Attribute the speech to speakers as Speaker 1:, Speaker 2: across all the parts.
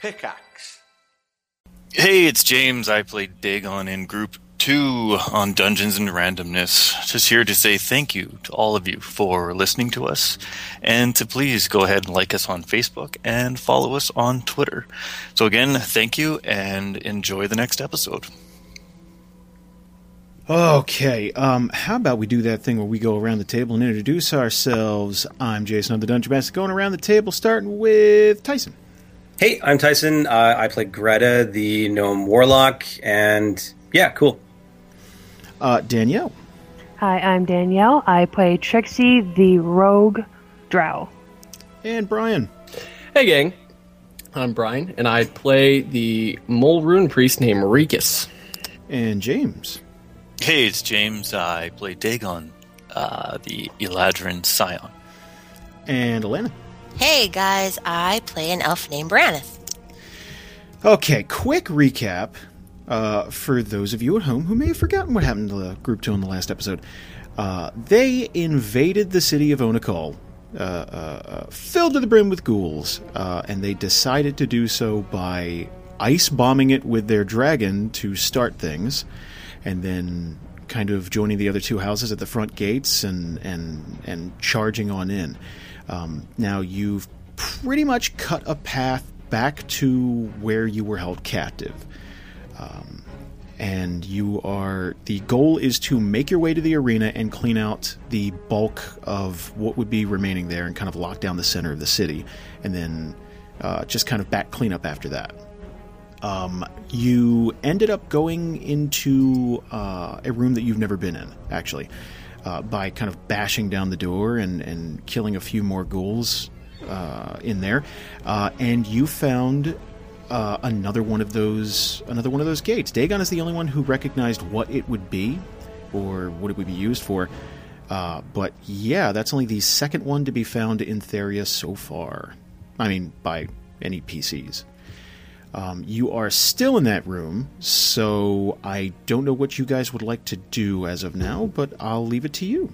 Speaker 1: Pickaxe.
Speaker 2: Hey, it's James. I played Dagon in Group 2 on Dungeons and Randomness. Just here to say thank you to all of you for listening to us, and to please go ahead and like us on Facebook and follow us on Twitter. So, again, thank you and enjoy the next episode.
Speaker 3: Okay, um, how about we do that thing where we go around the table and introduce ourselves? I'm Jason, I'm the Dungeon Master, going around the table, starting with Tyson.
Speaker 4: Hey, I'm Tyson. Uh, I play Greta, the gnome warlock, and yeah, cool.
Speaker 3: Uh, Danielle.
Speaker 5: Hi, I'm Danielle. I play Trixie, the rogue drow.
Speaker 3: And Brian.
Speaker 6: Hey, gang. I'm Brian, and I play the mole rune priest named Regis.
Speaker 3: And James.
Speaker 2: Hey, it's James. I play Dagon, uh, the Eladrin Scion.
Speaker 3: And Elena.
Speaker 7: Hey guys, I play an elf named Braneth.
Speaker 3: Okay, quick recap uh, for those of you at home who may have forgotten what happened to the group two in the last episode. Uh, they invaded the city of Onakol, uh, uh, uh, filled to the brim with ghouls, uh, and they decided to do so by ice bombing it with their dragon to start things, and then kind of joining the other two houses at the front gates and and and charging on in. Um, now you've pretty much cut a path back to where you were held captive and you are the goal is to make your way to the arena and clean out the bulk of what would be remaining there and kind of lock down the center of the city and then uh, just kind of back clean up after that um, you ended up going into uh, a room that you've never been in actually uh, by kind of bashing down the door and, and killing a few more ghouls uh, in there uh, and you found uh, another one of those another one of those gates. Dagon is the only one who recognized what it would be or what it would be used for. Uh, but yeah, that's only the second one to be found in Theria so far. I mean, by any PCs. Um, you are still in that room, so I don't know what you guys would like to do as of now, but I'll leave it to you.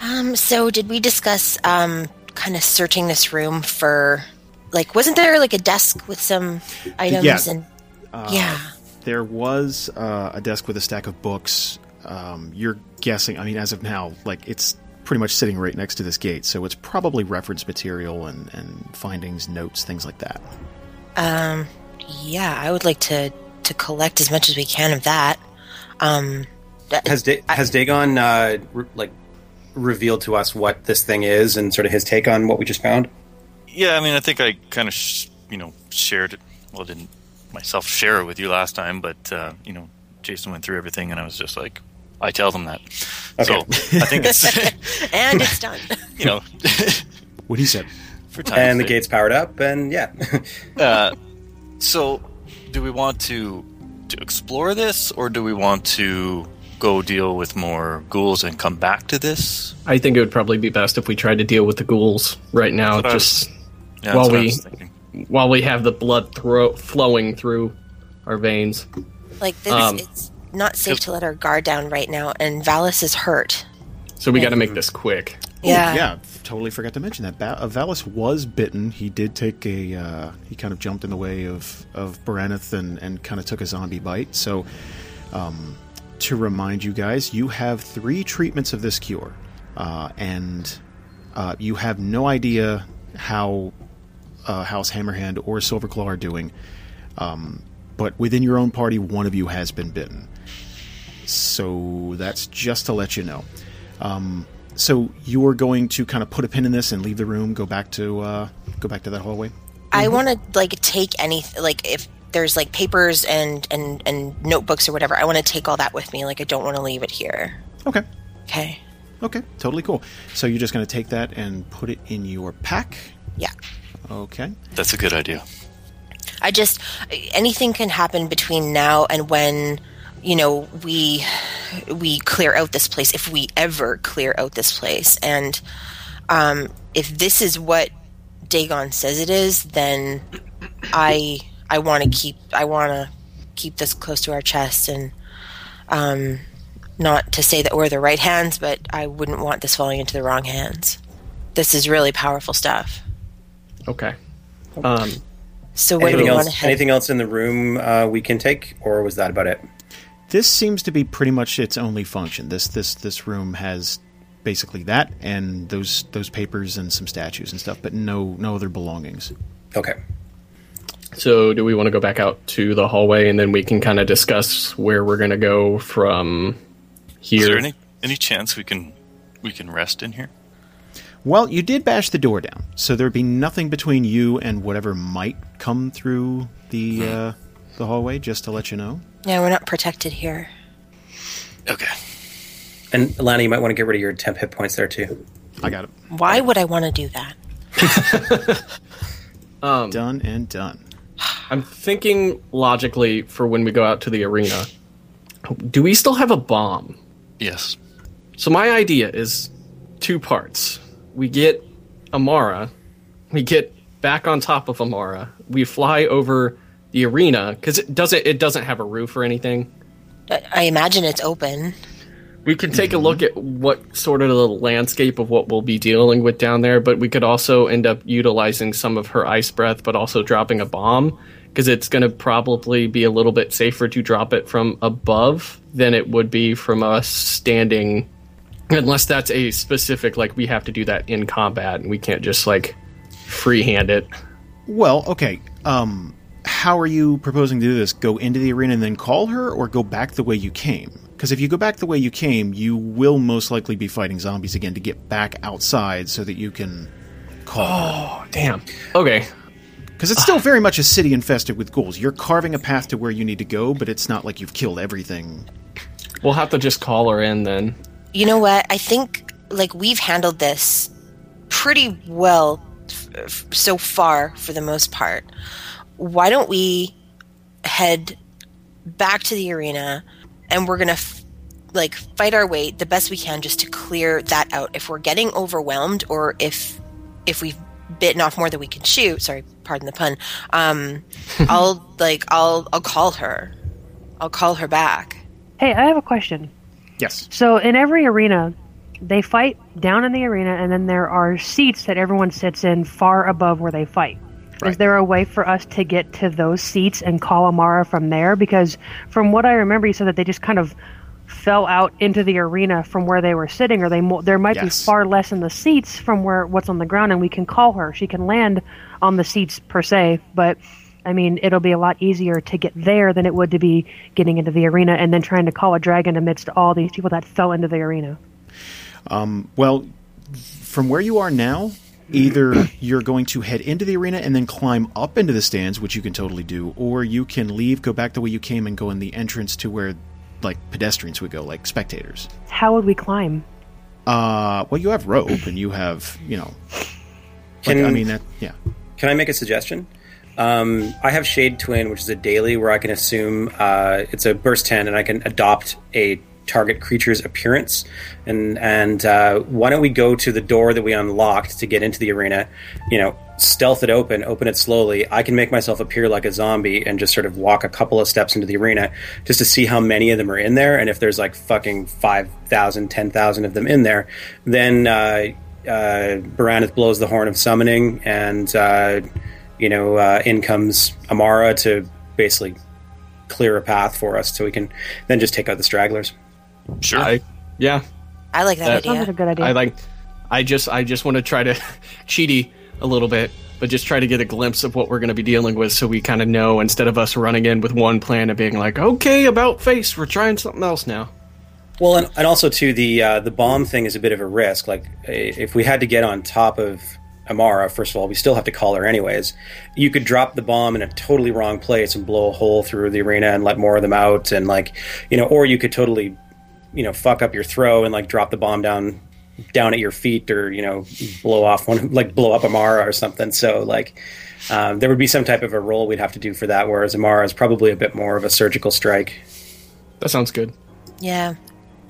Speaker 7: Um, so did we discuss um kind of searching this room for like wasn't there like a desk with some items
Speaker 3: Yeah.
Speaker 7: and yeah.
Speaker 3: There was uh, a desk with a stack of books. Um, you're guessing. I mean, as of now, like it's pretty much sitting right next to this gate, so it's probably reference material and, and findings, notes, things like that.
Speaker 7: Um yeah, I would like to to collect as much as we can of that. Um that-
Speaker 4: Has da- has Dagon uh, re- like revealed to us what this thing is and sort of his take on what we just found?
Speaker 2: Yeah, I mean, I think I kind of, sh- you know, shared it. Well, didn't myself share it with you last time, but uh, you know, Jason went through everything, and I was just like, I tell them that. So I think it's,
Speaker 7: and it's done.
Speaker 2: you know,
Speaker 3: What he said.
Speaker 2: for time.
Speaker 4: And the gate's powered up, and yeah,
Speaker 2: Uh, so, do we want to to explore this, or do we want to go deal with more ghouls and come back to this?
Speaker 6: I think it would probably be best if we tried to deal with the ghouls right now,
Speaker 2: That's what I was-
Speaker 6: just
Speaker 2: Yeah, that's
Speaker 6: Well,
Speaker 2: what I
Speaker 6: we-
Speaker 2: was thinking.
Speaker 6: while we have the blood thro- flowing through our veins.
Speaker 7: Like this
Speaker 6: Um,
Speaker 7: it's not safe to let our guard down right now and Valis is hurt.
Speaker 6: So we got to make this quick.
Speaker 7: Yeah.
Speaker 3: yeah. Totally forgot to mention that. Ba- uh, Valis was bitten. He did take a. Uh, he kind of jumped in the way of of Baraneth and and kind of took a zombie bite. So, um, to remind you guys, you have three treatments of this cure, uh, and uh, you have no idea how uh, House Hammerhand or Silverclaw are doing. Um, but within your own party, one of you has been bitten. So that's just to let you know. Um, so you're going to kind of put a pin in this and leave the room, go back to uh, go back to that hallway.
Speaker 7: I want to like take any like if there's like papers and and and notebooks or whatever. I want to take all that with me. Like I don't want to leave it here.
Speaker 3: Okay,
Speaker 7: Okay.
Speaker 3: okay, totally cool. So you're just going to take that and put it in your pack.
Speaker 7: Yeah.
Speaker 3: Okay.
Speaker 2: That's a good idea.
Speaker 7: I just anything can happen between now and when you know we we clear out this place if we ever clear out this place and um if this is what Dagon says it is then I I want to keep I want to keep this close to our chest and um not to say that we're the right hands but I wouldn't want this falling into the wrong hands. This is really powerful stuff.
Speaker 6: Okay. Um,
Speaker 7: So where do
Speaker 4: Anything
Speaker 7: we want to
Speaker 4: else?
Speaker 7: head?
Speaker 4: Anything else in the room uh, we can take, or was that about it?
Speaker 3: This seems to be pretty much its only function. This this this room has basically that and those those papers and some statues and stuff, but no no other belongings.
Speaker 4: Okay.
Speaker 6: So, do we want to go back out to the hallway and then we can kind of discuss where we're going to go from
Speaker 2: Is
Speaker 6: here?
Speaker 2: there any any chance we can we can rest in here?
Speaker 3: Well, you did bash the door down, so there'd be nothing between you and whatever might come through the uh, the hallway. Just to let you know.
Speaker 7: Yeah, we're not protected here.
Speaker 2: Okay.
Speaker 4: And Lana, you might want to get rid of your temp hit points there too.
Speaker 3: I got it.
Speaker 7: Why would I want to do that?
Speaker 3: Done and done.
Speaker 6: I'm thinking logically for when we go out to the arena. Do we still have a bomb?
Speaker 2: Yes.
Speaker 6: So my idea is two parts. We get Amara, we get back on top of Amara. We fly over the arena because it doesn't it doesn't have a roof or anything.
Speaker 7: I, I imagine it's open.
Speaker 6: We can take a look at what sort of the landscape of what we'll be dealing with down there, but we could also end up utilizing some of her ice breath, but also dropping a bomb because it's going to probably be a little bit safer to drop it from above than it would be from us standing, unless that's a specific like we have to do that in combat and we can't just like freehand it.
Speaker 3: Well, okay. Um, how are you proposing to do this? Go into the arena and then call her, or go back the way you came? Because if you go back the way you came, you will most likely be fighting zombies again to get back outside so that you can call.
Speaker 6: Oh damn. Okay.
Speaker 3: Because it's still very much a city infested with ghouls. You're carving a path to where you need to go, but it's not like you've killed everything.
Speaker 6: We'll have to just call her in then.
Speaker 7: You know what? I think like we've handled this pretty well f- f- so far for the most part. Why don't we head back to the arena and we're going to f- like fight our way the best we can just to clear that out if we're getting overwhelmed or if if we've bitten off more than we can chew, sorry, pardon the pun. Um I'll like I'll I'll call her. I'll call her back.
Speaker 5: Hey, I have a question.
Speaker 3: Yes.
Speaker 5: So in every arena, they fight down in the arena, and then there are seats that everyone sits in far above where they fight. Is there a way for us to get to those seats and call Amara from there? Because from what I remember, you said that they just kind of fell out into the arena from where they were sitting, or they mo- there might
Speaker 3: Yes.
Speaker 5: be far less in the seats from where what's on the ground, and we can call her. She can land on the seats per se, but. I mean, it'll be a lot easier to get there than it would to be getting into the arena and then trying to call a dragon amidst all these people that fell into the arena.
Speaker 3: Well, from where you are now, either you're going to head into the arena and then climb up into the stands, which you can totally do, or you can leave, go back the way you came, and go in the entrance to where like pedestrians would go, like spectators.
Speaker 5: How would we climb?
Speaker 3: Uh, well, you have rope and you have, you know, like,
Speaker 4: Can-
Speaker 3: I mean that, yeah.
Speaker 4: Can I make a suggestion? Um, I have Shade Twin, which is a daily where I can assume uh, it's a burst ten, and I can adopt a target creature's appearance. And and uh, why don't we go to the door that we unlocked to get into the arena? You know, stealth it open, open it slowly. I can make myself appear like a zombie and just sort of walk a couple of steps into the arena just to see how many of them are in there, and if there's like fucking 5,000, 10,000 of them in there, then. Uh, uh, Baranith blows the horn of summoning, and uh, you know, uh, in comes Amara to basically clear a path for us, so we can then just take out the stragglers.
Speaker 2: Sure.
Speaker 6: I yeah,
Speaker 7: I like that
Speaker 6: That-
Speaker 7: idea.
Speaker 5: Sounds like a good idea.
Speaker 6: I like. I just I just want to try to cheaty a little bit, but just try to get a glimpse of what we're going to be dealing with, so we kind of know instead of us running in with one plan and being like, "Okay, about face, we're trying something else now."
Speaker 4: Well, and, and also too, the uh, the bomb thing is a bit of a risk. Like, i- if we had to get on top of Amara, first of all, we still have to call her anyways. You could drop the bomb in a totally wrong place and blow a hole through the arena and let more of them out, and like, you know, or you could totally, you know, fuck up your throw and like drop the bomb down down at your feet or you know blow off one like blow up Amara or something. So like. Um, there would be some type of a roll we'd have to do for that, whereas Amara is probably a bit more of a surgical strike.
Speaker 6: That sounds good.
Speaker 7: Yeah.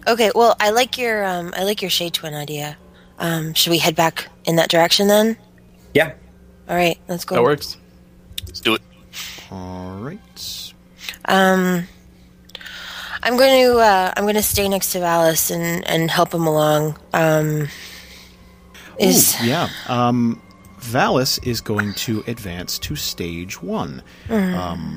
Speaker 7: Okay. Well, I like your um, I like your shade twin idea. Um, should we head back in that direction then?
Speaker 4: Yeah,
Speaker 7: All right, let's go.
Speaker 6: That works.
Speaker 2: Let's do it.
Speaker 3: All right.
Speaker 7: Um, I'm going to uh, I'm going to stay next to Alice and and help him along. Um, is
Speaker 3: Ooh, yeah. Um, Valis is going to advance to stage one. Um,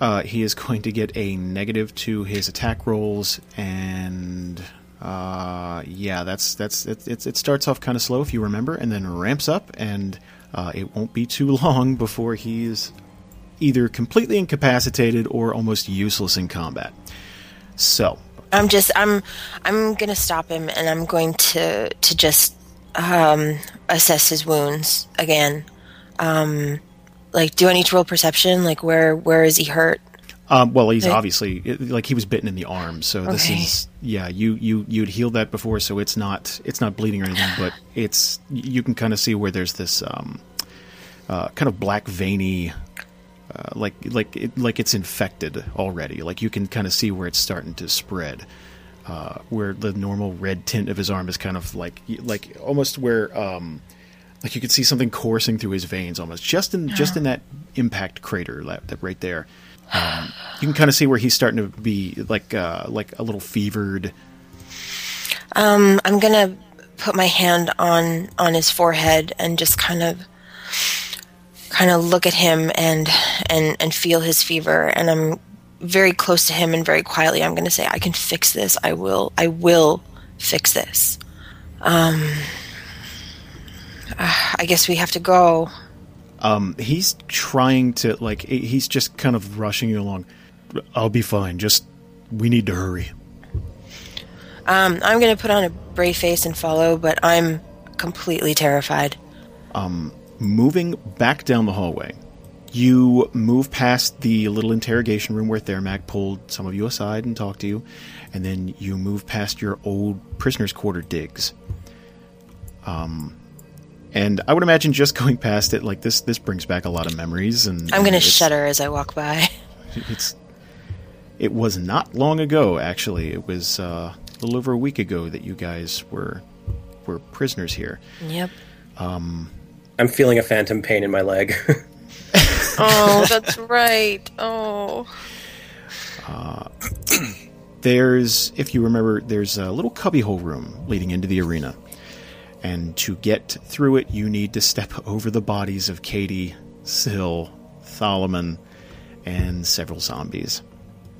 Speaker 3: uh, he is going to get a negative to his attack rolls, and uh, yeah, that's that's it, it, it starts off kind of slow if you remember, and then ramps up, and uh, it won't be too long before he's either completely incapacitated or almost useless in combat. So,
Speaker 7: I'm just I'm I'm gonna stop him and I'm going to to just um, assess his wounds again. Um, like, do I need to roll perception? Like, where where is he hurt?
Speaker 3: Um, well, he's
Speaker 7: Right.
Speaker 3: obviously it- like he was bitten in the arm, so this
Speaker 7: Okay.
Speaker 3: is yeah. You you you'd healed that before, so it's not it's not bleeding or anything, but it's you can kind of see where there's this um, uh, kind of black veiny, uh, like like it, like it's infected already. Like you can kind of see where it's starting to spread, uh, where the normal red tint of his arm is kind of like like almost where um, like you could see something coursing through his veins almost just in just in that impact crater that, that right there you can kind of see where he's starting to be like uh, like a little fevered.
Speaker 7: I'm- I'm gonna put my hand on on his forehead and just kind of kind of look at him and and and feel his fever and I'm very close to him and very quietly I'm gonna say I can fix this I will I will fix this um ah, I guess we have to go
Speaker 3: He's trying to like he- he's just kind of rushing you along. I'll be fine. Just we need to hurry.
Speaker 7: um I'm gonna put on a brave face and follow but I'm completely terrified
Speaker 3: Moving back down the hallway, you move past the little interrogation room where Thermac pulled some of you aside and talked to you, and then you move past your old prisoners' quarter digs. Um, and I would imagine just going past it like this. This brings back a lot of memories, and
Speaker 7: I'm
Speaker 3: and
Speaker 7: gonna
Speaker 3: it's-
Speaker 7: shudder as I walk by
Speaker 3: it's it was not long ago actually it was uh, a little over a week ago that you guys were were prisoners here
Speaker 7: yep
Speaker 4: I'm feeling a phantom pain in my leg.
Speaker 7: oh that's right oh
Speaker 3: there's if you remember there's a little cubbyhole room leading into the arena and to get through it you need to step over the bodies of katie sill tholomon and several zombies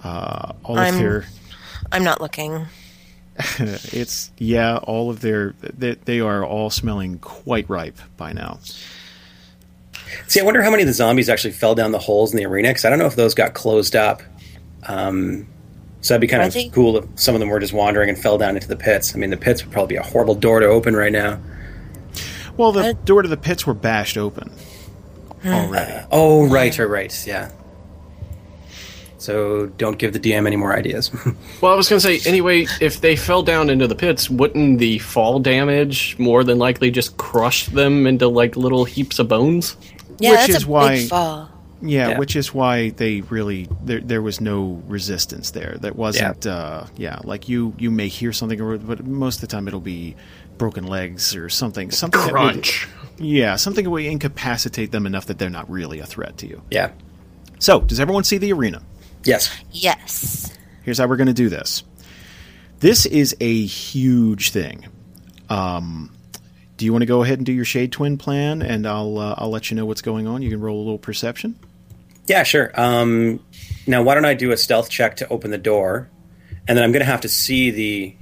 Speaker 3: uh, all
Speaker 7: I'm-
Speaker 3: of their
Speaker 7: I'm not looking.
Speaker 3: it's yeah all of their they, they are all smelling quite ripe by now
Speaker 4: See, I wonder how many of the zombies actually fell down the holes in the arena because I don't know if those got closed up. Um, so that'd be kind
Speaker 7: I
Speaker 4: of
Speaker 7: think-
Speaker 4: cool if some of them were just wandering and fell down into the pits. I mean, the pits would probably be a horrible door to open right now.
Speaker 3: Well, the
Speaker 7: What?
Speaker 3: door to the pits were bashed open already.
Speaker 4: Oh, right, right, right. Yeah. So don't give the DM any more ideas.
Speaker 6: Well, I was going to say, anyway, if they fell down into the pits, wouldn't the fall damage more than likely just crush them into like little heaps of bones?
Speaker 7: Yeah,
Speaker 3: Which
Speaker 7: that's
Speaker 3: is
Speaker 7: a
Speaker 3: why-
Speaker 7: big fall.
Speaker 3: yeah,
Speaker 4: Yeah.
Speaker 3: which is why they really there there was no resistance there. That wasn't yeah. uh yeah, like you you may hear something or but most of the time it'll be broken legs or something. Something
Speaker 6: Crunch.
Speaker 3: That would, yeah, something that would incapacitate them enough that they're not really a threat to you.
Speaker 4: yeah.
Speaker 3: So, does everyone see the arena?
Speaker 4: Yes.
Speaker 7: Yes.
Speaker 3: here's how we're going to do this. This is a huge thing. Um, do you want to go ahead and do your shade twin plan, and I'll uh, I'll let you know what's going on. You can roll a little perception.
Speaker 4: Yeah, sure. Um, now, why don't I do a stealth check to open the door, and then I'm going to have to see the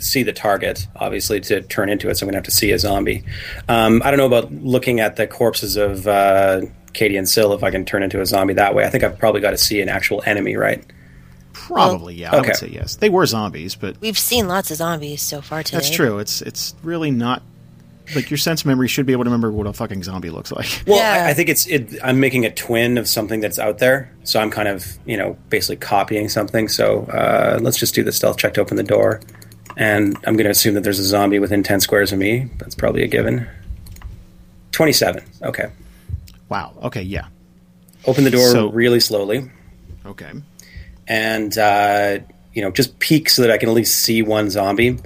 Speaker 4: see the target, obviously, to turn into it. So I'm going to have to see a zombie. Um, I don't know about looking at the corpses of uh, Katie and Syl if I can turn into a zombie that way. I think I've probably got to see an actual enemy, right?
Speaker 3: Probably, yeah. I
Speaker 4: okay.
Speaker 3: would say yes. They were zombies, but
Speaker 7: We've seen lots of zombies so far today.
Speaker 3: that's true. It's it's really not like your sense memory should be able to remember what a fucking zombie looks like.
Speaker 4: Well,
Speaker 7: Yeah.
Speaker 4: I, I think it's it, I'm making a twin of something that's out there, so I'm kind of you know basically copying something. So uh, let's just do the stealth check to open the door, and I'm going to assume that there's a zombie within ten squares of me. That's probably a given. Twenty-seven. Okay,
Speaker 3: Wow. Okay. Yeah.
Speaker 4: open the door
Speaker 3: So-
Speaker 4: really slowly,
Speaker 3: Okay.
Speaker 4: and uh, you know just peek so that I can at least see one zombie,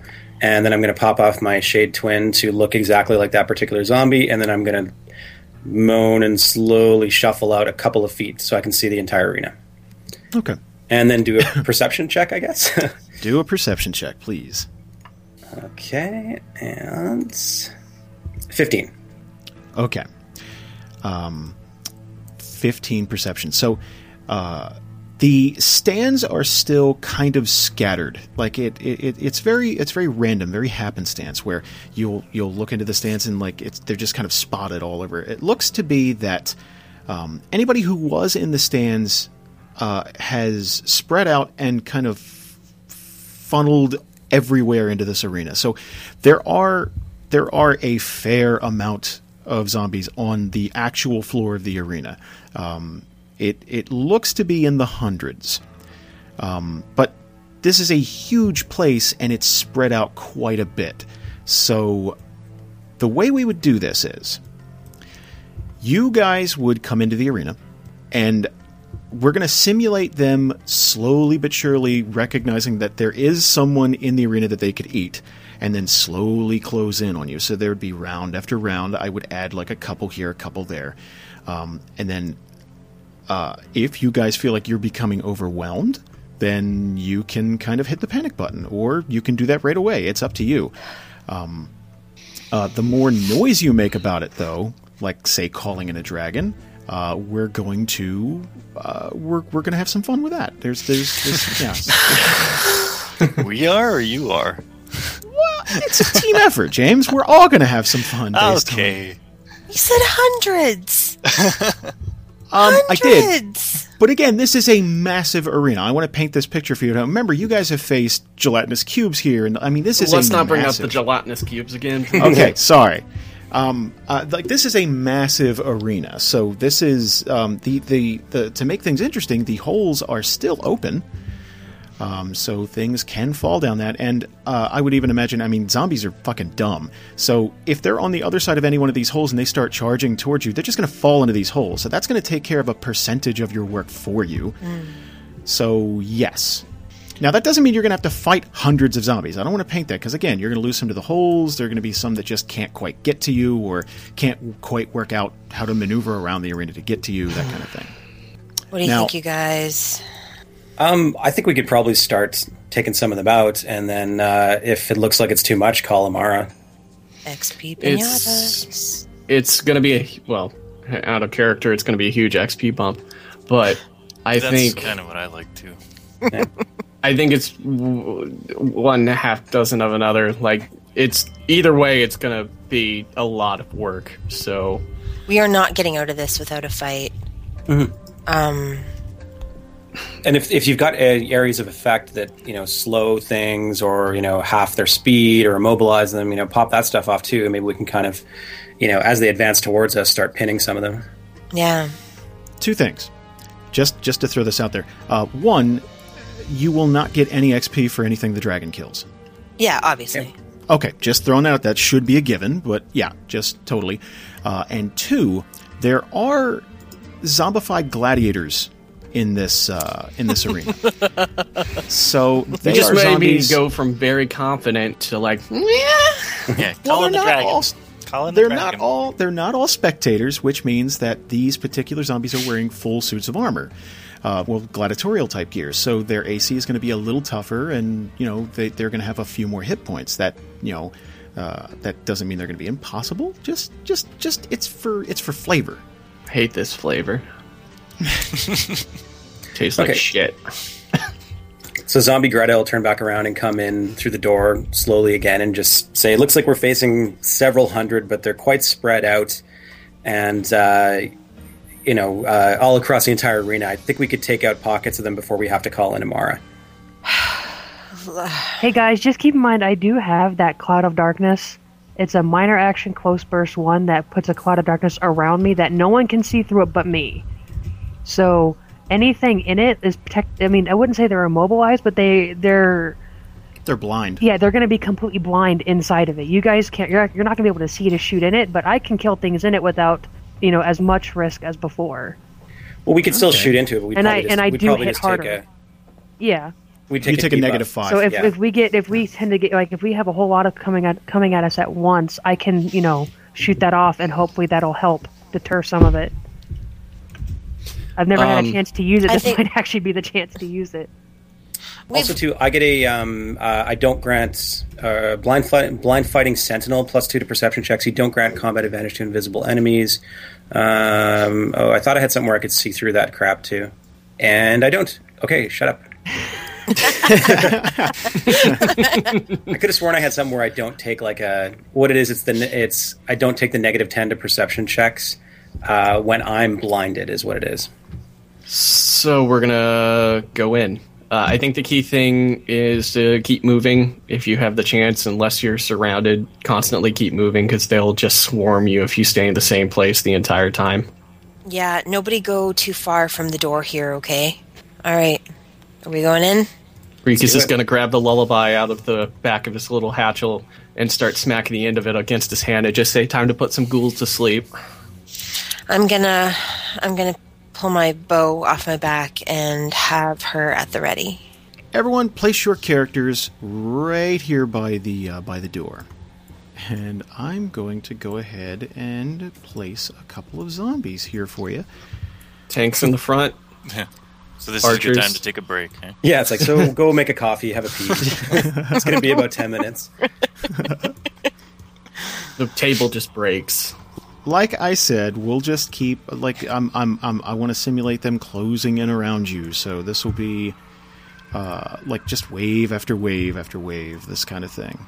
Speaker 4: and then I'm going to pop off my shade twin to look exactly like that particular zombie, and then I'm going to moan and slowly shuffle out a couple of feet so I can see the entire arena.
Speaker 3: Okay.
Speaker 4: and then do a perception check, I guess.
Speaker 3: Do a perception check, please.
Speaker 4: okay, and fifteen.
Speaker 3: Okay. Um, 15 perception. So uh, the stands are still kind of scattered. Like it, it, it it's very it's very random, very happenstance where you'll you'll look into the stands and like it's they're just kind of spotted all over. It looks to be that um, anybody who was in the stands uh, has spread out and kind of funneled everywhere into this arena. So there are there are a fair amount of zombies on the actual floor of the arena. Um, it it looks to be in the hundreds, um, but this is a huge place and it's spread out quite a bit. So the way we would do this is you guys would come into the arena and we're going to simulate them slowly but surely recognizing that there is someone in the arena that they could eat and then slowly close in on you so there would be round after round i would add like a couple here a couple there um, and then uh, if you guys feel like you're becoming overwhelmed then you can kind of hit the panic button or you can do that right away it's up to you uh, the more noise you make about it, though, like say calling in a dragon, uh, we're going to uh, we're we're going to have some fun with that. There's there's, there's yeah, it's-
Speaker 2: we are or you are?
Speaker 3: it's a team effort, James. We're all going to have some fun. Based
Speaker 2: Okay.
Speaker 7: You said hundreds.
Speaker 3: on, um, I did,
Speaker 7: Hundreds.
Speaker 3: but again, this is a massive arena. I want to paint this picture for you. Now, remember, you guys have faced gelatinous cubes here, and I mean, this is
Speaker 6: Let's
Speaker 3: a
Speaker 6: not bring up
Speaker 3: massive-
Speaker 6: the gelatinous cubes again.
Speaker 3: okay, sorry. Um, uh, like this is a massive arena, so this is um, the, the the to make things interesting. The holes are still open, um, so things can fall down that. And uh, I would even imagine. I mean, zombies are fucking dumb. So if they're on the other side of any one of these holes and they start charging towards you, they're just going to fall into these holes. So that's going to take care of a percentage of your work for you. So yes. Now that doesn't mean you're going to have to fight hundreds of zombies. I don't want to paint that because again, you're going to lose some to the holes. There are going to be some that just can't quite get to you or can't quite work out how to maneuver around the arena to get to you. That kind of thing.
Speaker 7: What do you
Speaker 3: Now-
Speaker 7: think, you guys?
Speaker 4: Um, I think we could probably start taking some of them out, and then uh, if it looks like it's too much, call Amara.
Speaker 7: XP
Speaker 6: It's-
Speaker 7: pinatas.
Speaker 6: it's going to be a well out of character. It's going to be a huge XP bump, but I
Speaker 2: That's
Speaker 6: think
Speaker 2: kind of what I like too.
Speaker 6: I think it's w- one and a half dozen of another. Like it's either way, it's going to be a lot of work. So
Speaker 7: We are not getting out of this without a fight. Um,
Speaker 4: And if, if you've got uh, areas of effect that you know slow things or you know half their speed or immobilize them, you know pop that stuff off too, and maybe we can kind of you know as they advance towards us, start pinning some of them.
Speaker 7: yeah.
Speaker 3: Two things, just just to throw this out there. Uh, one, you will not get any XP for anything the dragon kills.
Speaker 7: Yeah, obviously.
Speaker 3: Okay, just throwing that out. That should be a given, but yeah, just totally. Uh, and two, there are zombified gladiators in this uh, in this arena. so they
Speaker 6: it just
Speaker 3: are
Speaker 6: made
Speaker 3: zombies.
Speaker 6: me go from very confident to like
Speaker 2: Yeah,
Speaker 3: well,
Speaker 2: call
Speaker 3: they're
Speaker 2: in the
Speaker 3: not
Speaker 2: dragon.
Speaker 3: all.
Speaker 2: Call in the
Speaker 3: They're
Speaker 2: dragon.
Speaker 3: not all. They're not all spectators, which means that these particular zombies are wearing full suits of armor, uh, well, gladiatorial type gear. So their AC is going to be a little tougher, and you know they, they're going to have a few more hit points. That you know, uh, that doesn't mean they're going to be impossible. Just, just, just it's for it's for flavor.
Speaker 6: hate this flavor. Tastes
Speaker 4: Okay.
Speaker 6: like shit.
Speaker 4: So zombie Greta will turn back around and come in through the door slowly again and just say, "Looks like we're facing several hundred, but they're quite spread out, and uh, you know, uh, all across the entire arena. I think we could take out pockets of them before we have to call in Amara."
Speaker 5: Hey guys, just keep in mind I do have that cloud of darkness. It's a minor action close burst one that puts a cloud of darkness around me that no one can see through it but me. So anything in it is protect. I mean, I wouldn't say they're immobilized, but they they're
Speaker 3: They're blind.
Speaker 5: yeah they're going to be completely blind inside of it. You guys can't. You're, you're not going to be able to see to shoot in it, but I can kill things in it without you know as much risk as before.
Speaker 4: Well, we could still shoot into it, but we
Speaker 5: And
Speaker 4: probably
Speaker 5: I-
Speaker 4: just,
Speaker 5: and I
Speaker 4: we'd
Speaker 5: do
Speaker 4: probably
Speaker 5: hit
Speaker 4: just take
Speaker 5: harder.
Speaker 4: a
Speaker 5: Yeah.
Speaker 4: we
Speaker 3: You take a negative five.
Speaker 5: So if,
Speaker 4: yeah.
Speaker 5: if we get if we tend to get like if we have a whole lot of coming at coming at us at once, I can you know shoot that off and hopefully that'll help deter some of it. I've never had a
Speaker 6: Um,
Speaker 3: Um,
Speaker 5: chance to use it.
Speaker 7: I
Speaker 5: This
Speaker 7: think-
Speaker 5: might actually be the chance to use it.
Speaker 4: Also, too, I get a um, uh, I don't grant uh, blind fight, blind fighting sentinel plus two to perception checks. You don't grant combat advantage to invisible enemies. Um, oh, I thought I had something where I could see through that crap too, and I don't. Okay, shut up. I could have sworn I had something where I don't take like a what it is. It's the ne- it's I don't take the negative ten to perception checks uh, when I'm blinded is what it is.
Speaker 6: So we're gonna go in. Uh, I think the key thing is to keep moving if you have the chance, unless you're surrounded. Constantly keep moving because they'll just swarm you if you stay in the same place the entire time.
Speaker 7: Yeah, nobody go too far from the door here, okay? All right. Are we going in?
Speaker 6: Rika's
Speaker 4: do
Speaker 6: is
Speaker 4: it.
Speaker 6: going to grab the lullaby out of the back of his little hatchel and start smacking the end of it against his hand and just say, "Time to put some ghouls to sleep."
Speaker 7: I'm gonna I'm gonna pull my bow off my back and have her at the ready.
Speaker 3: Everyone, place your characters right here by the uh, by the door, and I'm going to go ahead and place a couple of zombies here for you.
Speaker 6: Tanks in the front.
Speaker 2: So this is a
Speaker 6: Archers.
Speaker 2: good time to take a break. eh?
Speaker 4: Yeah, it's like so. go make a coffee, have a pee. it's going to be about ten minutes.
Speaker 6: The table just breaks.
Speaker 3: Like I said, we'll just keep like I'm I'm, I'm I want to simulate them closing in around you. So this will be uh, like just wave after wave after wave, this kind of thing.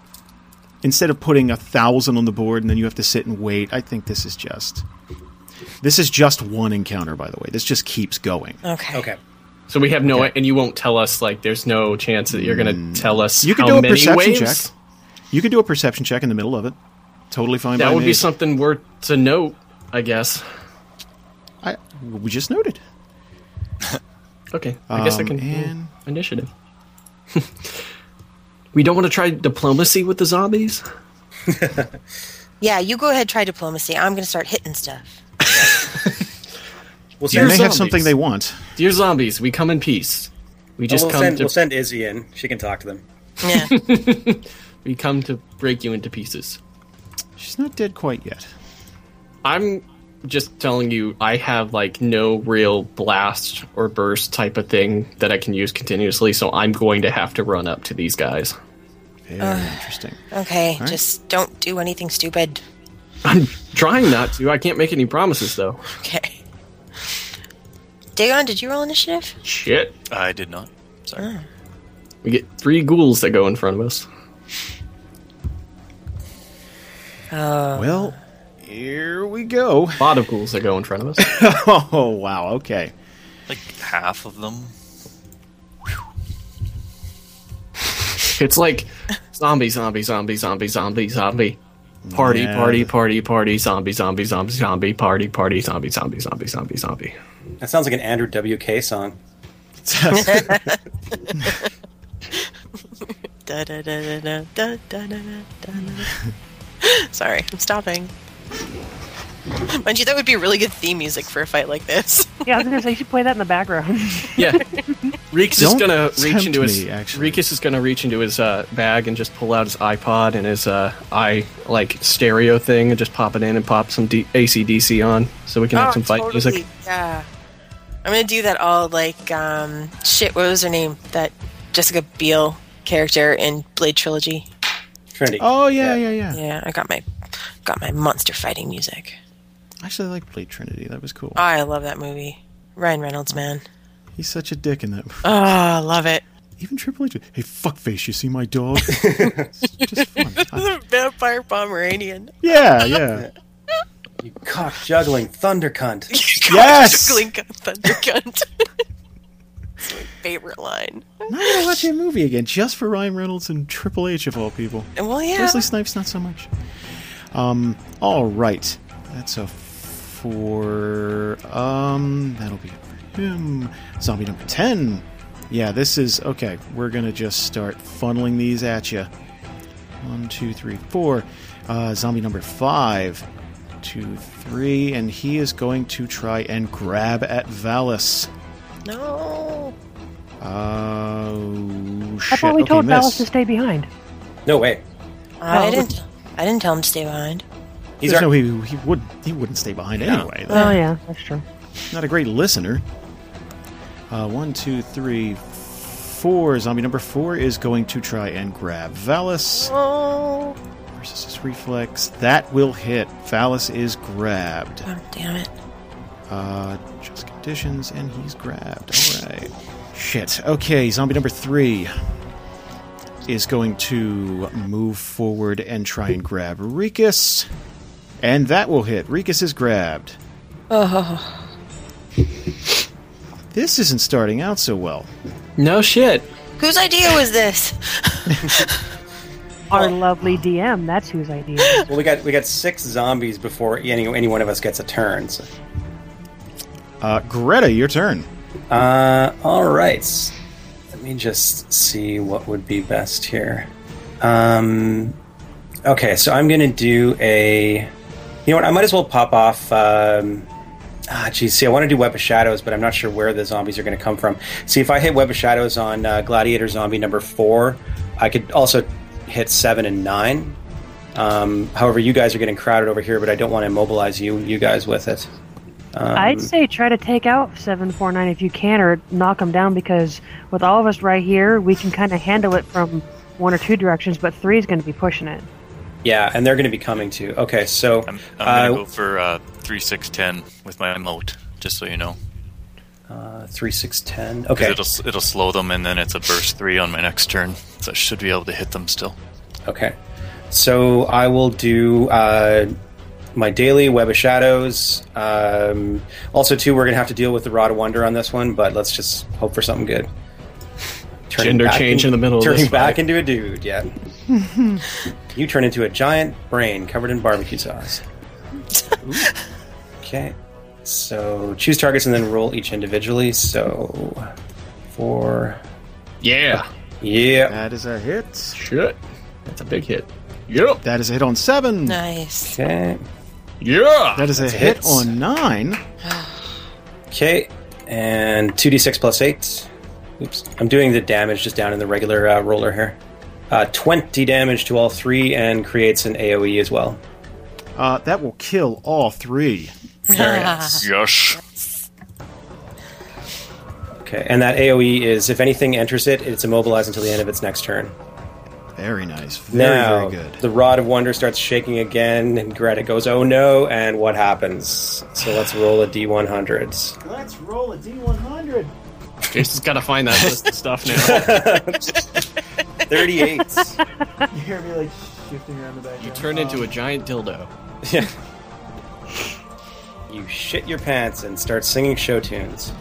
Speaker 3: Instead of putting a thousand on the board and then you have to sit and wait, I think this is just this is just one encounter. By the way, this just keeps going.
Speaker 7: Okay.
Speaker 4: Okay.
Speaker 6: So we have no, and you won't tell us. Like, there's no chance that you're going to tell us.
Speaker 3: Hmm. You could
Speaker 6: how
Speaker 3: do a
Speaker 6: many
Speaker 3: perception
Speaker 6: waves?
Speaker 3: check. You could do a perception check in the middle of it. Totally fine.
Speaker 6: That
Speaker 3: by
Speaker 6: would
Speaker 3: me.
Speaker 6: be something worth to note, I guess.
Speaker 3: I, we just noted.
Speaker 6: Okay, I guess I
Speaker 3: Um,
Speaker 6: can
Speaker 3: and-
Speaker 6: initiative. we don't want to try diplomacy with the zombies.
Speaker 7: Yeah, you go ahead try diplomacy. I'm gonna start hitting stuff.
Speaker 4: We'll
Speaker 3: They may
Speaker 4: send,
Speaker 3: have
Speaker 6: zombies.
Speaker 3: something they want.
Speaker 6: Dear zombies, we come in peace. We just
Speaker 4: we'll,
Speaker 6: come
Speaker 4: send,
Speaker 6: to
Speaker 4: we'll send Izzy in. She can talk to them.
Speaker 7: Yeah.
Speaker 6: we come to break you into pieces.
Speaker 3: She's not dead quite yet.
Speaker 6: I'm just telling you, I have like no real blast or burst type of thing that I can use continuously, so I'm going to have to run up to these guys.
Speaker 3: Very interesting.
Speaker 7: okay. Just don't do anything stupid.
Speaker 6: I'm trying not to. I can't make any promises though.
Speaker 7: Okay. Dagon, did you roll initiative?
Speaker 6: Shit.
Speaker 2: I did not. Sorry.
Speaker 6: We get three ghouls that go in front of us.
Speaker 3: Well, here we go.
Speaker 6: A lot of ghouls that go in front of us.
Speaker 3: Oh wow. Okay.
Speaker 2: Like half of them.
Speaker 6: It's like zombie, zombie, zombie, zombie, zombie, zombie. Party,
Speaker 3: Yeah.
Speaker 6: party, party, party, zombie, zombie, zombie, zombie, party, party, zombie, zombie, zombie, zombie, zombie.
Speaker 4: That sounds like an Andrew WK song.
Speaker 7: Da, da, da, da, da, da, da, da, da, da, da. Sorry, I'm stopping. Mind you, that would be really good theme music for a fight like this.
Speaker 5: Yeah, I was gonna say you should play that in the background.
Speaker 6: Yeah. Reeks is
Speaker 3: Don't
Speaker 6: gonna reach
Speaker 3: tempt
Speaker 6: into his
Speaker 3: me, actually.
Speaker 6: Reeks is gonna reach into his uh, bag and just pull out his iPod and his uh, i like stereo thing and just pop it in and pop some D- ACDC on so we can
Speaker 7: Ah,
Speaker 6: have some fight music.
Speaker 7: Yeah. I'm gonna do that all like um shit, what was her name? That Jessica Biel character in Blade Trilogy.
Speaker 4: Trinity.
Speaker 3: Oh yeah, yeah, yeah.
Speaker 7: Yeah, I got my got my monster fighting music.
Speaker 3: Actually, I like Blade Trinity. That was cool.
Speaker 7: Oh, I love that movie. Ryan Reynolds, man.
Speaker 3: He's such a dick in that. movie.
Speaker 7: Oh, I love it.
Speaker 3: Even Triple H. Hey, fuckface! You see my dog? it's just fun. I-
Speaker 7: The vampire Pomeranian.
Speaker 3: yeah, yeah.
Speaker 4: You cock juggling thunder cunt.
Speaker 3: Yes.
Speaker 7: Juggling gun, thunder cunt. it's my favorite line.
Speaker 3: Now I gotta watch that movie again just for Ryan Reynolds and Triple H of all people.
Speaker 7: Well, yeah.
Speaker 3: Wesley Snipes, not so much. Um, all right, that's a four. Um, that'll be it for him. Zombie number ten. Yeah, this is okay. We're gonna just start funneling these at you. One, two, three, four. Uh, zombie number five, two, three, and he is going to try and grab at Valis.
Speaker 7: No.
Speaker 3: Oh shit!
Speaker 5: I thought we
Speaker 3: okay,
Speaker 5: told Valis
Speaker 3: miss.
Speaker 5: to stay behind.
Speaker 4: No way.
Speaker 7: I
Speaker 5: Oh.
Speaker 7: didn't. I didn't tell him to stay behind.
Speaker 4: He's
Speaker 3: There's
Speaker 4: our,
Speaker 3: no he, he would he wouldn't stay behind anyway.
Speaker 7: Uh,
Speaker 3: though.
Speaker 5: Oh yeah, that's true.
Speaker 3: not a great listener. Uh, one, two, three, four. Zombie number four is going to try and grab Valis
Speaker 7: Oh,
Speaker 3: versus his reflex. That will hit. Valis is grabbed.
Speaker 7: oh damn it.
Speaker 3: Uh, just conditions, and he's grabbed. All right. Shit. Okay, zombie number three is going to move forward and try and grab Rikus. And that will hit. Rikus is grabbed. Oh. This isn't starting out so well.
Speaker 6: No shit.
Speaker 7: Whose idea was this?
Speaker 5: Our lovely DM. That's whose idea.
Speaker 4: Well, we got we got six zombies before any any one of us gets a turn. So.
Speaker 3: Uh, Greta, your turn.
Speaker 4: Uh, all right. Let me just see what would be best here. Um, okay, so I'm going to do a. You know what? I might as well pop off. Um, ah, geez. See, I want to do Web of Shadows, but I'm not sure where the zombies are going to come from. See, if I hit Web of Shadows on uh, Gladiator Zombie number four, I could also hit seven and nine. Um, however, you guys are getting crowded over here, but I don't want to immobilize you you guys with it.
Speaker 3: Uh,
Speaker 5: I'd say try to take out 749 if you can, or knock them down, because with all of us right here, we can kind of handle it from one or two directions, but three's going to be pushing it.
Speaker 4: Yeah, and they're going to be coming too. Okay, so
Speaker 2: I'm, I'm
Speaker 4: uh,
Speaker 2: gonna go for uh, three six ten with my emote, just so you know.
Speaker 4: Three, six, ten.
Speaker 2: 'Cause
Speaker 4: Okay.
Speaker 2: It'll it'll slow them, and then it's a burst three on my next turn, so I should be able to hit them still.
Speaker 4: Okay. So I will do uh, my daily web of shadows. Um, also, too, we're gonna have to deal with the rod of wonder on this one, but let's just hope for something good. Turning
Speaker 6: Gender
Speaker 4: back
Speaker 6: change in the middle of
Speaker 4: Turning
Speaker 6: this
Speaker 4: back
Speaker 6: fight.
Speaker 4: into a dude. Yeah. you turn into a giant brain covered in barbecue sauce. Ooh. Okay. So choose targets and then roll each individually. So four.
Speaker 6: Yeah.
Speaker 4: Yeah.
Speaker 3: That is a hit.
Speaker 6: Shit. That's a big hit. Yep.
Speaker 3: That is a hit on seven.
Speaker 7: Nice.
Speaker 4: Okay.
Speaker 6: Yeah.
Speaker 3: That is a
Speaker 4: That's
Speaker 3: hit
Speaker 4: hits.
Speaker 3: on nine.
Speaker 4: Okay, and 2d6 plus 8. Oops. I'm doing the damage just down in the regular uh, roller here. Uh, 20 damage to all three and creates an AoE as well.
Speaker 3: Uh, that will kill all three.
Speaker 2: Yes.
Speaker 4: Okay, and that AoE is if anything enters it, it's immobilized until the end of its next turn.
Speaker 3: Very nice. Very,
Speaker 4: now,
Speaker 3: very good.
Speaker 4: the Rod of Wonder starts shaking again, and Greta goes, Oh no, and what happens? So let's roll a d100.
Speaker 3: Let's roll a D100.
Speaker 6: Jason's got to find that list of stuff now.
Speaker 4: 38.
Speaker 3: You hear me like shifting around the background.
Speaker 6: you turn into a giant dildo.
Speaker 4: you shit your pants and start singing show tunes.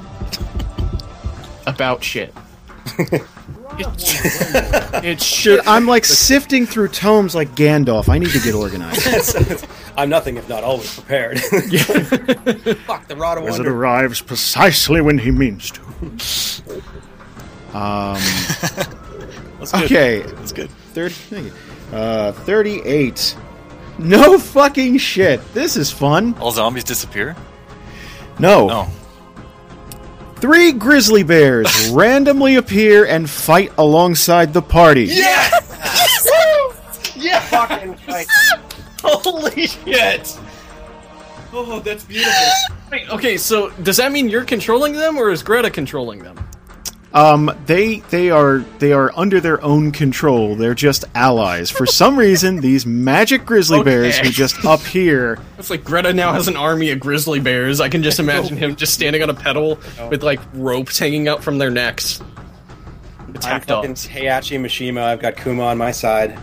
Speaker 6: About shit. it's shit.
Speaker 3: I'm like sifting through tomes like Gandalf. I need to get organized.
Speaker 4: I'm nothing if not always prepared. Fuck the rod of
Speaker 3: As it
Speaker 4: wonder.
Speaker 3: arrives precisely when he means to.
Speaker 2: That's good.
Speaker 3: Um, Okay,
Speaker 2: That's good.
Speaker 3: 30, thank you. uh, 38. No fucking shit. This is fun.
Speaker 2: All zombies disappear.
Speaker 3: No.
Speaker 2: No.
Speaker 3: Three grizzly bears randomly appear and fight alongside the party.
Speaker 6: Holy shit! Oh, that's beautiful. Wait, okay, so does that mean you're controlling them, or is Greta controlling them?
Speaker 3: Um, they they are they are under their own control. They're just allies. For some reason, these magic grizzly bears who
Speaker 6: Okay.
Speaker 3: just appear.
Speaker 6: It's like Greta now has an army of grizzly bears. I can just imagine him just standing on a pedal with like ropes hanging out from their necks.
Speaker 4: I'm
Speaker 6: Attack
Speaker 4: fucking
Speaker 6: dogs.
Speaker 4: Heihachi Mishima. I've got Kuma on my side.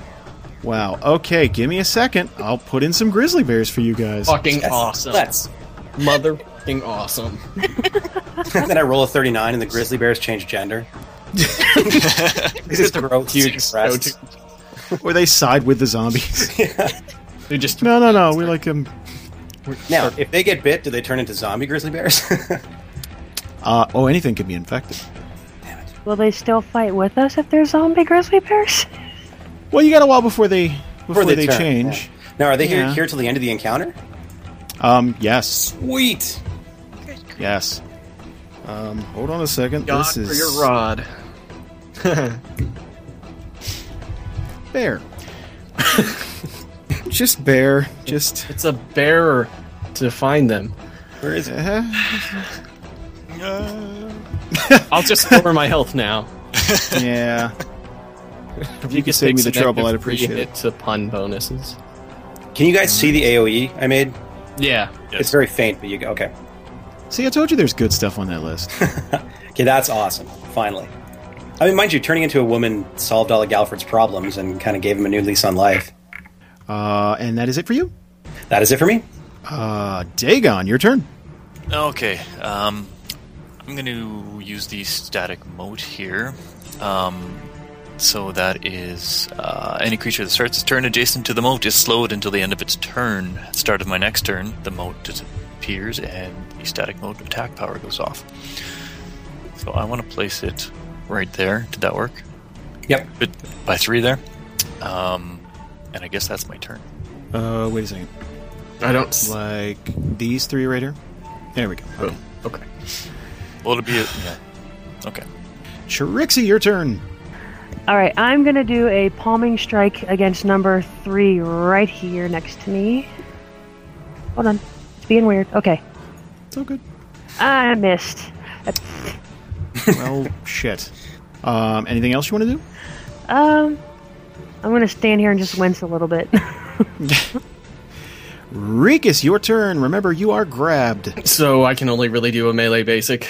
Speaker 3: Wow. Okay, give me a second. I'll put in some grizzly bears for you guys.
Speaker 6: Fucking awesome.
Speaker 4: Let's.
Speaker 6: Motherfucking awesome.
Speaker 4: then I roll a 39, and the grizzly bears change gender. they just grow huge breasts.
Speaker 3: Or they side with the zombies.
Speaker 6: They just
Speaker 3: no, no, no. We like them.
Speaker 4: Now, if they get bit, do they turn into zombie grizzly bears?
Speaker 3: Uh, oh, anything can be infected.
Speaker 5: Will they still fight with us if they're zombie grizzly bears?
Speaker 3: Well, you got a while before they before, they,
Speaker 4: turn,
Speaker 3: change.
Speaker 4: yeah. Now, are they here,
Speaker 3: Yeah.
Speaker 4: here till the end of the encounter?
Speaker 3: Um, yes,
Speaker 4: Wait.
Speaker 3: yes. Um, hold on a second.
Speaker 6: God
Speaker 3: this is
Speaker 6: for your rod.
Speaker 3: bear. just bear. Just.
Speaker 6: It's a bear to find them.
Speaker 4: Where is it?
Speaker 3: eh.
Speaker 6: I'll just lower my health now.
Speaker 3: yeah. If you could
Speaker 6: could
Speaker 3: save
Speaker 6: take
Speaker 3: me the
Speaker 6: some
Speaker 3: trouble, I'd
Speaker 6: negative three
Speaker 3: appreciate it.
Speaker 6: hits of pun bonuses.
Speaker 4: Can you guys see the AOE I made?
Speaker 6: Yeah.
Speaker 4: It's very faint, but you go, okay.
Speaker 3: See, I told you there's good stuff on that list.
Speaker 4: Okay, that's awesome. Finally. I mean, mind you, turning into a woman solved all of Galford's problems and kind of gave him a new lease on life.
Speaker 3: Uh, and that is it for you.
Speaker 4: That is it for me.
Speaker 3: Uh, Dagon, your turn.
Speaker 2: Okay. Um, I'm going to use the static moat here. Um, so that is uh, any creature that starts its turn adjacent to the moat is slowed until the end of its turn. At the start of my next turn, the moat disappears and the static moat attack power goes off. So I want to place it right there. Did that work?
Speaker 4: Yep.
Speaker 2: Good. By three there. Um, and I guess that's my turn.
Speaker 3: Uh, wait a second.
Speaker 6: I don't. s-
Speaker 3: Like these three right here. There we go. Okay.
Speaker 6: Okay.
Speaker 2: Well, it'll be a, yeah. Okay.
Speaker 3: Chirixie, your turn.
Speaker 5: All right, I'm going to do a palming strike against number three right here next to me. Hold on. It's being weird. Okay.
Speaker 3: It's all good.
Speaker 5: I missed.
Speaker 3: Well, shit. Um, anything else you want to do?
Speaker 5: Um, I'm going to stand here and just wince a little bit.
Speaker 3: Rikus, your turn. Remember, you are grabbed.
Speaker 6: So I can only really do a melee basic.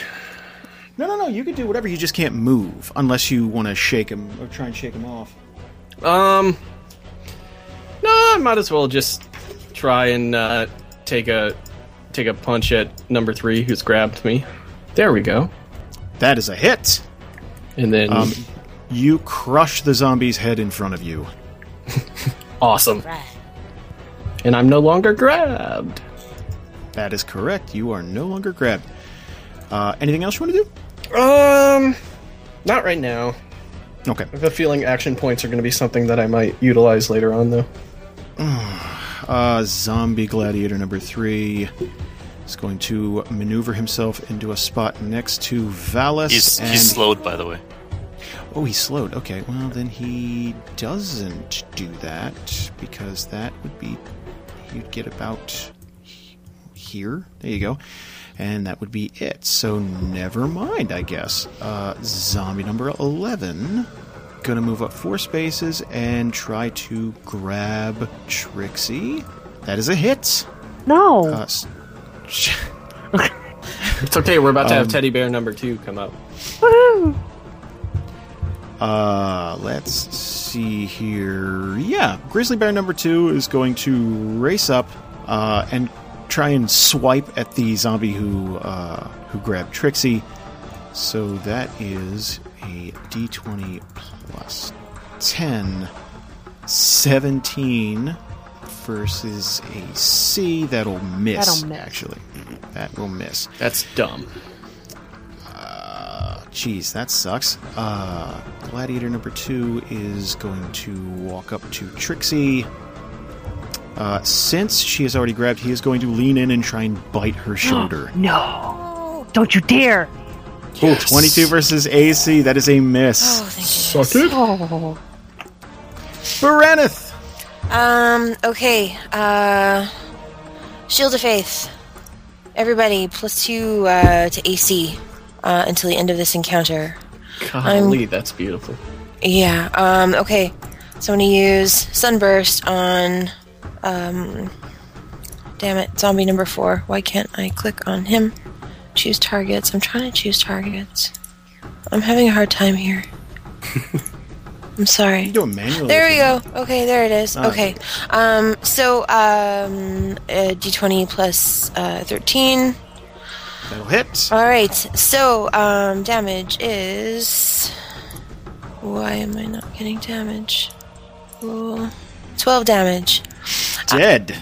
Speaker 3: No, no, no. You can do whatever. You just can't move unless you want to shake him or try and shake him off.
Speaker 6: Um. No, I might as well just try and uh, take a take a punch at number three, who's grabbed me. There we go.
Speaker 3: That is a hit.
Speaker 6: And then,
Speaker 3: Um, you crush the zombie's head in front of you.
Speaker 6: awesome. And I'm no longer grabbed.
Speaker 3: That is correct. You are no longer grabbed. Uh, anything else you want to do?
Speaker 6: Um, not right now.
Speaker 3: Okay.
Speaker 6: I have a feeling action points are going to be something that I might utilize later on, though.
Speaker 3: Uh, zombie gladiator number three is going to maneuver himself into a spot next to Valis.
Speaker 2: He's,
Speaker 3: and
Speaker 2: he's slowed, by the way.
Speaker 3: Oh, he's slowed. Okay, well, then he doesn't do that because that would be. You'd get about he- here. There you go. And that would be it. So never mind, I guess. Uh, zombie number 11. Gonna move up four spaces and try to grab Trixie. That is a hit.
Speaker 5: no.
Speaker 3: Uh, s-
Speaker 6: It's okay. We're about to have teddy bear number two come up.
Speaker 5: Woohoo!
Speaker 3: Uh, let's see here. Yeah, grizzly bear number two is going to race up uh, and try and swipe at the zombie who uh, who grabbed Trixie. So that is a d20 plus 10, 17 versus a C. That'll miss.
Speaker 5: That'll miss.
Speaker 3: Actually, that will miss.
Speaker 6: That's dumb.
Speaker 3: Jeez, that sucks. Uh, Gladiator number two is going to walk up to Trixie. Uh, since she is already grabbed, he is going to lean in and try and bite her shoulder.
Speaker 5: No.
Speaker 3: Uh,
Speaker 5: Don't you dare.
Speaker 3: Ooh, 22 versus AC. That is a
Speaker 7: Oh,
Speaker 3: miss.
Speaker 7: thank
Speaker 6: Suck it.
Speaker 5: Oh.
Speaker 3: Baraneth!
Speaker 7: Um, okay. Uh Shield of Faith. Everybody, plus two uh, to AC uh, until the end of this encounter.
Speaker 6: Golly, that's beautiful.
Speaker 7: Yeah, um, okay. So I'm gonna use Sunburst on um damn it, zombie number four. Why can't I click on him? Choose targets. I'm trying to choose targets. I'm having a hard time here. I'm sorry.
Speaker 3: You do a manual.
Speaker 7: There
Speaker 3: if
Speaker 7: we
Speaker 3: you want.
Speaker 7: go. Okay, there it is.
Speaker 3: Ah.
Speaker 7: Okay. Um, so um, uh, d20 plus uh, 13.
Speaker 3: That'll Oh, hit.
Speaker 7: All right. So um, damage is. Why am I not getting damage? Cool. 12 damage. uh,
Speaker 3: Dead.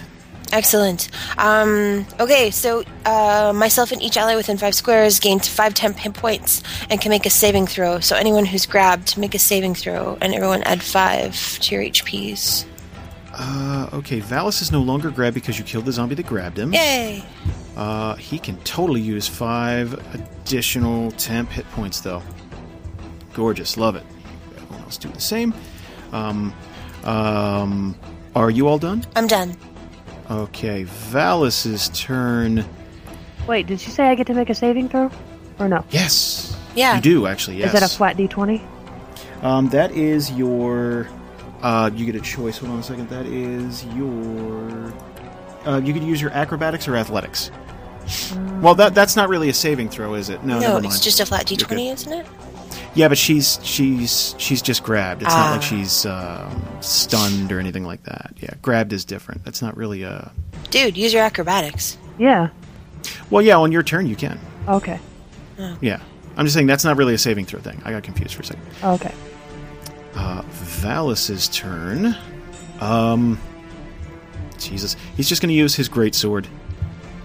Speaker 7: Excellent. Um, okay, so uh, myself and each ally within five squares gained five temp hit points and can make a saving throw. So anyone who's grabbed, make a saving throw, and everyone add five to your HPs.
Speaker 3: Uh, okay, Valis is no longer grabbed because you killed the zombie that grabbed him.
Speaker 7: Yay!
Speaker 3: Uh, he can totally use five additional temp hit points, though. Gorgeous, love it. Everyone else do the same. Um, um, are you all done?
Speaker 7: I'm done.
Speaker 3: Okay, Valis's turn.
Speaker 5: Wait, did you say I get to make a saving throw? Or no?
Speaker 3: Yes,
Speaker 7: Yeah.
Speaker 3: you do actually. Yes,
Speaker 5: Is that a flat d20?
Speaker 3: Um, that is your. Uh, you get a choice. Hold on a second. That is your. Uh, you could use your acrobatics or athletics. Well, that that's not really a saving throw, is it? No,
Speaker 7: Mm. No,
Speaker 3: never
Speaker 7: it's
Speaker 3: mind.
Speaker 7: just a flat
Speaker 3: You're good.
Speaker 7: d20, isn't it?
Speaker 3: Yeah, but she's she's she's just grabbed. It's not
Speaker 7: Ah.
Speaker 3: like she's um, stunned or anything like that. Yeah, grabbed is different. That's not really a.
Speaker 7: Dude, use your acrobatics.
Speaker 5: Yeah.
Speaker 3: Well, yeah, on your turn you can.
Speaker 5: Okay.
Speaker 3: Yeah, I'm just saying that's not really a saving throw thing. I got confused for a second.
Speaker 5: Okay.
Speaker 3: Uh, Valis's turn. Um, Jesus, he's just going to use his great sword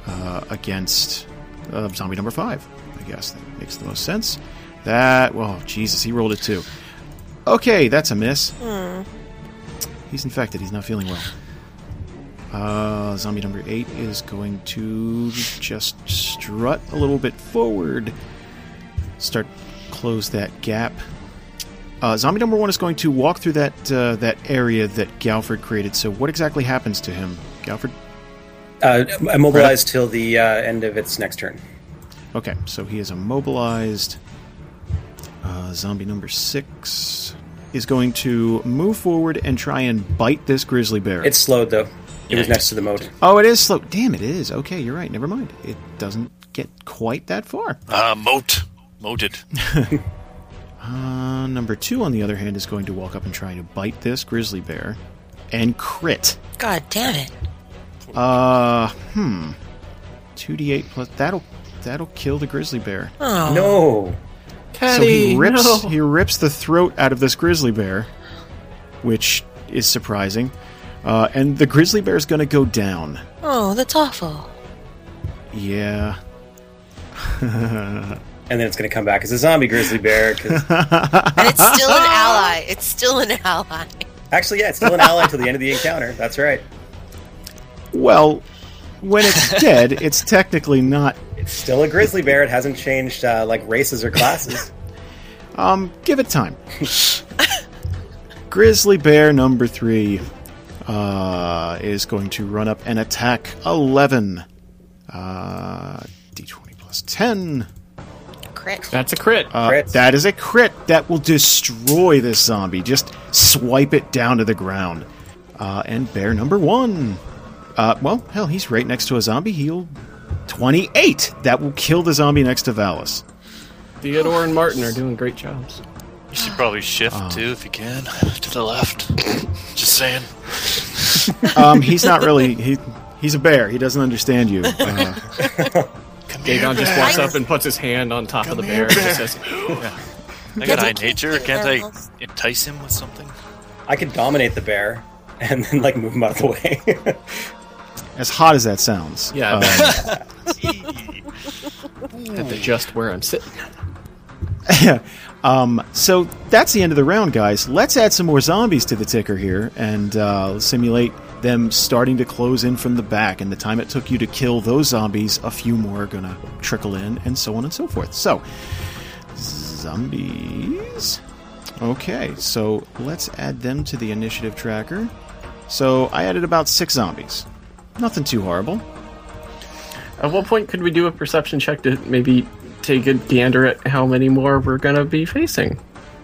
Speaker 3: uh, against uh, zombie number five. I guess that makes the most sense. That well, Jesus, he rolled it too. Okay, that's a miss. He's infected. He's not feeling well. Uh, zombie number eight is going to just strut a little bit forward. Start close that gap. Uh, zombie number one is going to walk through that uh, that area that Galford created. So, what exactly happens to him, Galford?
Speaker 4: Uh, immobilized till the uh, end of its next turn.
Speaker 3: Okay, so he is immobilized. Uh, zombie number six is going to move forward and try and bite this grizzly bear.
Speaker 4: It's slowed though. It was
Speaker 2: Yeah.
Speaker 4: next to the moat.
Speaker 3: oh, it is slow. Damn, it is. Okay, you're right. Never mind. It doesn't get quite that far.
Speaker 2: Uh, moat. Moated.
Speaker 3: Uh, number two, on the other hand, is going to walk up and try to bite this grizzly bear and crit.
Speaker 7: God damn it.
Speaker 3: Uh, hmm. Two D eight plus that'll that'll kill the grizzly bear.
Speaker 7: Oh.
Speaker 4: No.
Speaker 3: so he
Speaker 6: Teddy,
Speaker 3: rips
Speaker 6: no.
Speaker 3: he rips the throat out of this grizzly bear, which is surprising. Uh, and the grizzly bear is going to go down.
Speaker 7: Oh, that's awful.
Speaker 3: Yeah.
Speaker 4: And then it's going to come back as a zombie grizzly bear. 'cause-
Speaker 7: And it's still an ally. It's still an ally.
Speaker 4: actually, yeah, it's still an ally until the end of the encounter. That's right.
Speaker 3: Well, when it's dead, it's technically not.
Speaker 4: It's still a grizzly bear. It hasn't changed uh, like races or classes.
Speaker 3: Um, give it time. grizzly bear number three uh, is going to run up and attack eleven. Uh, D twenty plus ten.
Speaker 7: Crit.
Speaker 6: That's a crit.
Speaker 4: Crit.
Speaker 3: That is a crit that will destroy this zombie. Just swipe it down to the ground. Uh, and bear number one. Uh, well, hell, he's right next to a zombie. He'll 28. That will kill the zombie next to Valis.
Speaker 6: Theodore and Martin are doing great jobs.
Speaker 2: You should probably shift too if you can to the left. Just saying.
Speaker 3: Um, he's not really. He, he's a bear. He doesn't understand you. Uh,
Speaker 2: Come
Speaker 6: Dagon just walks
Speaker 7: Bear.
Speaker 6: up and puts his hand on top of the
Speaker 2: Come
Speaker 6: bear
Speaker 2: here,
Speaker 6: and
Speaker 2: Bear.
Speaker 6: just says,
Speaker 2: I got
Speaker 7: Yeah,
Speaker 2: high
Speaker 7: but-
Speaker 2: nature. Can't I
Speaker 7: Yeah.
Speaker 2: entice him with something?
Speaker 4: I could dominate the bear and then like move him out of the way.
Speaker 3: as hot as that sounds.
Speaker 6: Yeah.
Speaker 3: Um,
Speaker 6: "Had to just where I'm sitting.
Speaker 3: Um, so that's the end of the round, guys. Let's add some more zombies to the ticker here and uh, simulate them starting to close in from the back. And the time it took you to kill those zombies, a few more are going to trickle in, and so on and so forth. So, zombies. Okay, so let's add them to the initiative tracker. So I added about six zombies. Nothing too horrible.
Speaker 6: At what point could we do a perception check to maybe take a gander at how many more we're going to be facing?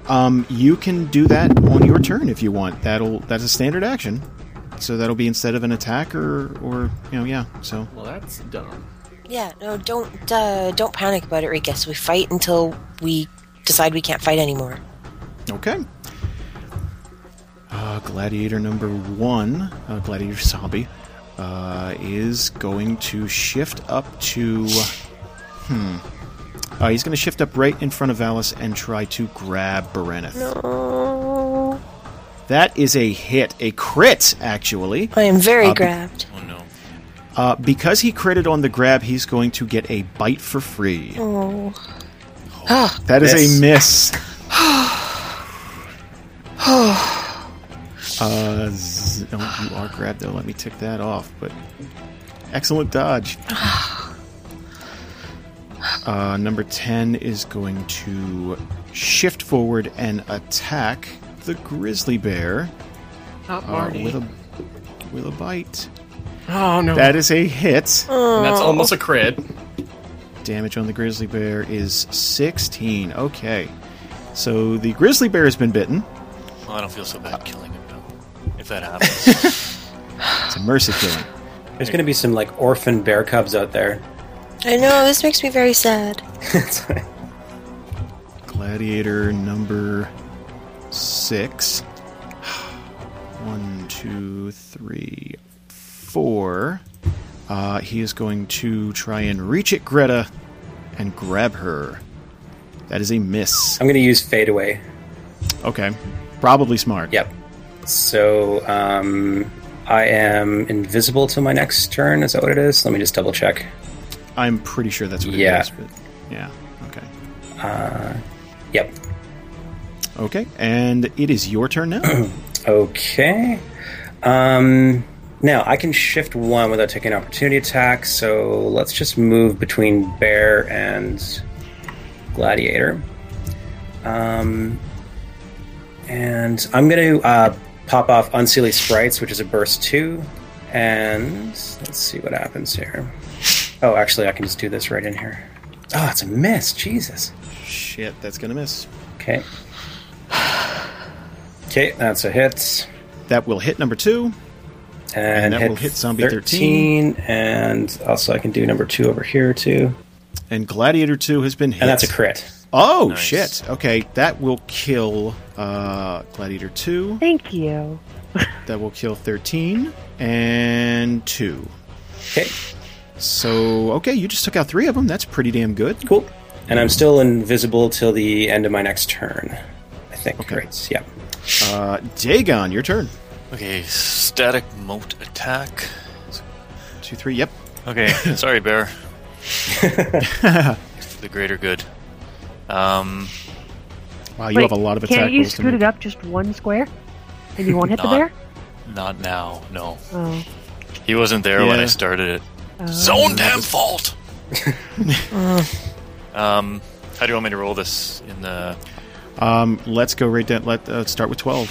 Speaker 3: Um, you can do that on your turn if you want. That'll that's a standard action. So that'll be instead of an attack or or you know yeah. So
Speaker 6: Well, that's dumb.
Speaker 7: Yeah, no, don't uh, don't panic about it, Rikus. We fight until we decide we can't fight anymore.
Speaker 3: okay. Uh, gladiator number one, uh, gladiator zombie, uh, is going to shift up to. Hmm. Uh, he's going to shift up right in front of Valis and try to grab Barenith.
Speaker 7: Oh,
Speaker 3: That is a hit, a crit actually.
Speaker 7: I am very
Speaker 3: Uh, be-
Speaker 7: grabbed.
Speaker 2: Oh no.
Speaker 3: Uh, because he critted on the grab, he's going to get a bite for free. Oh, That is a miss. uh, z- oh, you are grabbed though. Let me tick that off. But excellent dodge. Uh, number ten is going to shift forward and attack the grizzly bear
Speaker 6: Not
Speaker 3: uh,
Speaker 6: Marty.
Speaker 3: with a with a bite.
Speaker 6: oh, no.
Speaker 3: That is a hit.
Speaker 6: And that's almost a crit.
Speaker 3: Damage on the grizzly bear is 16. Okay. So the grizzly bear has been bitten.
Speaker 2: Well, I don't feel so bad killing him, though. If that happens,
Speaker 3: It's a mercy killing.
Speaker 4: There's going to be some like orphan bear cubs out there.
Speaker 7: I know this makes me very sad.
Speaker 4: It's like-
Speaker 3: Gladiator number six. One, two, three, four. Uh, he is going to try and reach at Greta and grab her. That is a miss.
Speaker 4: I'm going to use fade away.
Speaker 3: Okay. Probably smart.
Speaker 4: Yep. So um, I am invisible till my next turn. Is that what it is? Let me just double check.
Speaker 3: I'm pretty sure that's what it is.
Speaker 4: Yeah.
Speaker 3: But yeah. Okay.
Speaker 4: Yep.
Speaker 3: Okay. And it is your turn now.
Speaker 4: Okay. Um, now I can shift one without taking an opportunity attack. So let's just move between bear and gladiator. Um, and I'm going to uh, pop off unseelie sprites, which is a burst two. And let's see what happens here. Oh, actually, I can just do this right in here. Oh, it's a miss. Jesus.
Speaker 3: Shit, that's going to miss.
Speaker 4: Okay. Okay, that's a hit.
Speaker 3: That will hit number two.
Speaker 4: and,
Speaker 3: that
Speaker 4: hit
Speaker 3: will hit zombie
Speaker 4: 13, and also I can do number two over here too, and
Speaker 3: And Gladiator 2 has been hit.
Speaker 4: that's a crit.
Speaker 3: Oh
Speaker 2: Nice.
Speaker 3: shit! Okay, that will kill uh, Gladiator two.
Speaker 5: Thank you.
Speaker 3: That will kill thirteen and two.
Speaker 4: Okay,
Speaker 3: So okay, you just took out three of them. That's pretty damn good.
Speaker 4: cool. And I'm still invisible till the end of my next turn, I think.
Speaker 3: Okay.
Speaker 4: Right? Yeah.
Speaker 3: Uh, Dagon, your turn.
Speaker 2: okay. Static moat attack.
Speaker 3: Two, three. Yep.
Speaker 2: Okay, sorry, bear. It's for the greater good. Um,
Speaker 3: Wow, you
Speaker 5: Wait,
Speaker 3: have a lot of attack
Speaker 5: Can't you
Speaker 3: rolls to
Speaker 5: scoot
Speaker 3: make.
Speaker 5: it up just one square? And you won't hit the
Speaker 2: Not-
Speaker 5: bear?
Speaker 2: not now. No,
Speaker 5: Oh.
Speaker 2: he wasn't there when
Speaker 3: Yeah.
Speaker 2: I started it. Zone damn fault. um, how do you want me to roll this in the?
Speaker 3: Um, let's go right down. Let uh, start with twelve.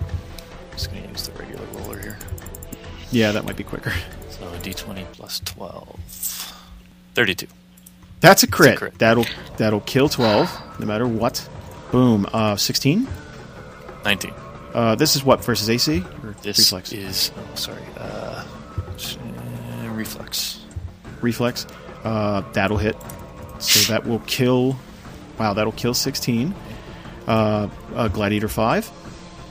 Speaker 2: I'm just gonna use the regular roller here.
Speaker 3: Yeah, that might be quicker.
Speaker 2: So d20 plus 12, 32.
Speaker 3: That's a crit.
Speaker 2: crit.
Speaker 3: That'll that'll kill twelve, no matter what. Boom. Uh, sixteen.
Speaker 2: 19.
Speaker 3: Uh, this is what versus AC or
Speaker 2: This
Speaker 3: reflex.
Speaker 2: is oh, sorry. Uh, uh, reflex.
Speaker 3: reflex. Uh, that'll hit. So that will kill. Wow, that'll kill 16. Uh, uh, Gladiator 5.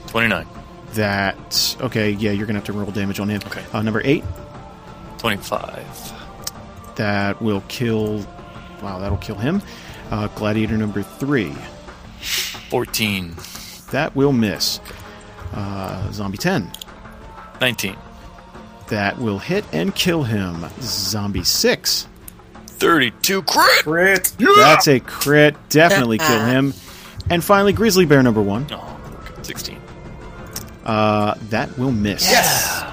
Speaker 2: 29.
Speaker 3: That. Okay, yeah, you're going to have to roll damage on him.
Speaker 2: Okay.
Speaker 3: Uh, number 8.
Speaker 2: 25.
Speaker 3: That will kill. Wow, that'll kill him. Uh, Gladiator number 3.
Speaker 2: 14.
Speaker 3: That will miss. Uh, zombie 10.
Speaker 2: 19.
Speaker 3: That will hit and kill him. Zombie 6.
Speaker 2: 32 crit!
Speaker 4: Crit.
Speaker 3: That's a crit. Definitely kill him. And finally, Grizzly Bear number 1.
Speaker 2: Oh, okay. 16.
Speaker 3: Uh, that will miss.
Speaker 4: Yes.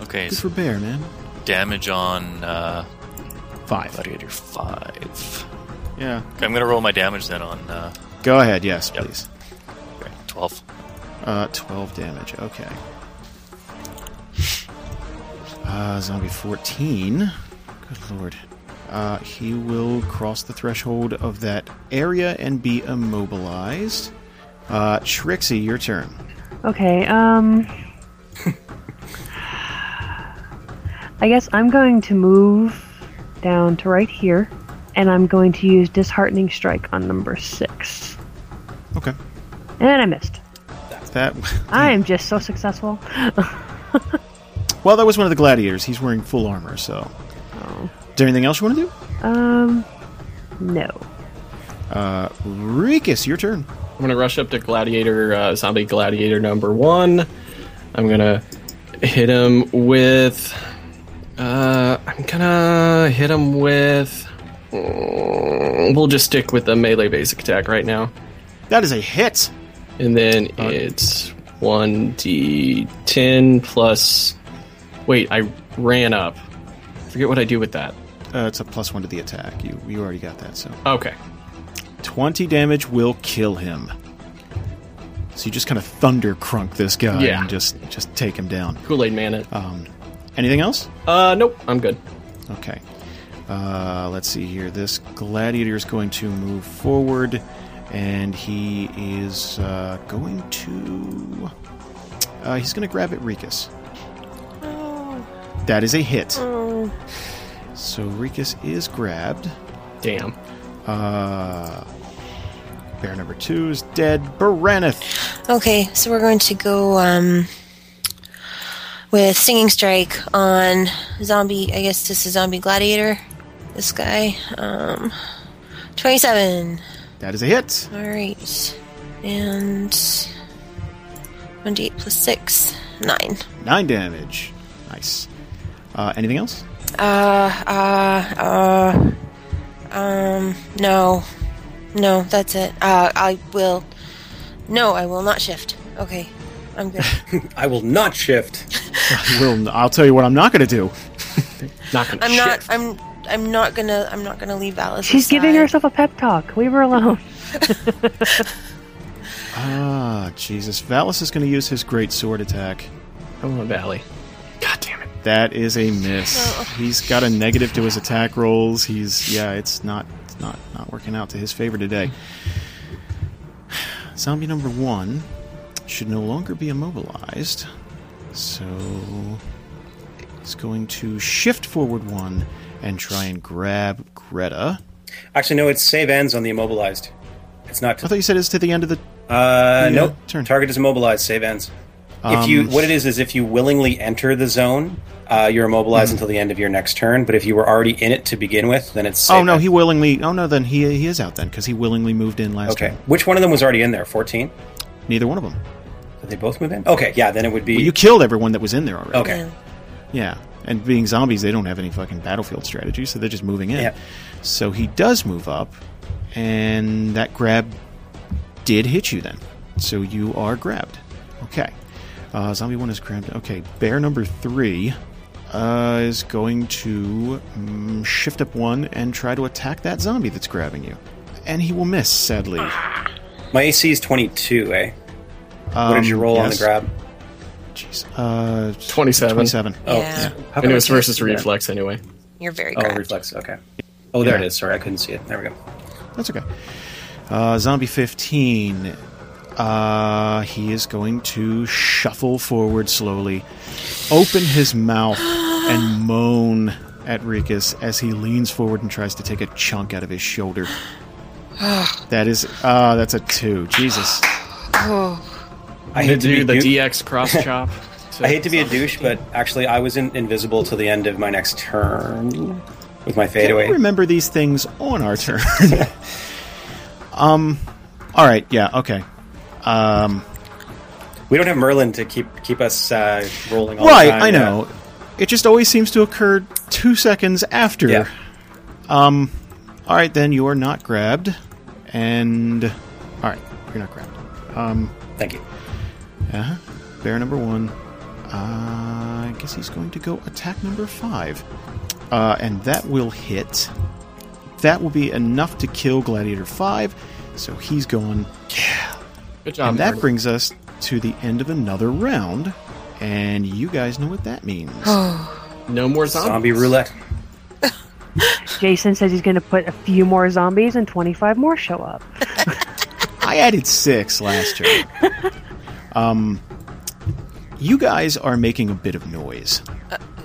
Speaker 2: Okay,
Speaker 3: Good
Speaker 2: so
Speaker 3: for Bear, man.
Speaker 2: damage on uh,
Speaker 3: Five.
Speaker 2: Gladiator 5.
Speaker 3: Yeah.
Speaker 2: Okay, I'm gonna roll my damage then on uh,
Speaker 3: Go ahead. Yes,
Speaker 2: Yep.
Speaker 3: please.
Speaker 2: okay, 12.
Speaker 3: Uh, 12 damage. Okay. Uh, zombie 14. Good lord. Uh, he will cross the threshold of that area and be immobilized. Uh, Trixie, your turn.
Speaker 5: Okay, um. I guess I'm going to move down to right here, and I'm going to use Disheartening Strike on number six.
Speaker 3: Okay.
Speaker 5: And I missed.
Speaker 3: That.
Speaker 5: I am just so successful.
Speaker 3: Well, that was one of the gladiators. He's wearing full armor, so. Is there anything else you want to do?
Speaker 5: Um, no.
Speaker 3: Uh, Rikus, your turn.
Speaker 6: I'm gonna rush up to Gladiator, uh, zombie Gladiator number one. I'm gonna hit him with. Uh, I'm gonna hit him with. Mm, We'll just stick with the melee basic attack right now,
Speaker 3: That is a hit.
Speaker 6: and then it's one d ten plus. Wait, I ran up. Forget what I do with that.
Speaker 3: Uh, it's a plus one to the attack. You you already got that. So
Speaker 6: Okay,
Speaker 3: twenty damage will kill him. So you just kind of thunder crunk this guy
Speaker 6: Yeah.
Speaker 3: and just just take him down.
Speaker 6: Kool Aid Man it.
Speaker 3: Anything else?
Speaker 6: Uh, nope, I'm good.
Speaker 3: Okay. Uh, let's see here. This gladiator is going to move forward, and he is uh, going to. Uh, he's going to grab at Rikus. That is a hit. So Rikus is grabbed.
Speaker 6: Damn.
Speaker 3: Uh, bear number two is dead. Baraneth.
Speaker 7: Okay, so we're going to go um, with Singing Strike on Zombie. I guess this is Zombie Gladiator. This guy. Um, 27.
Speaker 3: That is a hit.
Speaker 7: Alright. And. 1d8 plus 6. 9.
Speaker 3: Nine damage. Nice. Uh, anything else?
Speaker 7: Uh, uh, uh. Um, no. No, that's it. Uh, I will. No, I will not shift. Okay, I'm good.
Speaker 4: I will not shift.
Speaker 3: Will I'll tell you what I'm not going to do.
Speaker 6: Not gonna
Speaker 7: I'm not.
Speaker 6: shift.
Speaker 7: I'm. I'm not gonna. I'm not gonna leave Alice.
Speaker 5: She's giving
Speaker 7: aside.
Speaker 5: herself a pep talk. Leave her alone.
Speaker 3: Ah, Jesus. Valis is going to use his great sword attack.
Speaker 6: I'm on Valley. God damn it.
Speaker 3: That is a miss. He's got a negative to his attack rolls. He's yeah, it's not it's not not working out to his favor today. Zombie number one should no longer be immobilized, so it's going to shift forward one and try and grab Greta.
Speaker 4: Actually, no. It's save ends on the immobilized. It's not.
Speaker 3: I thought you said it's to the end of the.
Speaker 4: Uh,
Speaker 3: Yeah,
Speaker 4: nope.
Speaker 3: turn.
Speaker 4: Target is immobilized. Save ends.
Speaker 3: Um,
Speaker 4: if you, what it is is if you willingly enter the zone, uh, you're immobilized
Speaker 3: Hmm.
Speaker 4: until the end of your next turn. But if you were already in it to begin with, then it's. Save
Speaker 3: Oh no,
Speaker 4: ends.
Speaker 3: he willingly. Oh no, then he he is out then because he willingly moved in last
Speaker 4: Okay.
Speaker 3: turn.
Speaker 4: Which one of them was already in there? Fourteen.
Speaker 3: Neither one of them.
Speaker 4: Did they both move in? Okay. Yeah. Then it Oh. would be.
Speaker 3: Well, you killed everyone that was in there already.
Speaker 4: okay.
Speaker 3: Yeah. And being zombies, they don't have any fucking battlefield strategy, so they're just moving in.
Speaker 4: Yeah.
Speaker 3: So he does move up, and that grab did hit you then. So you are grabbed. Okay. Uh, zombie one is grabbed. Okay. Bear number three uh, is going to mm, shift up one and try to attack that zombie that's grabbing you. And he will miss, sadly.
Speaker 4: My AC is twenty-two. Eh. What
Speaker 3: Um,
Speaker 4: did you roll
Speaker 3: yes.
Speaker 4: on the grab?
Speaker 3: Jeez. Uh,
Speaker 6: 27.
Speaker 3: 27.
Speaker 4: Oh.
Speaker 7: Yeah.
Speaker 4: How
Speaker 6: And
Speaker 4: come
Speaker 6: it was
Speaker 4: I can't
Speaker 6: versus
Speaker 4: see that?
Speaker 6: reflex anyway.
Speaker 7: You're very
Speaker 4: Oh,
Speaker 7: correct.
Speaker 4: reflex. Okay. Oh, there
Speaker 3: Yeah.
Speaker 4: it is. Sorry, I couldn't see it. There we go.
Speaker 3: That's okay. Uh, zombie 15. Uh, he is going to shuffle forward slowly, open his mouth, and moan at Rikus as he leans forward and tries to take a chunk out of his shoulder. that is, uh, that's a two. Jesus.
Speaker 4: I
Speaker 6: To
Speaker 4: hate to
Speaker 6: do
Speaker 4: be
Speaker 6: the
Speaker 4: du-
Speaker 6: DX cross chop.
Speaker 4: I hate to be a douche, but actually, I was in- invisible till the end of my next turn with my
Speaker 3: We
Speaker 4: fadeaway.
Speaker 3: remember these things on our turn. um, all right. Yeah. Okay.
Speaker 4: We don't have Merlin to keep keep us uh, rolling. All
Speaker 3: Right,
Speaker 4: the time,
Speaker 3: I
Speaker 4: yeah.
Speaker 3: know. It just always seems to occur two seconds after.
Speaker 4: Yeah.
Speaker 3: Um, all right, then you are not grabbed, and all right, you're not grabbed.
Speaker 4: Thank you.
Speaker 3: Uh-huh. Bear number one. Uh, I guess he's going to go attack number five, uh, and that will hit. That will be enough to kill Gladiator five, so he's gone.
Speaker 6: Good job.
Speaker 3: And that
Speaker 6: Marty.
Speaker 3: brings us to the end of another round, and you guys know what that means.
Speaker 6: no more zombies.
Speaker 4: Zombie roulette.
Speaker 5: Jason says he's going to put a few more zombies and 25 more show up.
Speaker 3: I added six last turn. um, you guys are making a bit of noise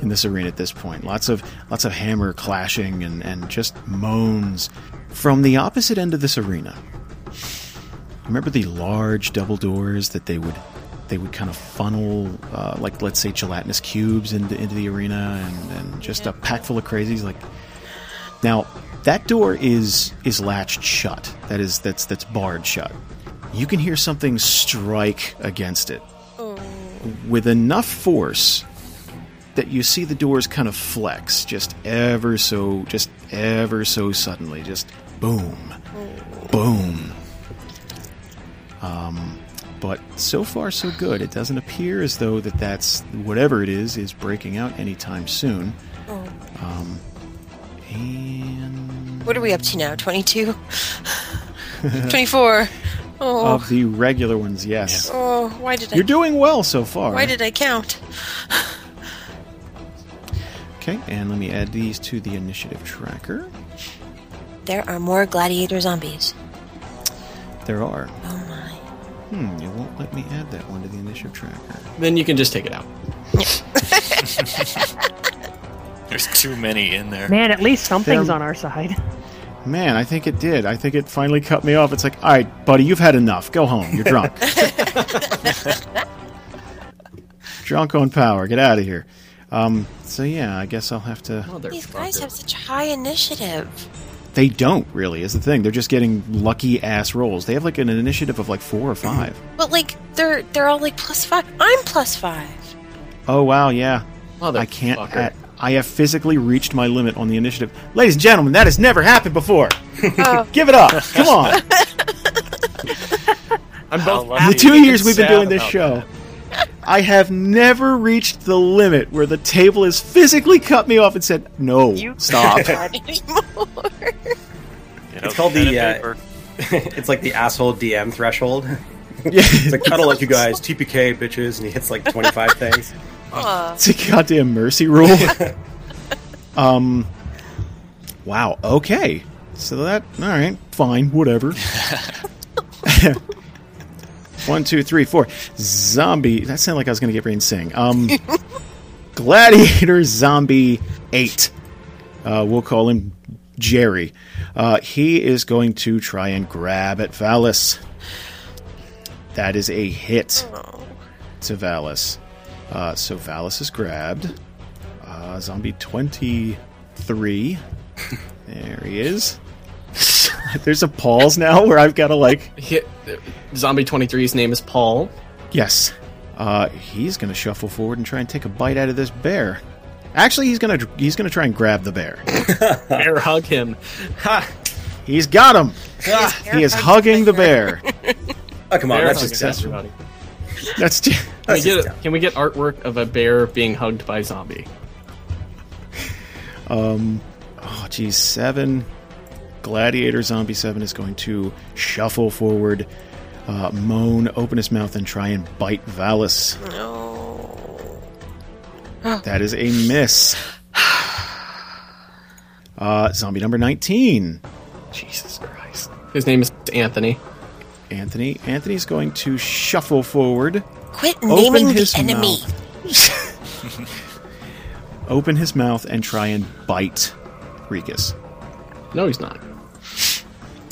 Speaker 3: in this arena at this point. Lots of lots of hammer clashing and, and just moans from the opposite end of this arena. Remember the large double doors that they would they would kind of funnel, uh, like let's say gelatinous cubes into into the arena, and, and just a pack full of crazies. Like now, that door is is latched shut. That is that's that's barred shut. You can hear something strike against it with enough force that you see the doors kind of flex just ever so just ever so suddenly just boom boom Um, but so far so good it doesn't appear as though that that's whatever it is is breaking out anytime soon um, and
Speaker 7: What are we up to now? 22? 24? Oh,
Speaker 3: of the regular ones yes
Speaker 7: oh, why did I?
Speaker 3: you're doing well so far
Speaker 7: why did I count?
Speaker 3: Okay, and let me add these to the initiative tracker.
Speaker 7: There are more gladiator zombies.
Speaker 3: There are.
Speaker 7: Oh my.
Speaker 3: Hmm, it won't let me add that one to the initiative tracker.
Speaker 6: Then you can just take it out.
Speaker 2: There's too many in there.
Speaker 5: Man, at least something's
Speaker 3: Them-
Speaker 5: on our side.
Speaker 3: Man, I think it did. I think it finally cut me off. It's like, all right, buddy, you've had enough. Go home. You're drunk. drunk on power. Get out of here. Um, so yeah, I guess I'll have to.
Speaker 7: These guys have such high initiative.
Speaker 3: They don't really is the thing. They're just getting lucky ass rolls. They have like an initiative of like four or five.
Speaker 7: But like they're they're all like plus five. I'm plus five.
Speaker 3: Oh wow, yeah.
Speaker 6: Motherfucker.
Speaker 3: I can't. I, I have physically reached my limit on the initiative, ladies and gentlemen. That has never happened before.
Speaker 2: Oh.
Speaker 3: Give it up. Come on.
Speaker 6: I'm
Speaker 2: How lucky.
Speaker 3: In
Speaker 6: both
Speaker 3: the
Speaker 2: happy
Speaker 3: two
Speaker 2: and
Speaker 3: years we've been
Speaker 2: sad
Speaker 3: doing this
Speaker 2: about
Speaker 3: show, I have never reached the limit where the table has physically cut me off and said, "No,
Speaker 5: You-
Speaker 3: stop."
Speaker 7: Not anymore.
Speaker 2: Get
Speaker 4: It's
Speaker 2: out
Speaker 4: called
Speaker 2: pen
Speaker 4: the,
Speaker 2: and
Speaker 4: uh,
Speaker 2: paper.
Speaker 4: it's like the asshole DM threshold.
Speaker 3: Yeah,
Speaker 4: It's like, I don't like you guys, TPK, bitches, and he hits like 25 things.
Speaker 7: Aw.
Speaker 3: it's a goddamn mercy rule. um, wow. Okay. So that all right, fine, whatever. One, two, three, four. Zombie. That sounded like I was going to get brain sing. Um, Gladiator Zombie 8. Uh, we'll call him Jerry. Uh, he is going to try and grab at Valis. That is a hit to Valis. Uh, so Valis is grabbed. Uh, zombie 23. there he is. There's a pause now where I've got to like.
Speaker 6: Hit, uh, Zombie 23's name is Paul.
Speaker 3: Yes. Uh, he's going to shuffle forward and try and take a bite out of this bear. Actually, he's going to he's going to try and grab the bear.
Speaker 6: Bear hug him. Ha!
Speaker 3: He's got him. he is hugging the bear.
Speaker 4: Oh, come on,
Speaker 6: Bear
Speaker 4: that's
Speaker 6: hug
Speaker 4: successful.
Speaker 6: everybody.
Speaker 3: That's t-
Speaker 6: Can we, get, can we get artwork of a bear being hugged by a zombie?
Speaker 3: oh geez seven. Gladiator Zombie Seven is going to shuffle forward, uh, moan, open his mouth, and try and bite Valis.
Speaker 7: No.
Speaker 3: That is a miss. Uh, zombie number nineteen.
Speaker 6: Jesus Christ. His name is Anthony.
Speaker 3: Anthony. Anthony's going to shuffle forward.
Speaker 7: Quit naming the
Speaker 3: his
Speaker 7: enemy.
Speaker 3: open his mouth and try and bite Rikus.
Speaker 6: No, he's not.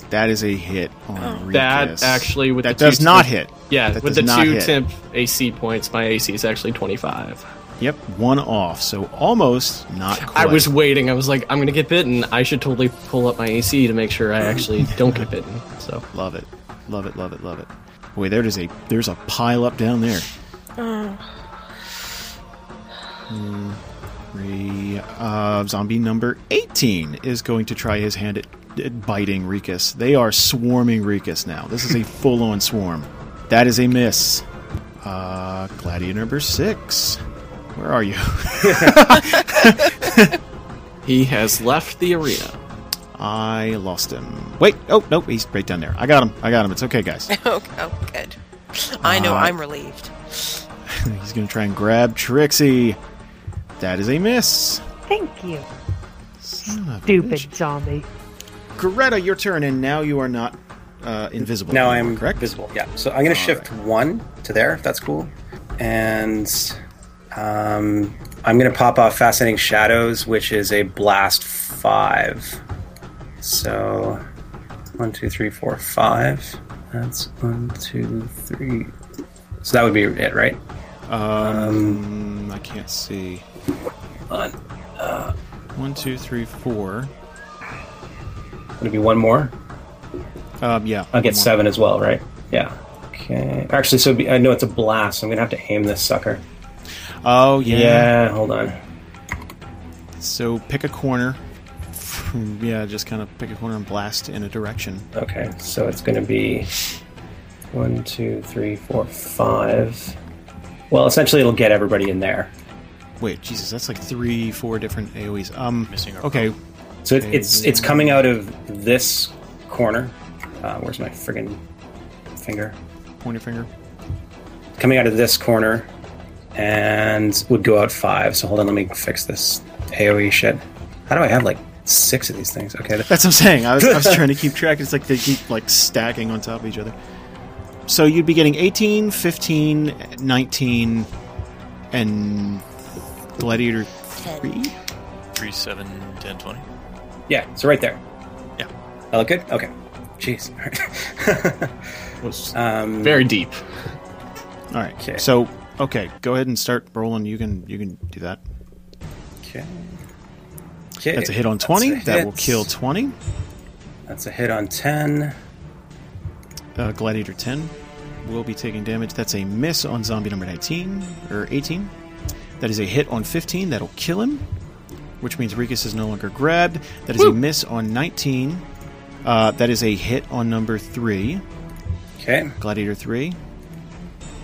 Speaker 3: That is a hit on Rikus.
Speaker 6: That actually with
Speaker 3: that
Speaker 6: the
Speaker 3: does
Speaker 6: two
Speaker 3: not hit.
Speaker 6: temp- Yeah,
Speaker 3: That
Speaker 6: with
Speaker 3: does
Speaker 6: the
Speaker 3: not
Speaker 6: two
Speaker 3: hit.
Speaker 6: temp AC points, my AC is actually 25.
Speaker 3: Yep, one off. So almost not. Quite.
Speaker 6: I was waiting. I was like, I'm gonna get bitten. I should totally pull up my AC to make sure I actually don't get bitten. So
Speaker 3: love it, love it, love it, love it. Boy, there is a there's a pile up down there. Hmm, Re, uh, zombie number eighteen is going to try his hand at, at biting Rikus. They are swarming Rikus now. This is a full on swarm. That is a miss. Uh, Gladiator number six. Where are you?
Speaker 6: he has left the arena.
Speaker 3: I lost him. Wait, oh nope, he's right down there. I got him. I got him. It's okay, guys.
Speaker 7: Oh, oh, good. I know.
Speaker 3: Uh,
Speaker 7: I'm relieved.
Speaker 3: he's gonna try and grab Trixie. That is a miss.
Speaker 5: Thank you,
Speaker 3: Son of a bitch.
Speaker 5: stupid zombie.
Speaker 3: Greta, your turn, and now you are not uh, invisible.
Speaker 4: Now I
Speaker 3: anymore,
Speaker 4: am
Speaker 3: correct.
Speaker 4: visible. Yeah. So I'm going to shift one to there, if that's cool. And um, I'm going to pop off Fascinating Shadows, which is a blast five. So one, two, three, four, five. That's one, two, three. So that would be it, right?
Speaker 3: Um, I can't see.
Speaker 4: uh,
Speaker 3: One, two, three, four.
Speaker 4: Would it be one more?
Speaker 3: Um, yeah.
Speaker 4: I'll
Speaker 3: one more.
Speaker 4: get seven as well, right? Yeah. Okay. Actually, so it'd be, I know it's a blast. So I'm going to have to aim this sucker.
Speaker 3: Oh yeah.
Speaker 4: Yeah, hold on.
Speaker 3: So pick a corner. Yeah, just kind of pick a corner and blast in a direction.
Speaker 4: Okay, so it's going to be one, two, three, four, five. Well, essentially, it'll get everybody in there.
Speaker 3: Wait, Jesus, that's like three, four different AOE's. Um,
Speaker 2: Missing our
Speaker 3: okay,
Speaker 4: So it, it's it's coming out of this corner. Uh, where's my friggin' finger?
Speaker 3: pointer finger.
Speaker 4: Coming out of this corner, and would go out five. So hold on, let me fix this AOE shit. How do I have like six of these things? Okay,
Speaker 3: That's what I'm saying. I was, I was trying to keep track. It's like they keep like stacking on top of each other. So you'd be getting 18, 15, 19, and Gladiator 3?
Speaker 4: oh.
Speaker 2: Three, seven, ten, twenty.
Speaker 4: yeah, so right there.
Speaker 2: Yeah.
Speaker 4: I look good. Okay. Jeez. All right.
Speaker 6: was
Speaker 4: um,
Speaker 6: very deep.
Speaker 3: All right.
Speaker 4: Okay.
Speaker 3: So, okay, go ahead and start rolling. You can you can do that.
Speaker 4: Okay. Okay.
Speaker 3: That's a hit on 20.
Speaker 4: That's a
Speaker 3: That will
Speaker 4: hit.
Speaker 3: kill 20.
Speaker 4: That's a hit on 10.
Speaker 3: Uh, Gladiator 10 will be taking damage. That's a miss on zombie number 19 or 18. That is a hit on 15. That'll kill him, which means Rikus is no longer grabbed. That is a miss on 19. Uh, that is a hit on number 3,
Speaker 4: Okay.
Speaker 3: Gladiator 3.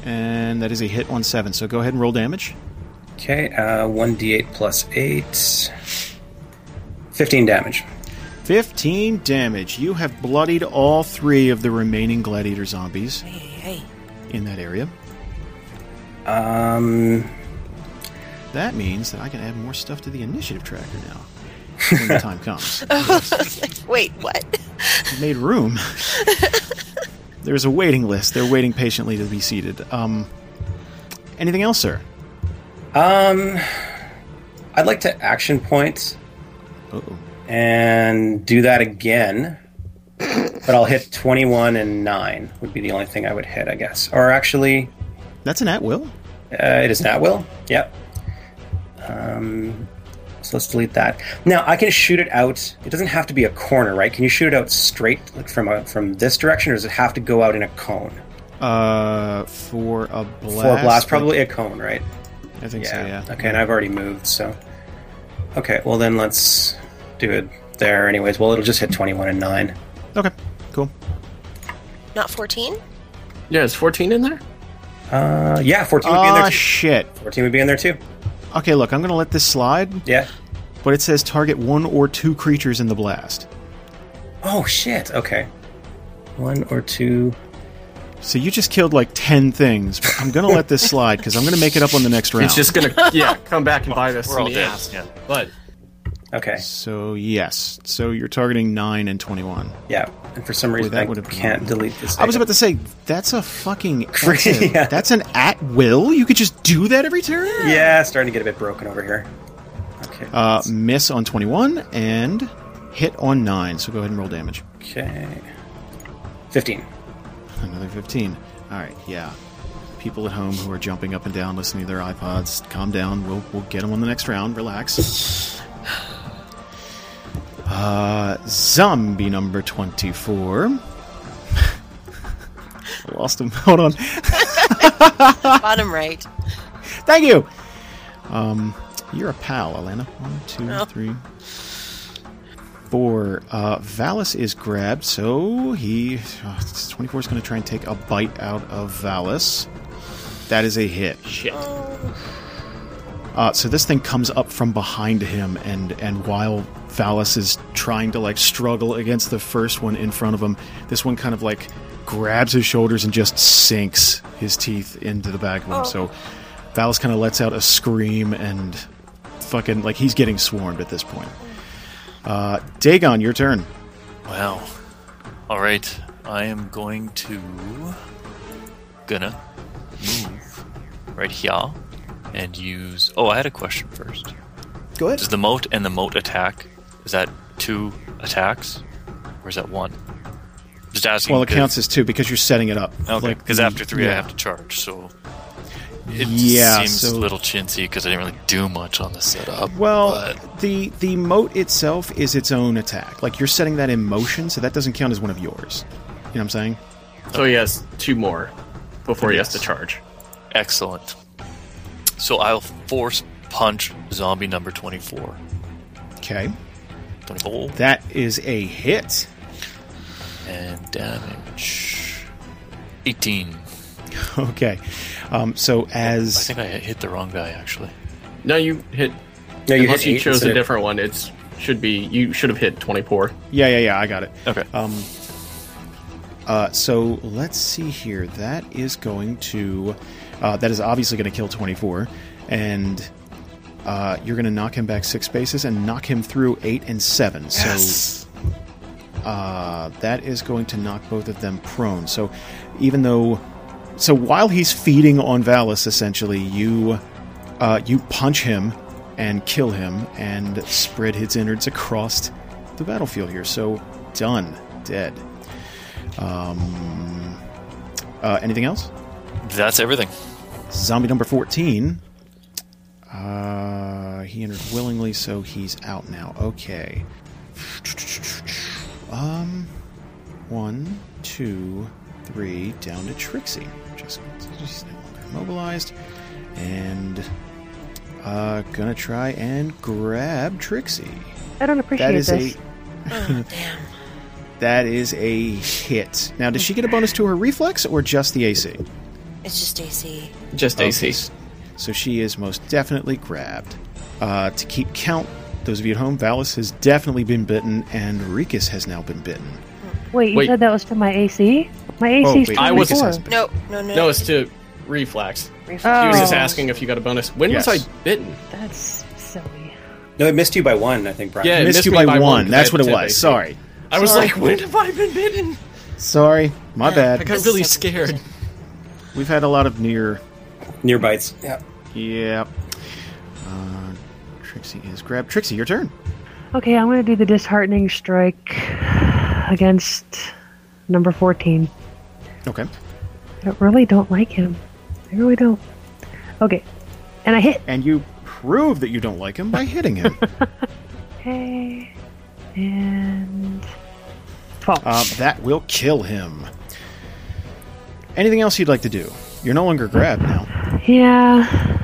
Speaker 3: And that is a hit on 7. So go ahead and roll damage.
Speaker 4: Okay. Uh, 1d8 plus 8. 15 damage.
Speaker 3: 15 damage. You have bloodied all three of the remaining Gladiator zombies
Speaker 7: Hey, hey.
Speaker 3: in that area.
Speaker 4: Um,
Speaker 3: That means that I can add more stuff to the initiative tracker now when the time comes.
Speaker 7: Wait, what?
Speaker 3: made room. There's a waiting list. They're waiting patiently to be seated. Um, anything else, sir?
Speaker 4: um, I'd like to action point
Speaker 3: Uh-oh.
Speaker 4: and do that again. But I'll hit 21 and 9 would be the only thing I would hit, I guess. Or actually,
Speaker 3: That's an at will.
Speaker 4: Uh, it is not will. Yep. Um, so let's delete that. Now I can shoot it out. It doesn't have to be a corner, right? Can you shoot it out straight, like from a, from this direction, or does it have to go out in a cone?
Speaker 3: Uh, for a blast.
Speaker 4: Four blast, probably a cone, right?
Speaker 3: I think
Speaker 4: Yeah.
Speaker 3: so. Yeah.
Speaker 4: Okay, and I've already moved, so okay. Well, then let's do it there, anyways. Well, it'll just hit twenty-one and nine.
Speaker 3: Okay. Cool.
Speaker 7: Not 14?
Speaker 6: Yeah, is 14 in there?
Speaker 4: Uh, yeah, fourteen would be in
Speaker 3: Ah,
Speaker 4: there. Too.
Speaker 3: shit.
Speaker 4: fourteen would be in there too.
Speaker 3: Okay, look, I'm going to let this slide,
Speaker 4: Yeah.
Speaker 3: but it says target one or two creatures in the blast.
Speaker 4: Oh shit. Okay. One or two.
Speaker 3: So you just killed like 10 things, but I'm going to let this slide because I'm going to make it up on the next round.
Speaker 6: It's just gonna yeah come back and bite us
Speaker 2: We're all
Speaker 6: in the
Speaker 2: dead.
Speaker 6: ass.
Speaker 2: Yeah.
Speaker 6: But
Speaker 4: Okay.
Speaker 3: So, yes. So you're targeting 9 and 21.
Speaker 4: Yeah, and for some reason
Speaker 3: that
Speaker 4: I
Speaker 3: would've been
Speaker 4: can't
Speaker 3: helpful.
Speaker 4: delete this.
Speaker 3: I was about to say that's a fucking that's,
Speaker 4: Free-
Speaker 3: a,
Speaker 4: yeah.
Speaker 3: that's an at will. You could just do that every turn.
Speaker 4: Yeah, starting to get a bit broken over here. Okay.
Speaker 3: Uh, miss on twenty one and hit on nine. So go ahead and roll damage.
Speaker 4: okay. Fifteen.
Speaker 3: Another fifteen. All right. Yeah. People at home who are jumping up and down, listening to their iPods, calm down. We'll we'll get them on the next round. Relax. Uh, zombie number twenty four. Lost him. Hold on.
Speaker 7: Bottom right.
Speaker 3: Thank you. Um, you're a pal, Alana. One, two,
Speaker 7: Oh.
Speaker 3: three, four. Uh, Valis is grabbed, so he uh, twenty-four is going to try and take a bite out of Valis. That is a hit.
Speaker 6: shit,
Speaker 3: Uh, so this thing comes up from behind him, and and while Valis is trying to like struggle against the first one in front of him, this one kind of like grabs his shoulders and just sinks his teeth into the back of him. So Valis kind of lets out a scream and fucking like he's getting swarmed at this point. Uh, Dagon, your turn.
Speaker 2: Wow. All right. I am going to gonna move right here and use. Oh, I had a question first.
Speaker 3: Go ahead.
Speaker 2: Does the moat and the moat attack? Is that two attacks, or is that one? Just asking.
Speaker 3: Well, it
Speaker 2: 'cause-
Speaker 3: counts as two because you're setting it up.
Speaker 2: Okay,
Speaker 3: Like,
Speaker 2: because after three, I
Speaker 3: yeah.
Speaker 2: have to charge. So it
Speaker 3: Yeah,
Speaker 2: seems
Speaker 3: so-
Speaker 2: a little chintzy because I didn't really do much on the setup.
Speaker 3: Well,
Speaker 2: but-
Speaker 3: the the moat itself is its own attack. Like you're setting that in motion, so that doesn't count as one of yours. You know what I'm saying?
Speaker 6: so he has two more before he has to
Speaker 3: Yes.
Speaker 6: charge.
Speaker 2: Excellent. So I'll force punch zombie number 24.
Speaker 3: Okay.
Speaker 2: 24
Speaker 3: That is a hit.
Speaker 2: and damage 18.
Speaker 3: Okay. Um, so
Speaker 2: I
Speaker 3: as
Speaker 2: think I hit the wrong guy actually.
Speaker 6: No, you hit.
Speaker 4: No, you
Speaker 6: unless
Speaker 4: hit
Speaker 6: you
Speaker 4: eight
Speaker 6: chose
Speaker 4: instead
Speaker 6: a
Speaker 4: of-
Speaker 6: different one, it's should be you should have hit 24.
Speaker 3: yeah, yeah, yeah, I got it.
Speaker 2: Okay.
Speaker 3: Um, uh, so let's see here. That is going to. Uh, that is obviously going to kill 24. And Uh, you're going to knock him back six spaces and knock him through eight and seven. So uh, that is going to knock both of them prone. So even though, so while he's feeding on Valis, essentially you uh, you punch him and kill him and spread his innards across the battlefield here. So done, dead. Um, uh, anything else?
Speaker 2: That's everything.
Speaker 3: Zombie number 14. Uh, he entered willingly, so he's out now. Okay. Um, one, two, three, down to Trixie. Just, just no longer mobilized. And, uh, gonna try and grab Trixie.
Speaker 5: I don't appreciate
Speaker 3: That is
Speaker 5: this.
Speaker 3: a.
Speaker 7: Oh,
Speaker 3: That is a hit. Now, does she get a bonus to her reflex or just the AC?
Speaker 7: It's just AC.
Speaker 6: Just
Speaker 3: Okay.
Speaker 6: AC.
Speaker 3: So she is most definitely grabbed. Uh, to keep count, those of you at home, Valis has definitely been bitten, and Rikus has now been bitten.
Speaker 5: wait, you
Speaker 6: wait.
Speaker 5: said that was to my AC? My
Speaker 3: Oh,
Speaker 5: AC's
Speaker 3: wait,
Speaker 6: I was-
Speaker 3: Rikus
Speaker 5: 24.
Speaker 3: hasn't been-
Speaker 7: No, no, no.
Speaker 6: No, it's to reflex.
Speaker 5: Oh,
Speaker 6: He was just asking if you got a bonus. When was
Speaker 3: Yes.
Speaker 6: I bitten?
Speaker 5: That's silly.
Speaker 4: No, it missed you by one, I think, Brian.
Speaker 6: Yeah, it
Speaker 3: Missed you by, one. That's what it was.
Speaker 6: Sorry.
Speaker 3: Sorry.
Speaker 6: I was like, when have I been bitten?
Speaker 3: Sorry. My
Speaker 6: I
Speaker 3: bad.
Speaker 6: got really scared.
Speaker 3: We've had a lot of near
Speaker 4: Near bites. Yeah.
Speaker 3: Yep. Uh, Trixie is grabbed. Trixie, your turn.
Speaker 5: Okay, I'm going to do the disheartening strike against number 14.
Speaker 3: Okay.
Speaker 5: I really don't like him. I really don't. Okay, and I hit.
Speaker 3: And you prove that you don't like him by hitting him.
Speaker 5: Okay, and twelve.
Speaker 3: um, that will kill him. Anything else you'd like to do? You're no longer grabbed now.
Speaker 5: yeah.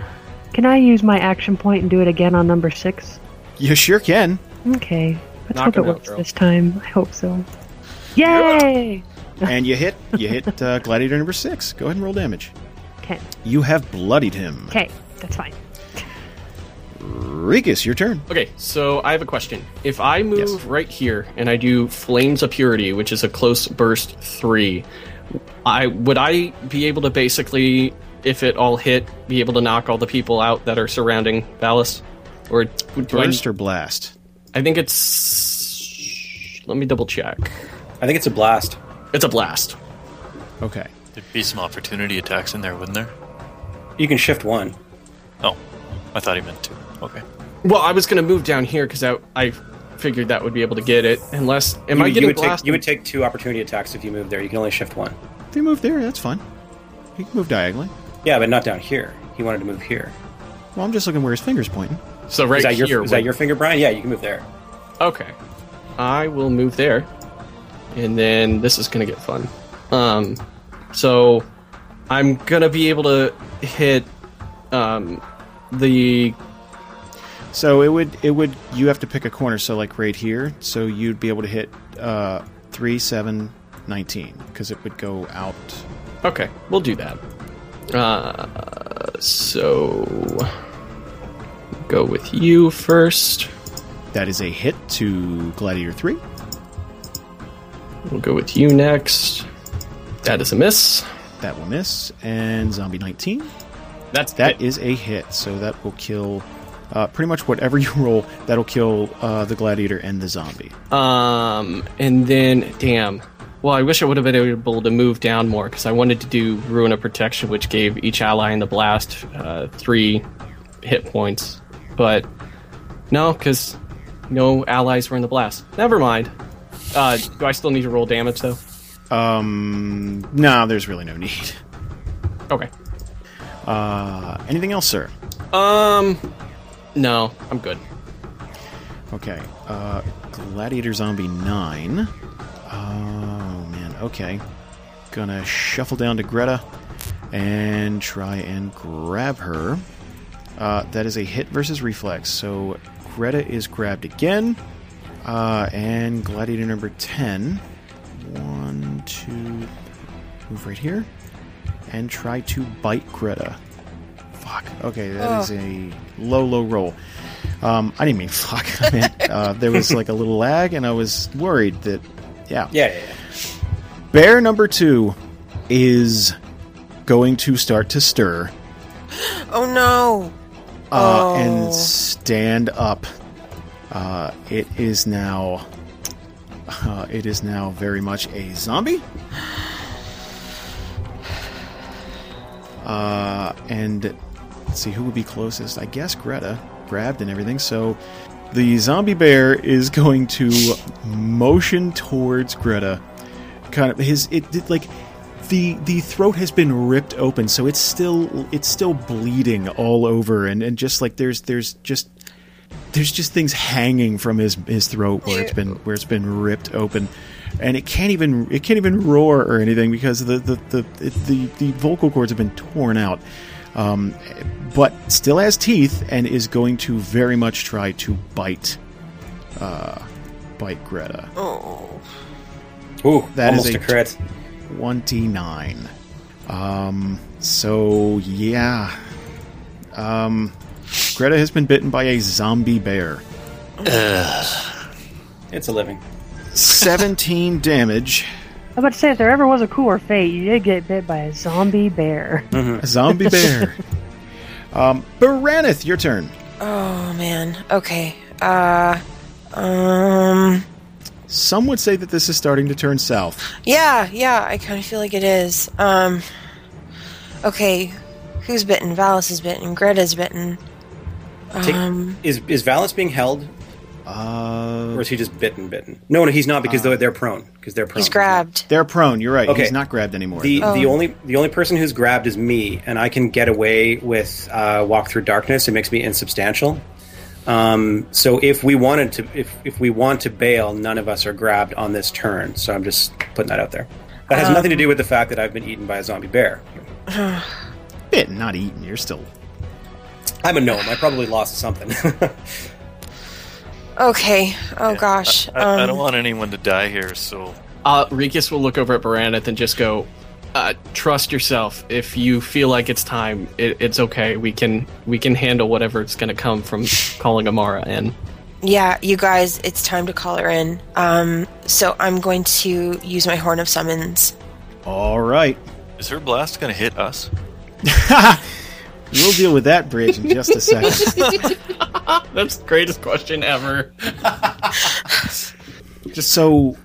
Speaker 5: Can I use my action point and do it again on number six?
Speaker 3: You sure can.
Speaker 5: Okay. Let's
Speaker 6: Knock
Speaker 5: hope it
Speaker 6: him out,
Speaker 5: works
Speaker 6: girl.
Speaker 5: this time. I hope so. Yay!
Speaker 3: And you hit. You hit uh, gladiator number six. Go ahead and roll damage.
Speaker 5: Okay.
Speaker 3: You have bloodied him.
Speaker 5: Okay, that's fine.
Speaker 3: Rikus, your turn.
Speaker 6: Okay, so I have a question. If I move right here and I do Flames of Purity, which is a close burst three, I would I be able to basically, if it all hit, be able to knock all the people out that are surrounding Ballast? Or do I,
Speaker 3: Burst or blast?
Speaker 6: I think it's. Let me double check.
Speaker 4: I think it's a blast.
Speaker 6: It's a blast.
Speaker 3: Okay.
Speaker 2: There'd be some opportunity attacks in there, wouldn't there?
Speaker 4: You can shift one.
Speaker 2: Oh, I thought he meant to. Okay.
Speaker 6: Well, I was going to move down here because I, I figured that would be able to get it. Unless, am
Speaker 4: you,
Speaker 6: I
Speaker 4: you
Speaker 6: getting
Speaker 4: would
Speaker 6: blasted?
Speaker 4: take, you would take two opportunity attacks if you move there. You can only shift one.
Speaker 3: If you move there, that's fine. You can move diagonally.
Speaker 4: Yeah, but not down here. He wanted to move here.
Speaker 3: Well, I'm just looking where his finger's pointing.
Speaker 6: so right
Speaker 4: Is that your
Speaker 6: here.
Speaker 4: is that
Speaker 6: would-
Speaker 4: your finger, Brian? Yeah, you can move there.
Speaker 6: Okay. I will move there. And then this is going to get fun. Um, so I'm going to be able to hit um, the.
Speaker 3: So it would it would you have to pick a corner, so like right here, so you'd be able to hit uh three, seven, nineteen, because it would go out
Speaker 6: Okay, we'll do that. Uh, so go with you first.
Speaker 3: that is a hit to Gladiator three.
Speaker 6: We'll go with you next. That is a miss.
Speaker 3: That will miss. And zombie nineteen.
Speaker 6: That's
Speaker 3: That is a hit, so that will kill uh, pretty much whatever you roll, that'll kill uh, the gladiator and the zombie.
Speaker 6: Um, and then, damn. Well, I wish I would have been able to move down more because I wanted to do Ruin of Protection, which gave each ally in the blast uh, three hit points. But no, because no allies were in the blast. Never mind. Uh, do I still need to roll damage though?
Speaker 3: Um, nah, there's really no need.
Speaker 6: Okay.
Speaker 3: Uh, anything else, sir?
Speaker 6: Um, no, I'm good.
Speaker 3: Okay. Uh, Gladiator Zombie 9. Oh, man. Okay. Gonna shuffle down to Greta and try and grab her. Uh, that is a hit versus reflex. So Greta is grabbed again. Uh, and Gladiator number 10. One, two, three. move right here. And try to bite Greta. Fuck. Okay, that is a low, low roll. Um, I didn't mean fuck. I meant, uh, there was like a little lag, and I was worried that, yeah.
Speaker 4: Yeah, yeah, yeah.
Speaker 3: Bear number two is going to start to stir
Speaker 7: Oh no.
Speaker 3: uh, and stand up. Uh, it is now. Uh, it is now very much a zombie. Uh, and let's see who would be closest. I guess Greta grabbed and everything. So the zombie bear is going to motion towards Greta. Kind of his it did like the the throat has been ripped open, so it's still it's still bleeding all over, and and just like there's there's just there's just things hanging from his his throat where it's been where it's been ripped open and it can't even it can't even roar or anything because the the the it, the, the vocal cords have been torn out um, but still has teeth and is going to very much try to bite uh, bite Greta
Speaker 7: Oh.
Speaker 4: Ooh,
Speaker 3: That is
Speaker 4: almost
Speaker 3: a-
Speaker 4: a crit.
Speaker 3: 29 um so yeah um Greta has been bitten by a zombie bear
Speaker 4: It's a living.
Speaker 3: 17 damage
Speaker 5: I was about to say, if there ever was a cooler fate, you did get bit by a zombie bear.
Speaker 3: A zombie bear. um, Baranith, your turn.
Speaker 7: Oh man. Okay. Uh um
Speaker 3: Some would say that this is starting to turn south.
Speaker 7: yeah, yeah, I kind of feel like it is. Um Okay. Who's bitten? Valis is bitten. Greta's bitten.
Speaker 4: Take,
Speaker 7: Um
Speaker 4: is is Valis being held,
Speaker 3: Uh,
Speaker 4: or is he just bitten? Bitten? No, no, he's not because they're, they're prone. Because they're prone.
Speaker 2: Oh.
Speaker 7: he's grabbed.
Speaker 3: they're prone. You're right.
Speaker 4: Okay.
Speaker 3: He's not grabbed anymore.
Speaker 4: The
Speaker 7: Oh.
Speaker 4: the only the only person who's grabbed is me, and I can get away with uh, walk through darkness. It makes me insubstantial. Um, so if we wanted to, if if we want to bail, none of us are grabbed on this turn. So I'm just putting that out there. That has nothing to do with the fact that I've been eaten by a zombie bear.
Speaker 3: bit, not eaten. You're still.
Speaker 4: I'm a gnome. I probably lost something.
Speaker 7: Okay. Oh gosh.
Speaker 2: I, I don't
Speaker 7: Um,
Speaker 2: want anyone to die here, so
Speaker 6: Uh, Rikus will look over at Baranith and just go, uh, "Trust yourself. If you feel like it's time, it, it's okay. We can we can handle whatever it's going to come from calling Amara in."
Speaker 7: yeah, you guys, it's time to call her in. Um so I'm going to use my horn of summons.
Speaker 3: All right.
Speaker 2: is her blast going to hit us?
Speaker 3: We'll deal with that bridge in just a second.
Speaker 6: That's the greatest question ever.
Speaker 3: just so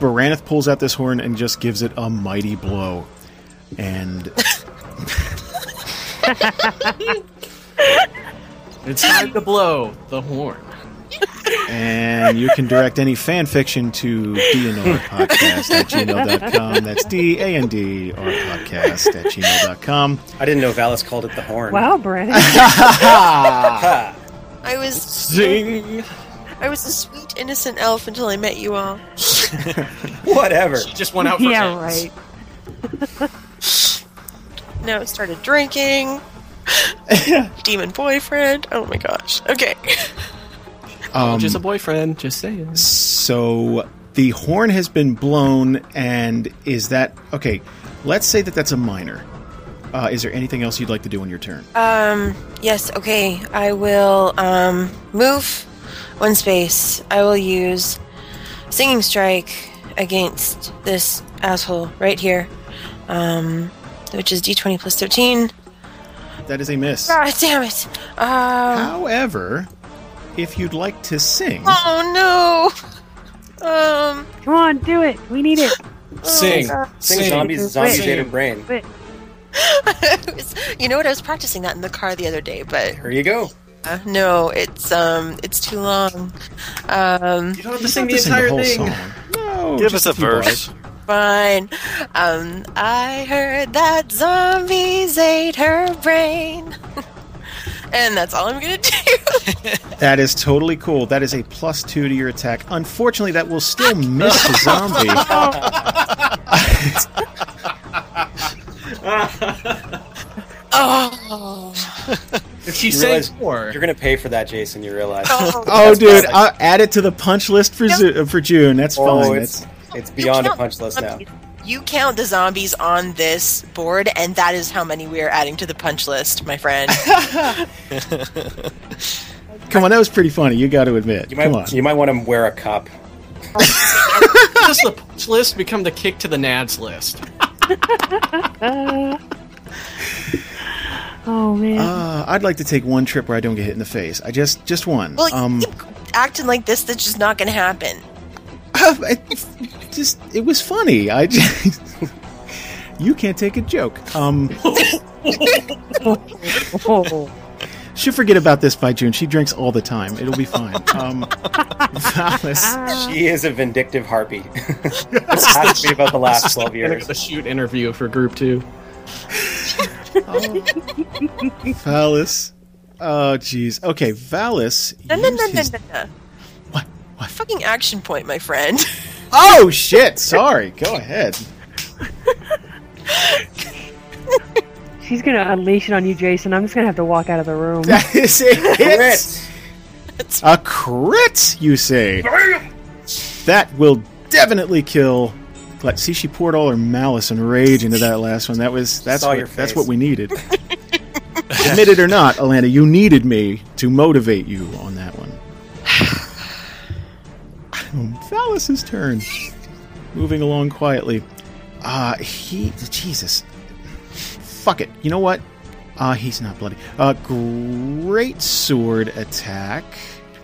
Speaker 3: Baranith pulls out this horn and just gives it a mighty blow. And
Speaker 6: It's time to blow the horn.
Speaker 3: and you can direct any fan fiction to dnorpodcast at gmail.com. That's D A N D R podcast at gmail.com.
Speaker 4: I didn't know Valis called it the horn.
Speaker 5: Wow, Brandon.
Speaker 7: I was
Speaker 6: Zing!
Speaker 7: I was a sweet innocent elf until I met you all.
Speaker 4: Whatever.
Speaker 6: Just went out for
Speaker 5: yeah,
Speaker 6: hands.
Speaker 5: right.
Speaker 7: Now I started drinking. Demon boyfriend. Oh my gosh. Okay.
Speaker 3: Um,
Speaker 6: Just a boyfriend. Just saying.
Speaker 3: So the horn has been blown, and is that okay? Let's say that that's a minor. Uh, is there anything else you'd like to do on your turn?
Speaker 6: Uh,
Speaker 7: Um yes, okay. I will um move one space. I will use singing strike against this asshole right here. Um which is d20 plus 13.
Speaker 3: that is a miss.
Speaker 7: God damn it. Um
Speaker 3: However, if you'd like to sing,
Speaker 7: oh no. Um
Speaker 5: Come on, do it. We need it.
Speaker 6: Sing.
Speaker 7: God.
Speaker 4: Sing zombies, zombies ate her brain.
Speaker 5: But
Speaker 7: you know what? I was practicing that in the car the other day, but
Speaker 4: Here you go.
Speaker 7: Uh, no, it's um, it's too long. Um,
Speaker 3: you Oh, don't have to
Speaker 6: sing the entire
Speaker 3: whole
Speaker 6: thing.
Speaker 3: song. No,
Speaker 2: Give
Speaker 3: just
Speaker 2: us a
Speaker 3: few
Speaker 2: verse.
Speaker 3: bars.
Speaker 7: fine. Um, I heard that zombies ate her brain, and that's all I'm gonna do.
Speaker 3: That is totally cool. That is a plus two to your attack. Unfortunately, that will still miss the zombie.
Speaker 7: oh,
Speaker 6: If she
Speaker 4: You
Speaker 6: says
Speaker 4: realize
Speaker 6: more,
Speaker 4: You're gonna pay for that, Jason. You realize?
Speaker 3: Oh, dude,
Speaker 4: bad.
Speaker 3: I'll add it to the punch list for Zu- for June. That's
Speaker 4: oh,
Speaker 3: fine.
Speaker 4: it's
Speaker 3: That's-
Speaker 4: it's
Speaker 7: You
Speaker 4: beyond a
Speaker 7: count
Speaker 4: punch list now.
Speaker 7: zombies- You count the zombies on this board, and that is how many we are adding to the punch list, my friend.
Speaker 3: come on, that was pretty funny. You got to admit.
Speaker 4: You
Speaker 3: come on.
Speaker 4: might you might want to wear a cup.
Speaker 6: does the punch list become the kick to the nads list?
Speaker 5: Oh man.
Speaker 3: Uh, I'd like to take one trip where I don't get hit in the face. I just just one.
Speaker 7: Well,
Speaker 3: um,
Speaker 7: you keep acting like this, that's just not going to happen.
Speaker 3: I, just it was funny. I just, you can't take a joke. Um,
Speaker 5: oh.
Speaker 3: she'll forget about this by June. She drinks all the time. It'll be fine. Um, Valis,
Speaker 4: She is a vindictive harpy. this has to be about the last 12
Speaker 6: There's
Speaker 4: years.
Speaker 6: a shoot interview for group two.
Speaker 3: Valis. Oh, jeez. Okay, Valis.
Speaker 7: No, no, no,
Speaker 3: used
Speaker 7: no,
Speaker 3: his-
Speaker 7: no, no.
Speaker 3: What? What?
Speaker 7: Fucking action point, my friend.
Speaker 3: Oh shit! Sorry. Go ahead.
Speaker 5: She's gonna unleash it on you, Jason. I'm just gonna have to walk out of the room.
Speaker 3: That is a hit.
Speaker 4: Crit.
Speaker 3: A crit, you say? That will definitely kill. Let see, she poured all her malice and rage into that last one. That was that's
Speaker 4: Saw
Speaker 3: what,
Speaker 4: your
Speaker 3: that's
Speaker 4: face.
Speaker 3: what we needed. Admit it or not, Alana, you needed me to motivate you on that one. Phallus's turn. Moving along quietly. Uh he Jesus. Fuck it. You know what? Uh he's not bloody. Uh great sword attack.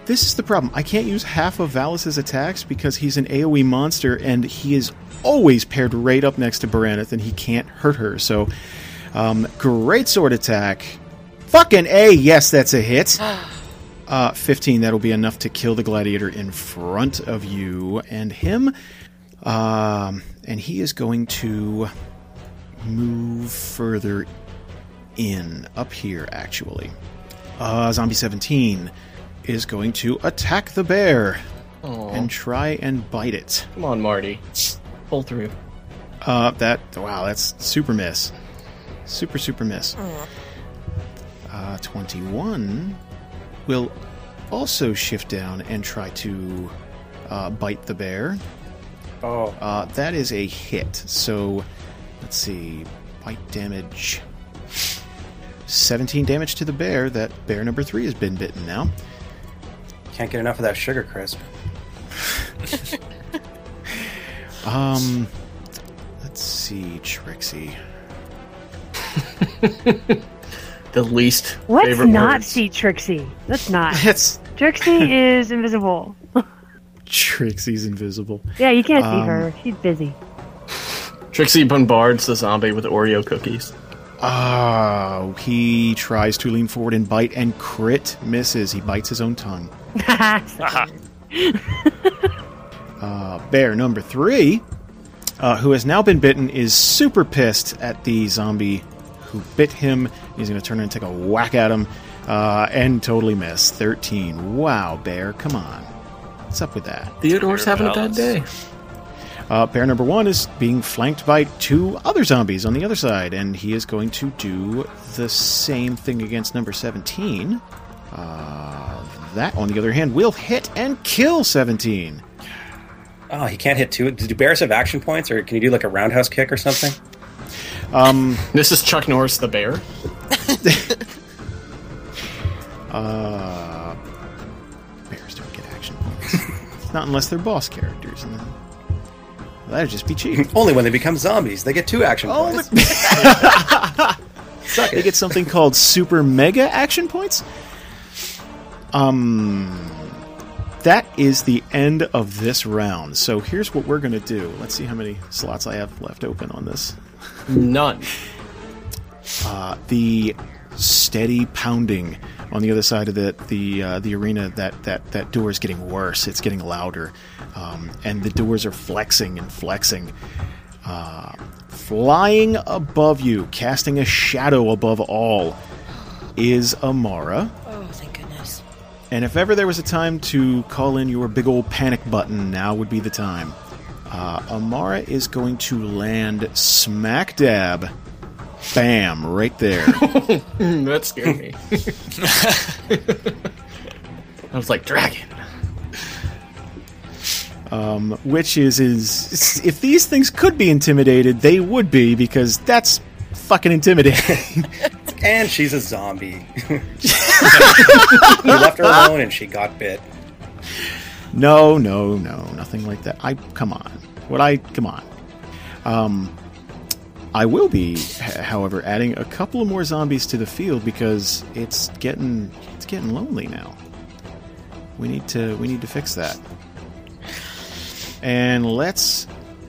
Speaker 3: This is the problem. I can't use half of Valis's attacks because he's an AoE monster and he is always paired right up next to Baraneth and he can't hurt her. So um great sword attack. Fucking A, yes, that's a hit. Uh, 15, that'll be enough to kill the gladiator in front of you and him. Um, and he is going to move further in, up here, actually. Uh, Zombie 17 is going to attack the bear and try and bite it.
Speaker 6: Come on, Marty. Pull through.
Speaker 3: Uh, that wow, that's super miss, super super miss. Uh, Twenty-one will also shift down and try to uh, bite the bear.
Speaker 4: Oh,
Speaker 3: Uh, that is a hit. So let's see, bite damage. Seventeen damage to the bear. That bear number three has been bitten now.
Speaker 4: can't get enough of that sugar crisp.
Speaker 3: Um, let's see, Trixie.
Speaker 6: The least
Speaker 5: Let's
Speaker 6: favorite
Speaker 5: not
Speaker 6: words.
Speaker 5: see Trixie. Let's not.
Speaker 3: That's
Speaker 5: Trixie is invisible.
Speaker 3: Trixie's invisible.
Speaker 5: Yeah, you can't
Speaker 3: Um,
Speaker 5: see her. She's busy.
Speaker 6: Trixie bombards the zombie with Oreo cookies.
Speaker 3: Oh, he tries to lean forward and bite and crit misses. He bites his own tongue. Uh, bear number three, uh, who has now been bitten, is super pissed at the zombie who bit him. He's going to turn and take a whack at him uh, and totally miss. 13. Wow, Bear, come on. What's up with that?
Speaker 6: Theodore's
Speaker 2: Fair
Speaker 6: having a
Speaker 2: balance.
Speaker 6: bad day.
Speaker 3: Uh, bear number one is being flanked by two other zombies on the other side, and he is going to do the same thing against number 17. Uh, that, on the other hand, will hit and kill 17.
Speaker 4: Oh, he can't hit two. Do bears have action points, or can you do like a roundhouse kick or something?
Speaker 6: This is Chuck Norris the bear.
Speaker 3: Uh, bears don't get action points. Not unless they're boss characters. And then, that'd just be cheap.
Speaker 4: Only when they become zombies, they get two action points. Suck
Speaker 3: Oh, they
Speaker 4: it.
Speaker 3: get something called super mega action points. Um, that is the end of this round. So here's what we're gonna do. Let's see how many slots I have left open on this.
Speaker 6: None.
Speaker 3: Uh, the steady pounding on the other side of the the uh, the arena. That that that door is getting worse. It's getting louder, um, and the doors are flexing and flexing. Uh, flying above you, casting a shadow above all, is Amara.
Speaker 7: Oh, thank goodness.
Speaker 3: And if ever there was a time to call in your big old panic button, now would be the time. Uh, Amara is going to land smack dab, bam, right there.
Speaker 6: Mm, that scared me. I was like, dragon.
Speaker 3: which is is if these things could be intimidated, they would be because that's fucking intimidating.
Speaker 4: And she's a zombie. you left her alone, and she got bit.
Speaker 3: no, no, no, nothing like that. I come on. What I come on. Um, I will be, h- however, adding a couple of more zombies to the field because it's getting it's getting lonely now. We need to we need to fix that. And let's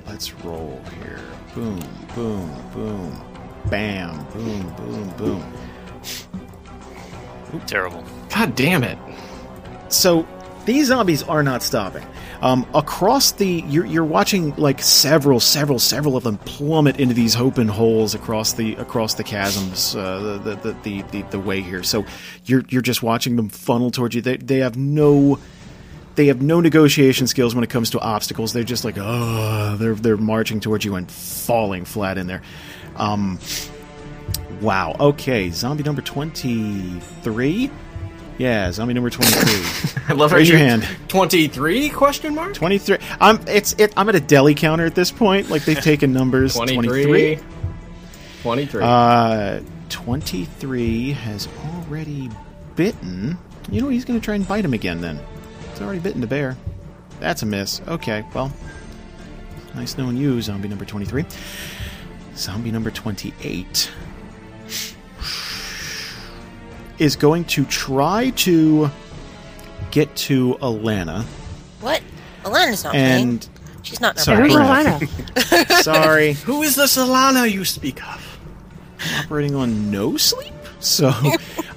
Speaker 3: let's roll here. Boom, boom, boom, bam, boom, boom, boom.
Speaker 2: Terrible.
Speaker 6: God damn it.
Speaker 3: So these zombies are not stopping. Um, across the, you're, you're watching like several, several, several of them plummet into these open holes across the across the chasms, uh, the, the, the the the way here. So you're you're just watching them funnel towards you. They they have no they have no negotiation skills when it comes to obstacles. They're just like, oh, they're they're marching towards you and falling flat in there. Um, wow. Okay, zombie number twenty three. Yeah, zombie number twenty three.
Speaker 6: I love how
Speaker 3: Raise your
Speaker 6: you-
Speaker 3: hand.
Speaker 6: 23 question mark?
Speaker 3: 23 i'm it's it i'm at a deli counter at this point like they've taken numbers
Speaker 6: 23. 23.
Speaker 3: uh 23 has already bitten you know what, he's gonna try and bite him again then he's already bitten the bear that's a miss okay well nice knowing you zombie number 23 zombie number 28 is going to try to get to alana
Speaker 7: What? Alana's not
Speaker 3: and
Speaker 7: playing. She's not. in our
Speaker 3: Sorry.
Speaker 5: Who's
Speaker 7: party.
Speaker 3: Correct.
Speaker 5: Alana?
Speaker 3: sorry
Speaker 6: Who is this Alana you speak of?
Speaker 3: operating on no sleep. So,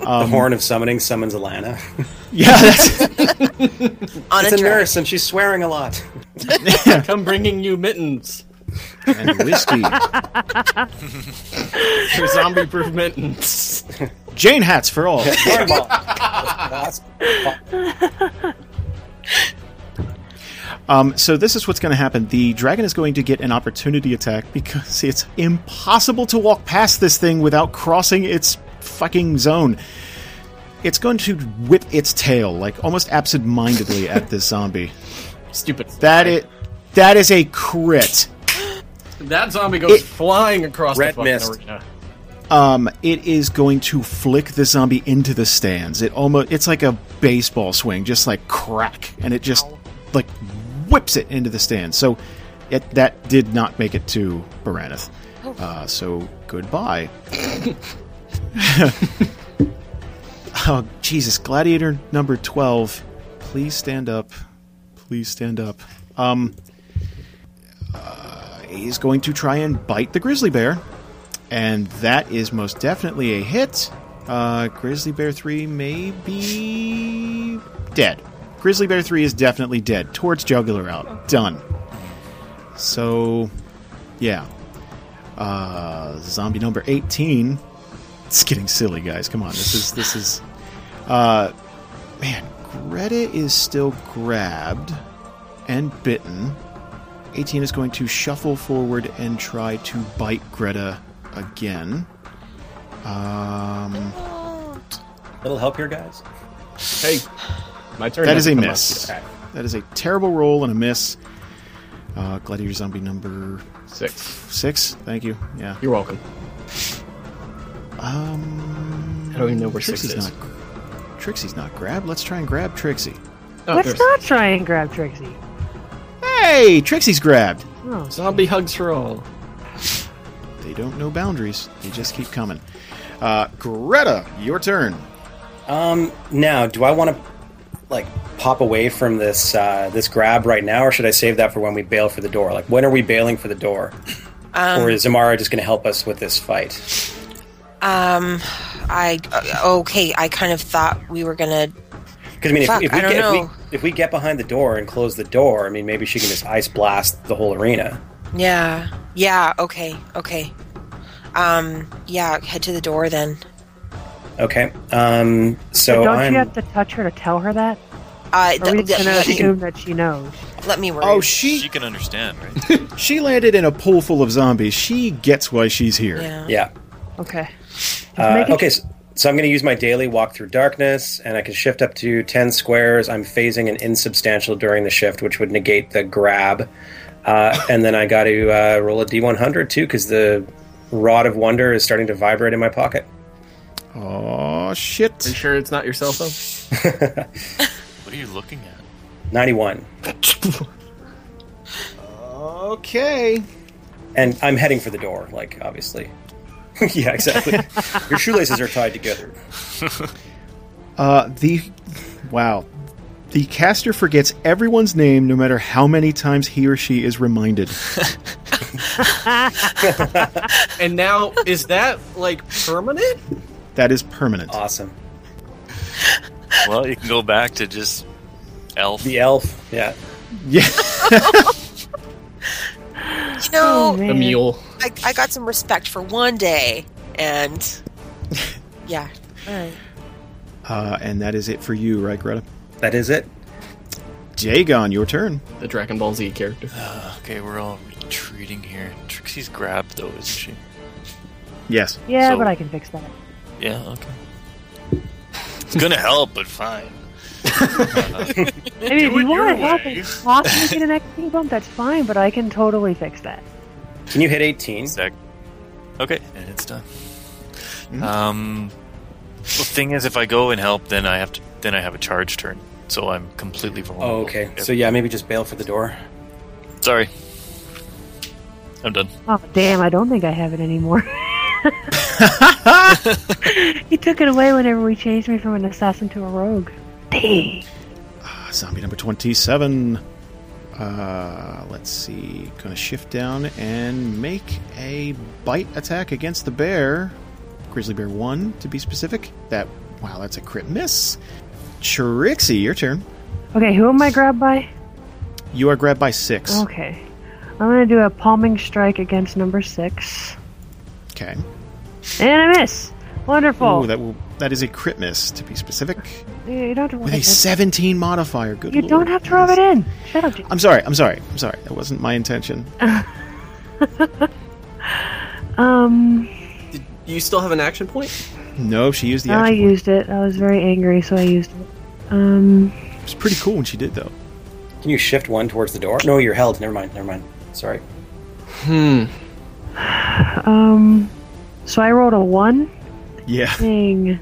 Speaker 3: Um,
Speaker 4: the horn of summoning summons Alana.
Speaker 3: yeah, that's,
Speaker 7: On
Speaker 4: it's
Speaker 7: a,
Speaker 4: a
Speaker 7: journey.
Speaker 4: nurse, and she's swearing a lot.
Speaker 6: Come bringing you mittens.
Speaker 3: and whiskey.
Speaker 6: Your zombie proof mittens.
Speaker 3: Jane hats for all.
Speaker 4: Cornball. That's-
Speaker 3: Um, so this is what's going to happen. The dragon is going to get an opportunity attack because it's impossible to walk past this thing without crossing its fucking zone. It's going to whip its tail like almost absent-mindedly at this zombie.
Speaker 6: Stupid.
Speaker 3: That it. That is a crit.
Speaker 6: That zombie goes
Speaker 3: It-
Speaker 6: flying across
Speaker 4: Red
Speaker 6: the fucking
Speaker 4: mist.
Speaker 6: arena.
Speaker 3: Um, it is going to flick the zombie into the stands. It almost it's like a baseball swing, just like crack, and it just like whips it into the stands. So it, that did not make it to Baraneth. Uh, so goodbye. oh Jesus, Gladiator number twelve, please stand up. Please stand up. Um, uh, he's going to try and bite the grizzly bear and that is most definitely a hit. Uh, Grizzly Bear 3 may be dead. Grizzly Bear 3 is definitely dead. Towards jugular out. Done. So, yeah. Uh, zombie number 18. It's getting silly, guys. Come on. This is, this is, uh, man, Greta is still grabbed and bitten. 18 is going to shuffle forward and try to bite Greta again. Um,
Speaker 4: Little help here, guys.
Speaker 6: Hey, my turn.
Speaker 3: that
Speaker 6: now.
Speaker 3: is a
Speaker 6: Come on.
Speaker 3: miss.
Speaker 6: Okay.
Speaker 3: That is a terrible roll and a miss. Uh, Gladiator zombie number
Speaker 6: Six.
Speaker 3: six. Thank you. Yeah.
Speaker 6: You're welcome.
Speaker 3: Um,
Speaker 6: I don't even know where six
Speaker 3: Trixie's
Speaker 6: is.
Speaker 3: not. Trixie's not grabbed. Let's try and grab Trixie.
Speaker 6: Oh,
Speaker 5: Let's
Speaker 6: there's-
Speaker 5: not try and grab Trixie.
Speaker 3: Hey, Trixie's grabbed.
Speaker 5: Oh.
Speaker 6: Zombie hugs for all.
Speaker 3: They don't know boundaries. They just keep coming. Uh, Greta, your turn.
Speaker 4: Um, now, do I want to like pop away from this uh, this grab right now, or should I save that for when we bail for the door? Like, when are we bailing for the door?
Speaker 7: Um,
Speaker 4: or is Amara just going to help us with this fight?
Speaker 7: I uh, okay. I kind of thought we were gonna.
Speaker 4: Because I mean, if,
Speaker 7: Fuck,
Speaker 4: if, we
Speaker 7: I don't
Speaker 4: get, if
Speaker 7: know.
Speaker 4: we if we get behind the door and close the door, I mean, maybe she can just ice blast the whole arena.
Speaker 7: Yeah. Yeah. Okay. Okay. Um. Yeah. Head to the door then.
Speaker 4: Okay. Um. So
Speaker 5: But don't
Speaker 4: I'm.
Speaker 5: you have to touch her to tell her that?
Speaker 7: Uh.
Speaker 5: Or are we
Speaker 7: th-
Speaker 5: just
Speaker 7: th-
Speaker 5: gonna
Speaker 7: let, me,
Speaker 5: assume that she knows?
Speaker 7: let me worry.
Speaker 3: Oh,
Speaker 2: She
Speaker 3: she
Speaker 2: can understand, right?
Speaker 3: she landed in a pool full of zombies. She gets why she's here.
Speaker 7: yeah.
Speaker 4: Yeah.
Speaker 5: Okay.
Speaker 4: Uh,
Speaker 5: making
Speaker 4: okay. So, so I'm going to use my daily walk through darkness, and I can shift up to ten squares. I'm phasing an insubstantial during the shift, which would negate the grab. Uh, and then I got to uh, roll a d100 too, because the rod of wonder is starting to vibrate in my pocket.
Speaker 3: Oh
Speaker 6: Are you
Speaker 3: shit!
Speaker 6: sure it's not your cell phone?
Speaker 2: what are you looking at?
Speaker 4: 91.
Speaker 3: Okay.
Speaker 4: and I'm heading for the door, like obviously. yeah, exactly. Your shoelaces are tied together.
Speaker 3: Uh, the wow, the caster forgets everyone's name no matter how many times he or she is reminded.
Speaker 6: And now, is that like permanent?
Speaker 3: That is permanent.
Speaker 4: Awesome.
Speaker 2: Well, you can go back to just elf.
Speaker 4: The elf. Yeah.
Speaker 3: Yeah,
Speaker 7: You
Speaker 5: Oh,
Speaker 7: know,
Speaker 6: The mule.
Speaker 7: I, I got some respect for one day, and yeah,
Speaker 3: uh, and that is it for you, right, Greta?
Speaker 4: That is it.
Speaker 3: Dagon, your turn.
Speaker 6: The Dragon Ball Z character.
Speaker 2: Okay, we're all retreating here. Trixie's grabbed though, isn't she?
Speaker 3: Yes.
Speaker 5: Yeah,
Speaker 2: So-
Speaker 5: but I can fix that.
Speaker 2: Yeah. Okay. It's gonna help, but fine.
Speaker 5: I mean, if
Speaker 2: it
Speaker 5: you
Speaker 2: your
Speaker 5: want to help
Speaker 2: way.
Speaker 5: and possibly get an XP bump, that's fine, but I can totally fix that.
Speaker 4: Can you hit 18?
Speaker 2: Sec. Okay, and it's done. Um, the thing is, if I go and help, then I have to. Then I have a charge turn, so I'm completely vulnerable.
Speaker 4: Oh, okay.
Speaker 2: Yep.
Speaker 4: So yeah, maybe just bail for the door.
Speaker 2: sorry, I'm done.
Speaker 5: Oh, damn, I don't think I have it anymore. he took it away whenever we changed me from an assassin to a rogue. Dang.
Speaker 3: Uh, zombie number 27. Uh, let's see. Gonna shift down and make a bite attack against the bear. Grizzly Bear 1, to be specific. That, wow, that's a crit miss. Trixie, your turn.
Speaker 5: Okay, who am I grabbed by?
Speaker 3: You are grabbed by 6.
Speaker 5: Okay. I'm going to do a palming strike against number six.
Speaker 3: Okay.
Speaker 5: And I miss. Wonderful.
Speaker 3: Ooh, that, will, that is a crit miss, to be specific.
Speaker 5: you don't have to rub
Speaker 3: With a
Speaker 5: it in.
Speaker 3: 17 modifier. Good
Speaker 5: You
Speaker 3: lord.
Speaker 5: don't have to rub it in. Shut up. Jim.
Speaker 3: I'm sorry, I'm sorry, I'm sorry. That wasn't my intention.
Speaker 5: Uh, Um,
Speaker 6: Did you still have an action point?
Speaker 3: No, she used the
Speaker 5: I
Speaker 3: action. point.
Speaker 5: used it. I was very angry, so I used it. Um,
Speaker 3: It was pretty cool when she did, though.
Speaker 4: Can you shift one towards the door? No, you're held. Never mind. Never mind. Sorry.
Speaker 5: um, so I rolled a one.
Speaker 3: Yeah.
Speaker 5: Dang.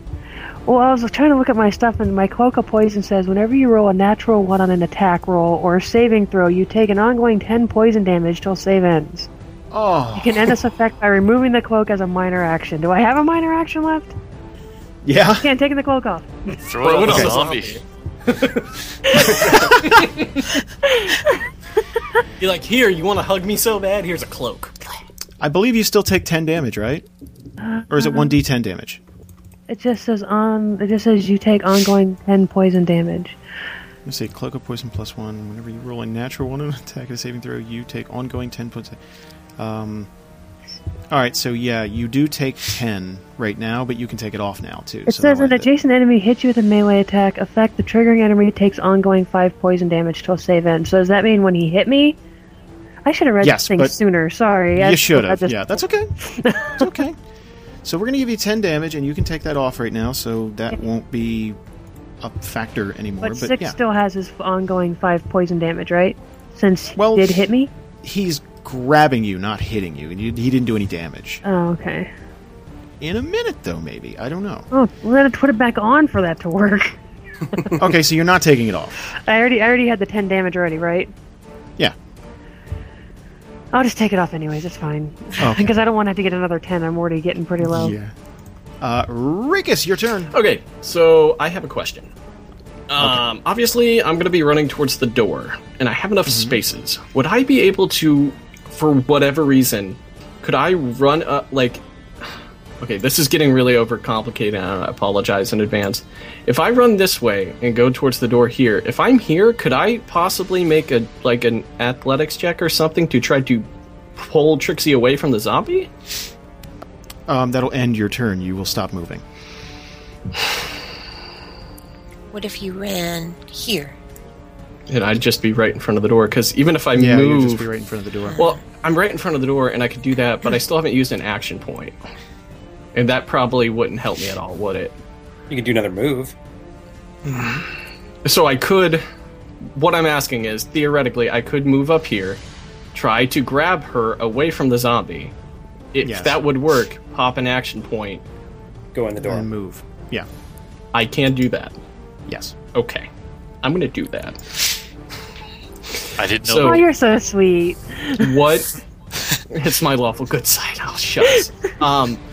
Speaker 5: Well, I was trying to look at my stuff, and my cloak of poison says whenever you roll a natural one on an attack roll or a saving throw, you take an ongoing ten poison damage till save ends.
Speaker 3: Oh.
Speaker 5: You can end this effect by removing the cloak as a minor action. Do I have a minor action left?
Speaker 3: Yeah.
Speaker 5: Okay, I'm taking the cloak off.
Speaker 2: Throw it on the
Speaker 6: Okay.
Speaker 2: zombie.
Speaker 6: You're like, here, you want to hug me so bad? Here's a cloak.
Speaker 3: I believe you still take 10 damage, right? Or is it
Speaker 5: Uh-huh.
Speaker 3: 1d10 damage?
Speaker 5: It just says on. It just says you take ongoing ten poison damage.
Speaker 3: Let's see. Cloak of Poison plus 1. Whenever you roll a natural 1 on an attack and a saving throw, you take ongoing 10 points. Um, Alright, so yeah, you do take 10 right now, but you can take it off now, too.
Speaker 5: It
Speaker 3: so
Speaker 5: says
Speaker 3: that
Speaker 5: an
Speaker 3: way that-
Speaker 5: adjacent enemy hits you with a melee attack effect. The triggering enemy takes ongoing five poison damage till save end. So does that mean when he hit me? I should have read
Speaker 3: Yes,
Speaker 5: this thing
Speaker 3: but
Speaker 5: sooner. Sorry. I-
Speaker 3: You should
Speaker 5: I
Speaker 3: have.
Speaker 5: just-
Speaker 3: Yeah, that's okay. It's okay. So we're going to give you 10 damage, and you can take that off right now, so that won't be a factor anymore.
Speaker 5: But
Speaker 3: But,
Speaker 5: six
Speaker 3: yeah.
Speaker 5: still has his ongoing five poison damage, right? Since he
Speaker 3: Well-
Speaker 5: did hit me.
Speaker 3: He's grabbing you, not hitting you, and you, he didn't do any damage.
Speaker 5: Oh, okay.
Speaker 3: In a minute, though, maybe. I don't know.
Speaker 5: Oh, well, then I put it back on for that to work.
Speaker 3: okay, so you're not taking it off.
Speaker 5: I already, I already had the ten damage already, right?
Speaker 3: Yeah.
Speaker 5: I'll just take it off anyways. It's fine
Speaker 3: Okay.
Speaker 5: because I don't want to have to get another ten. I'm already getting pretty low.
Speaker 3: Oh. Yeah. Uh, Rikus, your turn.
Speaker 6: Okay, so I have a question. Um, Obviously, I'm going to be running towards the door, and I have enough
Speaker 3: Mm-hmm.
Speaker 6: spaces. Would I be able to, for whatever reason, could I run up, like, okay, this is getting really overcomplicated, and I apologize in advance. If I run this way and go towards the door here, if I'm here, could I possibly make a, like, an athletics check or something to try to pull Trixie away from the zombie?
Speaker 3: Um, that'll end your turn. You will stop moving.
Speaker 7: what if you ran here?
Speaker 6: And I'd just be right in front of the door, because even if I
Speaker 3: Yeah,
Speaker 6: move.
Speaker 3: you'll just be right in front of the door.
Speaker 6: Well, I'm right in front of the door, and I could do that, but I still haven't used an action point. And that probably wouldn't help me at all, would it?
Speaker 4: You can do another move.
Speaker 6: So I could. What I'm asking is, theoretically, I could move up here, try to grab her away from the zombie. If
Speaker 3: Yes.
Speaker 6: that would work, pop an action point.
Speaker 4: Go in the door.
Speaker 3: and move. Yeah.
Speaker 6: I can do that.
Speaker 3: Yes.
Speaker 6: Okay. I'm going to do that.
Speaker 2: I didn't know.
Speaker 6: So-
Speaker 5: Oh, you're so sweet.
Speaker 6: What It's my lawful good side. Oh, shucks. Um,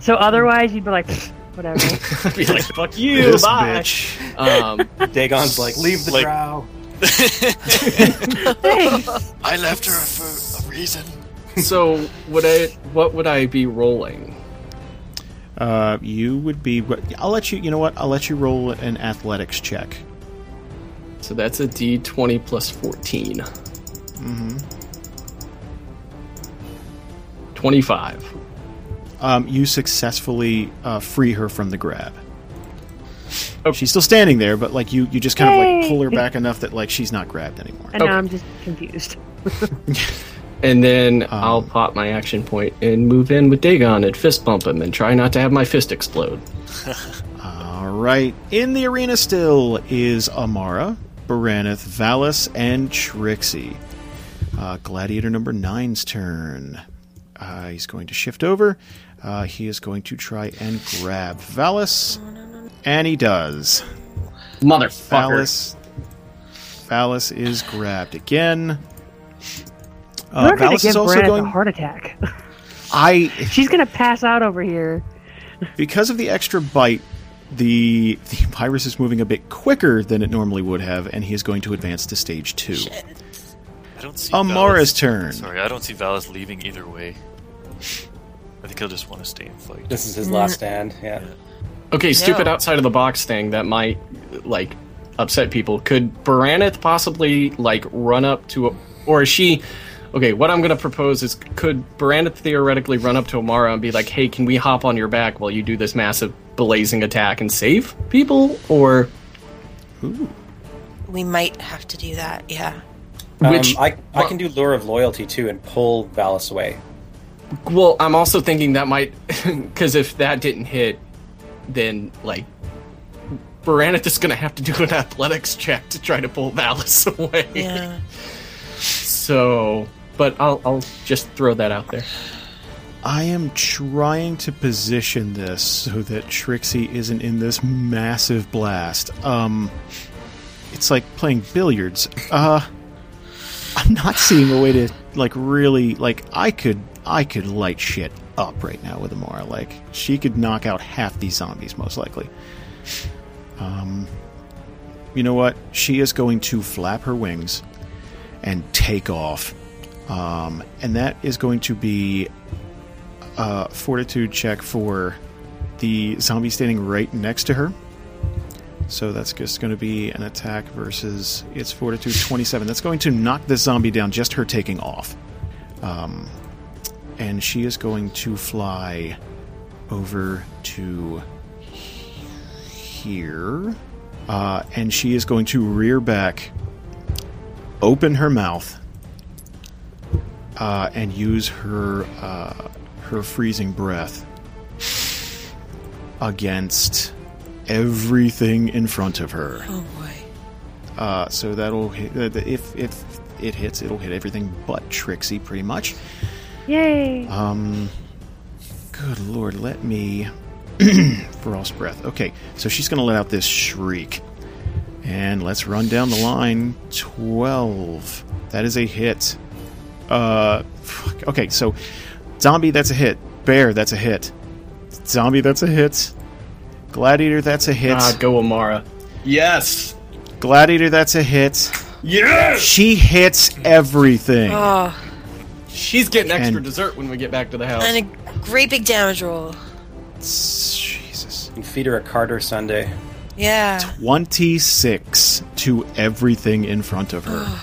Speaker 5: So otherwise, you'd be like, "Pfft, whatever.
Speaker 6: be like, fuck you,
Speaker 3: This
Speaker 6: bye.
Speaker 3: bitch.
Speaker 6: Um,
Speaker 4: Dagon's like, leave the
Speaker 2: Like-
Speaker 4: drow.
Speaker 5: Thanks.
Speaker 2: I left her for a reason.
Speaker 6: so would I? What would I be rolling?
Speaker 3: Uh, you would be. I'll let you. You know what? I'll let you roll an athletics check.
Speaker 6: So that's a D twenty plus fourteen. Twenty-five.
Speaker 3: Um, you successfully uh, free her from the grab.
Speaker 6: Oh.
Speaker 3: She's still standing there, but like you, you just kind of like
Speaker 5: Yay.
Speaker 3: pull her back enough that like she's not grabbed anymore.
Speaker 5: And
Speaker 6: Okay.
Speaker 5: now I'm just confused.
Speaker 6: And then I'll pop my action point and move in with Dagon and fist bump him and try not to have my fist explode.
Speaker 3: All right, in the arena still is Amara, Baranith, Valis, and Trixie. Uh, Gladiator number nine's turn. Uh, he's going to shift over. Uh, he is going to try and grab Valis, and he does.
Speaker 6: Motherfucker.
Speaker 3: Phallus. Phallus is grabbed again.
Speaker 5: I'm
Speaker 3: Uh,
Speaker 5: not going
Speaker 3: Phallus
Speaker 5: to give
Speaker 3: is also
Speaker 5: Brad
Speaker 3: going.
Speaker 5: a heart attack.
Speaker 3: I
Speaker 5: She's going to pass out over here.
Speaker 3: because of the extra bite, the the virus is moving a bit quicker than it normally would have, and he is going to advance to stage two.
Speaker 2: I don't see
Speaker 3: Amara's
Speaker 2: Valis-
Speaker 3: turn.
Speaker 2: Sorry, I don't see Valis leaving either way. I think he'll just want to stay and fight.
Speaker 4: This is his
Speaker 7: Mm.
Speaker 4: last stand. Yeah.
Speaker 6: Okay, stupid
Speaker 7: No.
Speaker 6: outside of the box thing that might like upset people. Could Baranith possibly like run up to, or is she? Okay, what I'm gonna propose is could Baranith theoretically run up to Amara and be like, "Hey, can we hop on your back while you do this massive blazing attack and save people?" Or
Speaker 7: We might have to do that. Yeah.
Speaker 6: Which-
Speaker 4: um, I, I can do lure of loyalty too and pull Valis away.
Speaker 6: well, I'm also thinking that might because if that didn't hit, then like Baranith is gonna have to do an athletics check to try to pull Valis away.
Speaker 7: Yeah.
Speaker 6: So, but I'll, I'll just throw that out there.
Speaker 3: I am trying to position this so that Trixie isn't in this massive blast. Um, it's like playing billiards. Uh, I'm not seeing a way to like really like I could I could light shit up right now with Amara. Like she could knock out half these zombies most likely. Um, you know what? She is going to flap her wings and take off. Um, and that is going to be uh, fortitude check for the zombie standing right next to her. So that's just going to be an attack versus its fortitude 27. That's going to knock this zombie down, just her taking off. Um, and she is going to fly over to here. Uh, and she is going to rear back, open her mouth, uh, and use her uh, her freezing breath against everything in front of her.
Speaker 7: Oh boy.
Speaker 3: Uh, so that'll hit, uh, if if it hits, it'll hit everything but Trixie, pretty much.
Speaker 5: Yay.
Speaker 3: Uh-huh. Good lord, let me. Frost breath. Okay, so she's going to let out this shriek. And let's run down the line. 12. That is a hit. Uh, fuck. Okay, so zombie, that's a hit. Bear, that's a hit. Zombie, that's a hit. Gladiator, that's a hit.
Speaker 6: Ah, go Amara. Yes.
Speaker 3: Gladiator, that's a hit. Yes! She hits everything.
Speaker 7: Oh,
Speaker 6: She's getting extra
Speaker 3: And-
Speaker 6: dessert when we get back to the house.
Speaker 7: and a great big damage roll.
Speaker 3: Jesus.
Speaker 4: And feed her a Carter Sunday.
Speaker 7: Yeah.
Speaker 3: 26 to everything in front of her.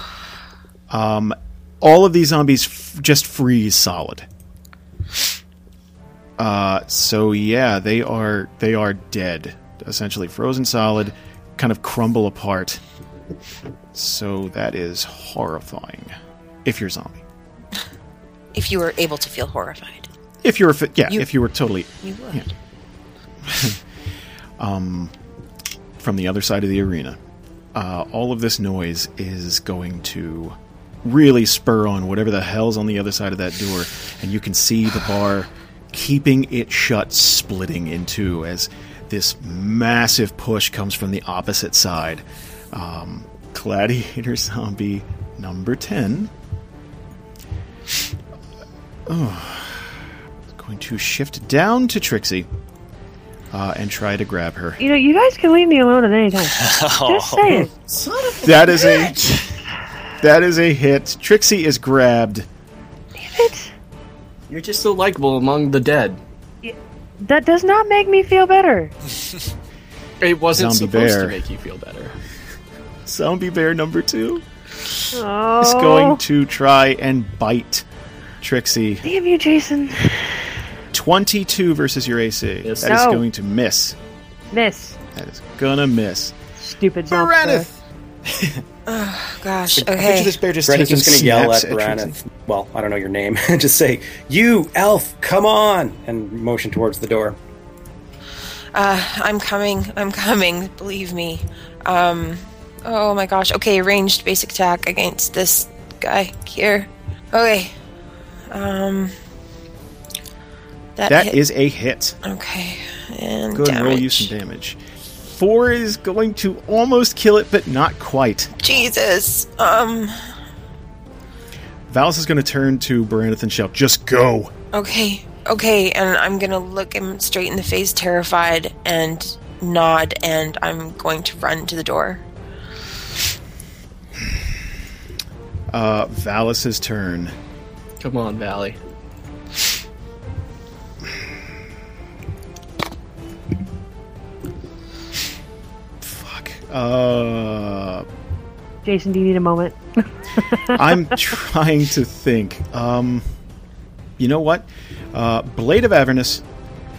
Speaker 3: um, all of these zombies f- just freeze solid. Uh, so yeah, they are they are dead, essentially frozen solid, kind of crumble apart. So that is horrifying. If you're a zombie,
Speaker 7: If you were able to feel horrified,
Speaker 3: if you're a fi- yeah,
Speaker 7: You-
Speaker 3: if you were totally
Speaker 7: you would.
Speaker 3: Yeah. from the other side of the arena. Uh, all of this noise is going to really spur on whatever the hell's on the other side of that door, and you can see the bar keeping it shut, splitting in two as this massive push comes from the opposite side. Um, Gladiator Zombie number 10 Going to shift down to Trixie uh, and try to grab her.
Speaker 5: You know, you guys can leave me alone at any time. Just saying.
Speaker 3: That is a that is a hit. Trixie is grabbed.
Speaker 5: It,
Speaker 6: You're just so likable among the dead.
Speaker 5: that does not make me feel better.
Speaker 6: It wasn't
Speaker 3: Zombie
Speaker 6: supposed
Speaker 3: bear.
Speaker 6: to make you feel better.
Speaker 3: Zombie bear number two
Speaker 5: Oh,
Speaker 3: is going to try and bite Trixie.
Speaker 5: damn you, Jason.
Speaker 3: Twenty-two versus your AC. That
Speaker 6: Yes.
Speaker 3: is
Speaker 5: No.
Speaker 3: going to miss.
Speaker 5: Miss,
Speaker 3: That is gonna miss.
Speaker 5: stupid zombie.
Speaker 3: Baranith.
Speaker 7: Gosh,
Speaker 3: Picture
Speaker 7: okay.
Speaker 3: this bear just
Speaker 4: Brennan's
Speaker 3: taking
Speaker 4: just going to yell at
Speaker 3: snaps at Trixie.
Speaker 4: Branith. Well, I don't know your name. and just say, "You elf, come on!" and motion towards the door.
Speaker 7: I'm coming. I'm coming. Believe me. Um, oh my gosh. Okay, ranged basic attack against this guy here. Okay. Um. That,
Speaker 3: That
Speaker 7: hit-
Speaker 3: is a hit.
Speaker 7: okay. And
Speaker 3: Go ahead and roll you
Speaker 7: damage.
Speaker 3: some damage. Four is going to almost kill it, but not quite.
Speaker 7: Jesus. Um.
Speaker 3: Valis is going to turn to Baranith and shout, "Just go!"
Speaker 7: Okay. Okay. And I'm gonna look him straight in the face, terrified, and nod, and I'm going to run to the door.
Speaker 3: Uh, Valis' turn.
Speaker 6: Come on, Valley.
Speaker 3: Fuck. Uh,
Speaker 5: Jason, do you need a moment?
Speaker 3: I'm trying to think. Um, you know what? Uh, Blade of Avernus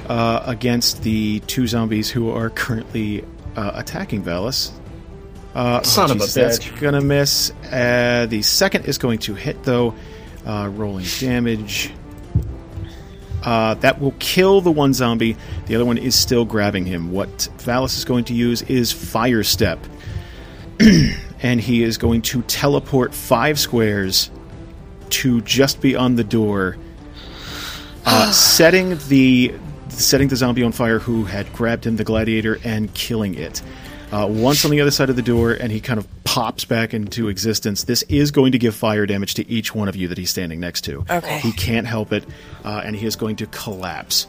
Speaker 3: uh, against the two zombies who are currently uh, attacking Valis. Uh,
Speaker 6: Son of a
Speaker 3: That's
Speaker 6: bitch.
Speaker 3: gonna miss. Uh, the second is going to hit though, uh, rolling damage. Uh, that will kill the one zombie. The other one is still grabbing him. What Valis is going to use is Fire Step, and he is going to teleport five squares to just beyond the door, uh, setting the setting the zombie on fire who had grabbed him, the gladiator, and killing it. Uh, once on the other side of the door, and he kind of pops back into existence. This is going to give fire damage to each one of you that he's standing next to.
Speaker 7: Okay.
Speaker 3: he can't help it, uh, and he is going to collapse.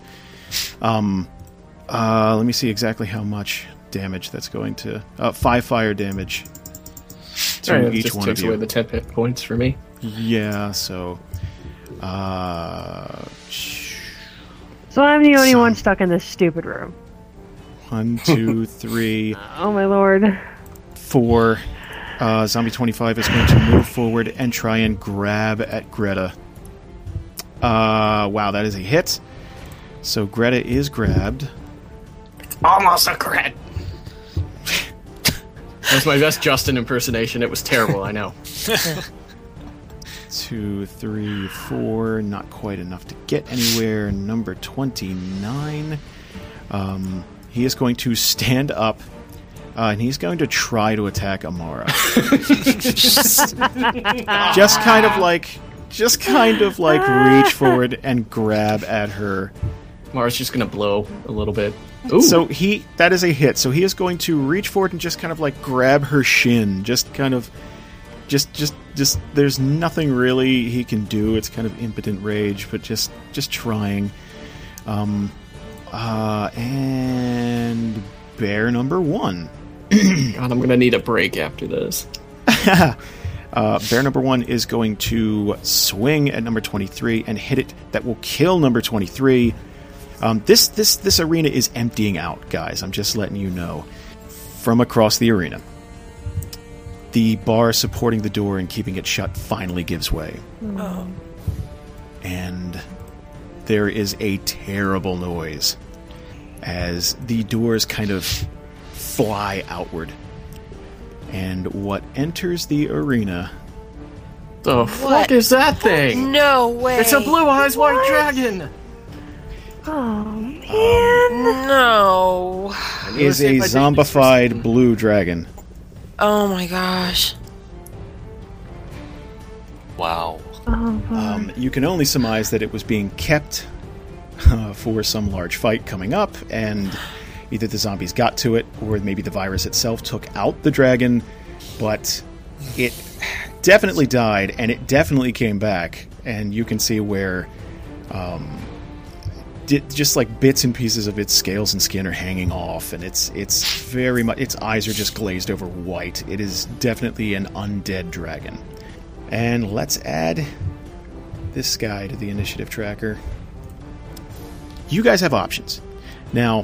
Speaker 3: Um, uh, let me see exactly how much damage that's going to. Uh, five fire damage to
Speaker 6: Sorry, that
Speaker 3: each
Speaker 6: just
Speaker 3: one
Speaker 6: takes
Speaker 3: of you.
Speaker 6: away the ten hit points for me.
Speaker 3: Yeah, so. Uh, sh-
Speaker 5: So I'm the only
Speaker 3: Son.
Speaker 5: one stuck in this stupid room.
Speaker 3: one, two, three,
Speaker 5: Oh my lord.
Speaker 3: four. Uh, Zombie 25 is going to move forward and try and grab at Greta. Uh, wow, that is a hit. So Greta is grabbed.
Speaker 6: Almost a crit. That's my best Justin impersonation. It was terrible, I know.
Speaker 3: Two, three, four. Not quite enough to get anywhere. Number 29. Um, he is going to stand up uh, and he's going to try to attack Amara. just kind of like. Just kind of like reach forward and grab at her.
Speaker 6: Mara's just gonna blow a little bit. Ooh,
Speaker 3: So he that is a hit. So he is going to reach forward and just kind of like grab her shin, just kind of just just just there's nothing really he can do. It's kind of impotent rage, but just just trying. Um uh and bear number 1.
Speaker 6: God, I'm gonna need a break after this.
Speaker 3: Uh, bear number one is going to swing at number 23 and hit it. That will kill number 23. Um, this this this arena is emptying out, guys. I'm just letting you know from across the arena. The bar supporting the door and keeping it shut finally gives way,
Speaker 7: Oh.
Speaker 3: and there is a terrible noise as the doors kind of fly outward. And what enters the arena
Speaker 6: The fuck is that thing?
Speaker 7: No way.
Speaker 6: It's a blue eyes white dragon.
Speaker 5: Oh man.
Speaker 7: No.
Speaker 3: is a zombified blue dragon.
Speaker 7: Oh my gosh.
Speaker 2: Wow.
Speaker 5: Oh, God.
Speaker 3: Um, you can only surmise that it was being kept uh, for some large fight coming up, and either the zombies got to it, or maybe the virus itself took out the dragon, but it definitely died, and it definitely came back, and you can see where um, di- just like bits and pieces of its scales and skin are hanging off, and it's it's very much its eyes are just glazed over white. It is definitely an undead dragon. And let's add this guy to the initiative tracker. You guys have options. Now,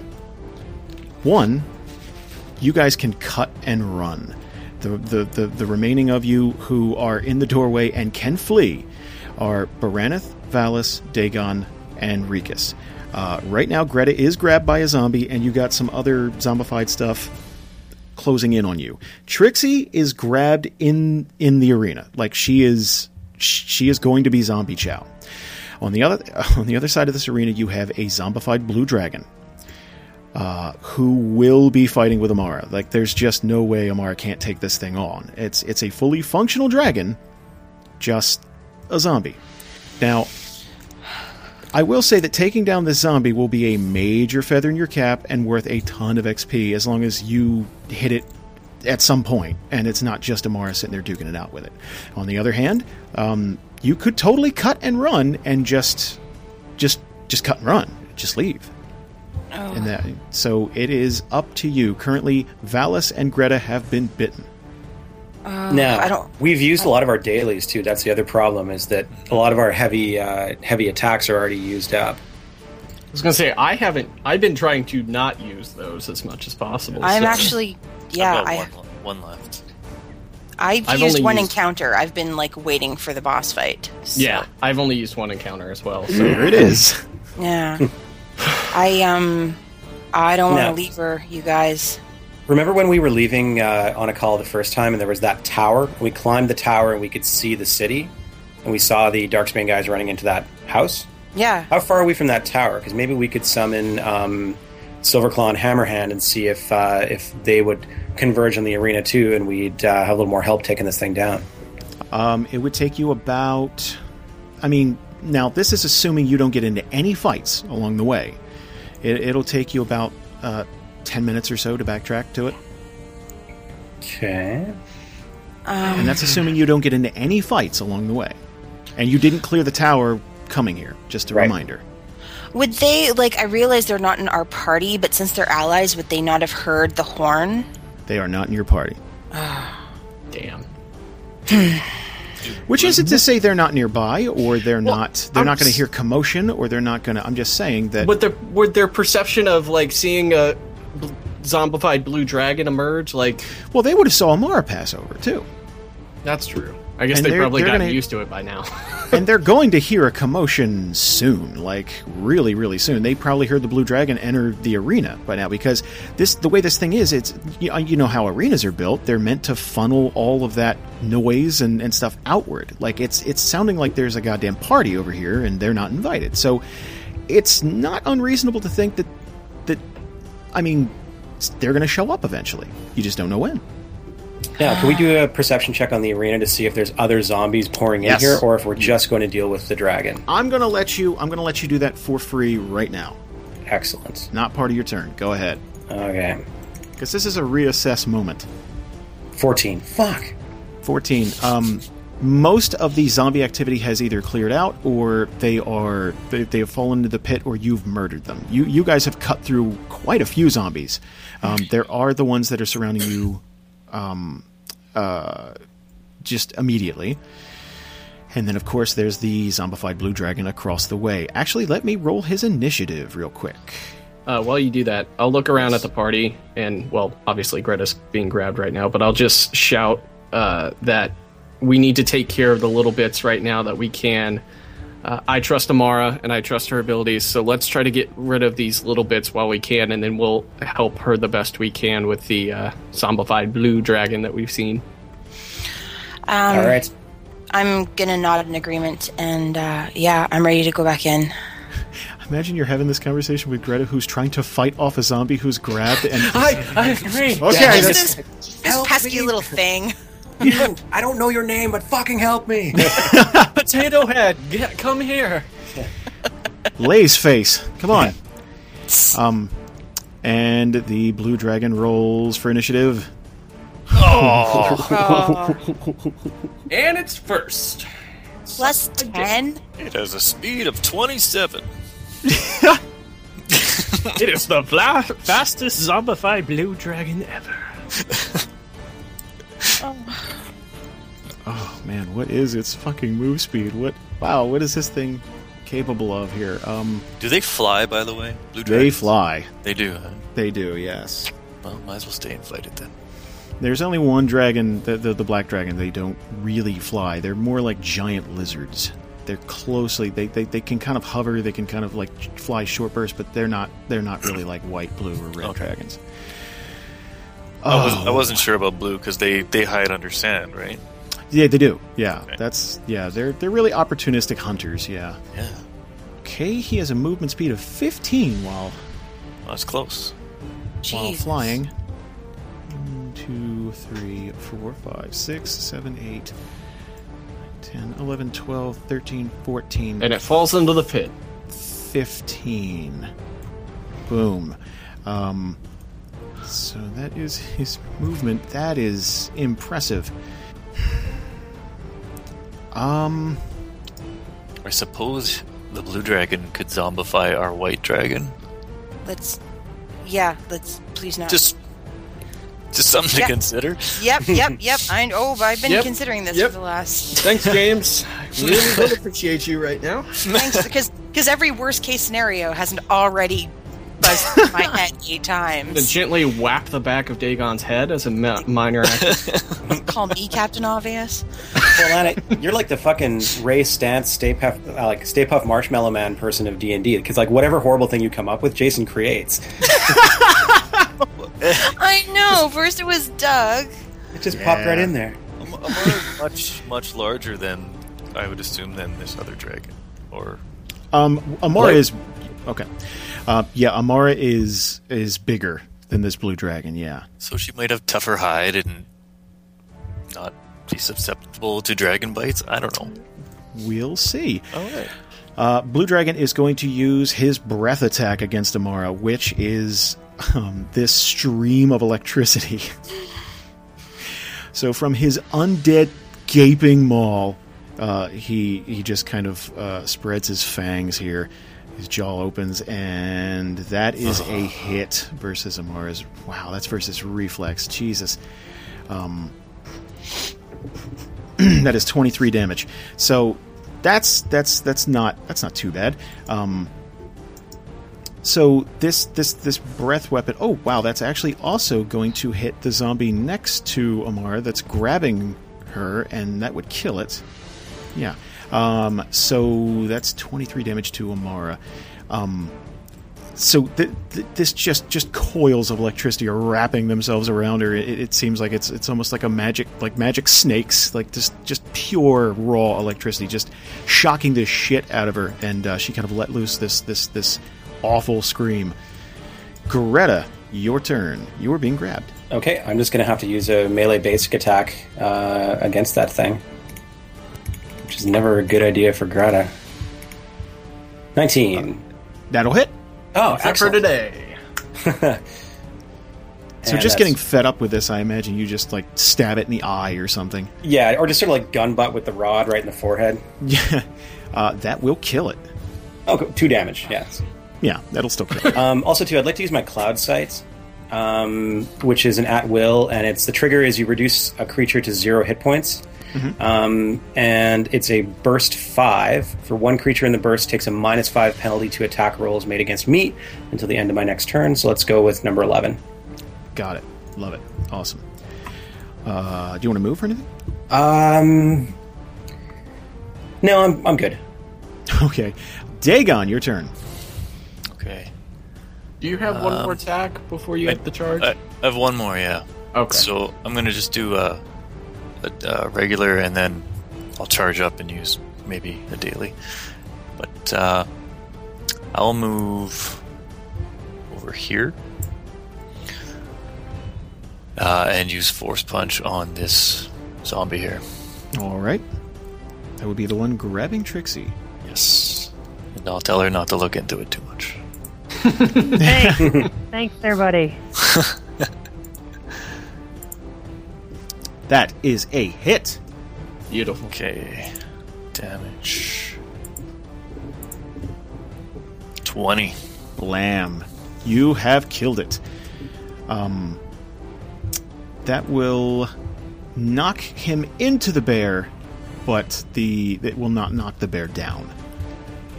Speaker 3: one, you guys can cut and run. The, the, the, the remaining of you who are in the doorway and can flee are Baraneth, Valis, Dagon, and Rikus. Uh, right now, Greta is grabbed by a zombie, and you got some other zombified stuff closing in on you. Trixie is grabbed in in the arena, like she is she is going to be zombie chow. On the other on the other side of this arena, you have a zombified blue dragon uh, who will be fighting with Amara. Like there's just no way Amara can't take this thing on. It's it's a fully functional dragon, just a zombie. Now, I will say that taking down this zombie will be a major feather in your cap and worth a ton of XP as long as you hit it at some point and it's not just Amara sitting there duking it out with it. On the other hand, um, you could totally cut and run and just just just cut and run, just leave. And that, so it is up to you. Currently, Valis and Greta have been bitten.
Speaker 4: Now,
Speaker 7: Uh, I don't-
Speaker 4: we've used a lot of our dailies too. That's the other problem is that a lot of our heavy uh, heavy attacks are already used up.
Speaker 6: I was gonna say I haven't. I've been trying to not use those as much as possible.
Speaker 7: I'm
Speaker 6: so-
Speaker 7: actually, yeah,
Speaker 2: I've got
Speaker 7: I,
Speaker 2: one, le- one left.
Speaker 7: I've,
Speaker 6: I've
Speaker 7: used
Speaker 6: only
Speaker 7: one
Speaker 6: used-
Speaker 7: encounter. I've been like waiting for the boss fight. So,
Speaker 6: Yeah, I've only used one encounter as well. So
Speaker 3: There it is.
Speaker 7: yeah. I um, I don't want to
Speaker 4: No.
Speaker 7: leave her, you guys.
Speaker 4: Remember when we were leaving uh, on a call the first time, and there was that tower. We climbed the tower, and we could see the city, and we saw the Darkspan guys running into that house.
Speaker 7: Yeah.
Speaker 4: How far are we from that tower? Because maybe we could summon um, Silverclaw and Hammerhand and see if uh, if they would converge on the arena too, and we'd uh, have a little more help taking this thing down.
Speaker 3: Um, it would take you about. I mean, now this is assuming you don't get into any fights along the way. It, it'll take you about uh, ten minutes or so to backtrack to it,
Speaker 4: Okay.
Speaker 3: and that's assuming you don't get into any fights along the way, and you didn't clear the tower coming here. Just a
Speaker 4: Right.
Speaker 3: reminder.
Speaker 7: Would they like? I realize they're not in our party, but since they're allies, would they not have heard the horn?
Speaker 3: They are not in your party.
Speaker 6: damn.
Speaker 3: Which isn't to say they're not nearby, or they're not they're
Speaker 6: I'm
Speaker 3: not going to
Speaker 6: s-
Speaker 3: hear commotion, or they're not going to. I'm just saying that
Speaker 6: Would their would their perception of like seeing a bl- zombified blue dragon emerge like
Speaker 3: Well, they would have saw Amara pass over too,
Speaker 6: that's true. I guess
Speaker 3: And
Speaker 6: they
Speaker 3: they're-
Speaker 6: probably
Speaker 3: they're
Speaker 6: gotten
Speaker 3: gonna-
Speaker 6: used to it by now.
Speaker 3: and they're going to hear a commotion soon, like really, really soon. They probably heard the blue dragon enter the arena by now because this the way this thing is. It's you you know how arenas are built; they're meant to funnel all of that noise and, and stuff outward. Like it's it's sounding like there's a goddamn party over here, and they're not invited. So it's not unreasonable to think that that I mean they're going to show up eventually. You just don't know when.
Speaker 4: Now, can we do a perception check on the arena to see if there's other zombies pouring
Speaker 3: Yes.
Speaker 4: in here, or if we're just going to deal with the dragon?
Speaker 3: I'm gonna let you. I'm gonna let you do that for free right now.
Speaker 4: Excellent.
Speaker 3: Not part of your turn. Go ahead,
Speaker 4: Okay.
Speaker 3: because this is a reassess moment.
Speaker 4: 14. Fuck.
Speaker 3: Fourteen. Um, most of the zombie activity has either cleared out, or they are they, they have fallen into the pit, or you've murdered them. You you guys have cut through quite a few zombies. Um, there are the ones that are surrounding you, um, uh, just immediately. And then, of course, there's the zombified blue dragon across the way. Actually, let me roll his initiative real quick.
Speaker 6: Uh, while you do that, I'll look around at the party, and well, obviously Greta's being grabbed right now, but I'll just shout uh, that we need to take care of the little bits right now that we can. Uh, I trust Amara and I trust her abilities, so let's try to get rid of these little bits while we can, and then we'll help her the best we can with the uh, zombified blue dragon that we've seen.
Speaker 7: Um,
Speaker 4: All right.
Speaker 7: I'm gonna nod in agreement, and uh, yeah, I'm ready to go back in.
Speaker 3: Imagine you're having this conversation with Greta, who's trying to fight off a zombie who's grabbed and.
Speaker 6: I agree.
Speaker 3: okay, that's-
Speaker 7: Just this, this pesky little thing.
Speaker 4: I don't know your name, but fucking help me.
Speaker 6: Potato Head, get, come here.
Speaker 3: Lay's face. Come on. Um, and the blue dragon rolls for initiative.
Speaker 6: And it's first.
Speaker 7: Plus 10?
Speaker 2: It has a speed of 27.
Speaker 1: It is the fla- fastest zombified blue dragon ever.
Speaker 3: Oh man, what is its fucking move speed? What? Wow, what is this thing capable of here? Um,
Speaker 2: Do they fly, by the way? Blue
Speaker 3: they
Speaker 2: dragons?
Speaker 3: fly.
Speaker 2: They do. Huh?
Speaker 3: They do. Yes.
Speaker 2: Well, might as well stay inflated then.
Speaker 3: There's only one dragon, the, the, the black dragon. They don't really fly. They're more like giant lizards. They're closely. They, they, they can kind of hover. They can kind of like fly short bursts, but they're not they're not really like white, blue, or red
Speaker 2: Okay.
Speaker 3: dragons.
Speaker 2: I, was, I wasn't sure about blue because they, they hide under sand, right?
Speaker 3: Yeah, they do. Yeah,
Speaker 2: Okay.
Speaker 3: that's yeah. They're they're really opportunistic hunters. Yeah.
Speaker 2: Yeah.
Speaker 3: Okay, he has a movement speed of 15 while
Speaker 2: Well, that's close.
Speaker 3: while
Speaker 7: Jeez.
Speaker 3: flying. One, two, three, four, five, six, seven, eight, 10, 11, 12, 13, 14,
Speaker 6: and it falls into the pit.
Speaker 3: 15. Boom. Um, so that is his movement. That is impressive. Um,
Speaker 2: I suppose the blue dragon could zombify our white dragon
Speaker 7: Let's. Yeah, let's please not.
Speaker 2: just just something
Speaker 7: Yeah.
Speaker 2: to consider.
Speaker 7: Yep, yep, yep. I oh, I've been
Speaker 6: Yep.
Speaker 7: considering this
Speaker 6: Yep.
Speaker 7: for the last.
Speaker 6: Thanks, James. I really don't appreciate you right now.
Speaker 7: Thanks, because because every worst case scenario hasn't already buzzed through my head eight
Speaker 6: To
Speaker 7: times.
Speaker 6: gently whack the back of Dagon's head as a mi- minor action.
Speaker 7: Call me Captain Obvious.
Speaker 4: Well, Lana, you're like the fucking Ray Stance, Stay Puff, uh, like Stay Puff Marshmallow Man person of D and D. Because like whatever horrible thing you come up with, Jason creates.
Speaker 7: I know. First it was Doug.
Speaker 4: It just popped right
Speaker 3: Yeah.
Speaker 4: in there.
Speaker 2: I'm, I'm already much much larger than I would assume than this other dragon, or
Speaker 3: Um, Amara
Speaker 6: What?
Speaker 3: is okay. Uh, yeah, Amara is is bigger than this blue dragon. Yeah,
Speaker 2: so she might have tougher hide and not be susceptible to dragon bites. I don't know.
Speaker 3: we'll see.
Speaker 2: All right.
Speaker 3: Uh, blue dragon is going to use his breath attack against Amara, which is um, this stream of electricity. so from his undead gaping maw, uh, he he just kind of uh, spreads his fangs here. His jaw opens, and that is
Speaker 2: Uh-huh.
Speaker 3: a hit versus Amara's. Wow, that's versus reflex. Jesus. that is 23 damage. So that's that's that's not that's not too bad. Um, so this this this breath weapon. Oh wow, that's actually also going to hit the zombie next to Amara that's grabbing her, and that would kill it. Yeah. Um, so that's 23 damage to Amara. Um, so th- th- this just just coils of electricity are wrapping themselves around her. It, it seems like it's it's almost like a magic like magic snakes, like just just pure raw electricity, just shocking the shit out of her. And uh, she kind of let loose this this this awful scream. Greta, your turn. You are being grabbed.
Speaker 4: Okay, I'm just gonna have to use a melee basic attack uh, against that thing, which is never a good idea for Greta. Nineteen.
Speaker 3: That'll hit.
Speaker 4: Oh,
Speaker 6: Except for
Speaker 4: excellent.
Speaker 6: today.
Speaker 3: So
Speaker 4: And
Speaker 3: just
Speaker 4: that's-
Speaker 3: getting fed up with this, I imagine you just like stab it in the eye or something.
Speaker 4: Yeah, or just sort of like gun butt with the rod right in the forehead.
Speaker 3: Yeah, uh, that will kill it.
Speaker 4: Oh, go- two damage. Yeah.
Speaker 3: Yeah, that'll still kill it.
Speaker 4: Um, also, too, I'd like to use my cloud sight, um, which is an at will, and it's the trigger is you reduce a creature to zero hit points, um, and it's a burst five. For one creature in the burst, takes a minus five penalty to attack rolls made against me until the end of my next turn. So let's go with number eleven.
Speaker 3: Got it. Love it. Awesome. Uh, do you want to move or anything?
Speaker 4: Um, no, I'm I'm good.
Speaker 3: Okay. Dagon, your turn.
Speaker 2: Okay.
Speaker 6: Do you have one more attack before you hit the charge?
Speaker 2: I, Uh, I have one more. Yeah.
Speaker 6: okay.
Speaker 2: So I'm gonna just do a, a, a regular, and then I'll charge up and use maybe a daily. But uh, I'll move over here uh, and use force punch on this zombie here.
Speaker 3: All right. That would be the one grabbing Trixie.
Speaker 2: Yes, and I'll tell her not to look into it too much.
Speaker 5: Thanks. Thanks, there, buddy.
Speaker 3: That is a hit.
Speaker 6: Beautiful.
Speaker 2: Okay, damage. 20.
Speaker 3: Blam. You have killed it. Um, that will knock him into the bear, but the it will not knock the bear down.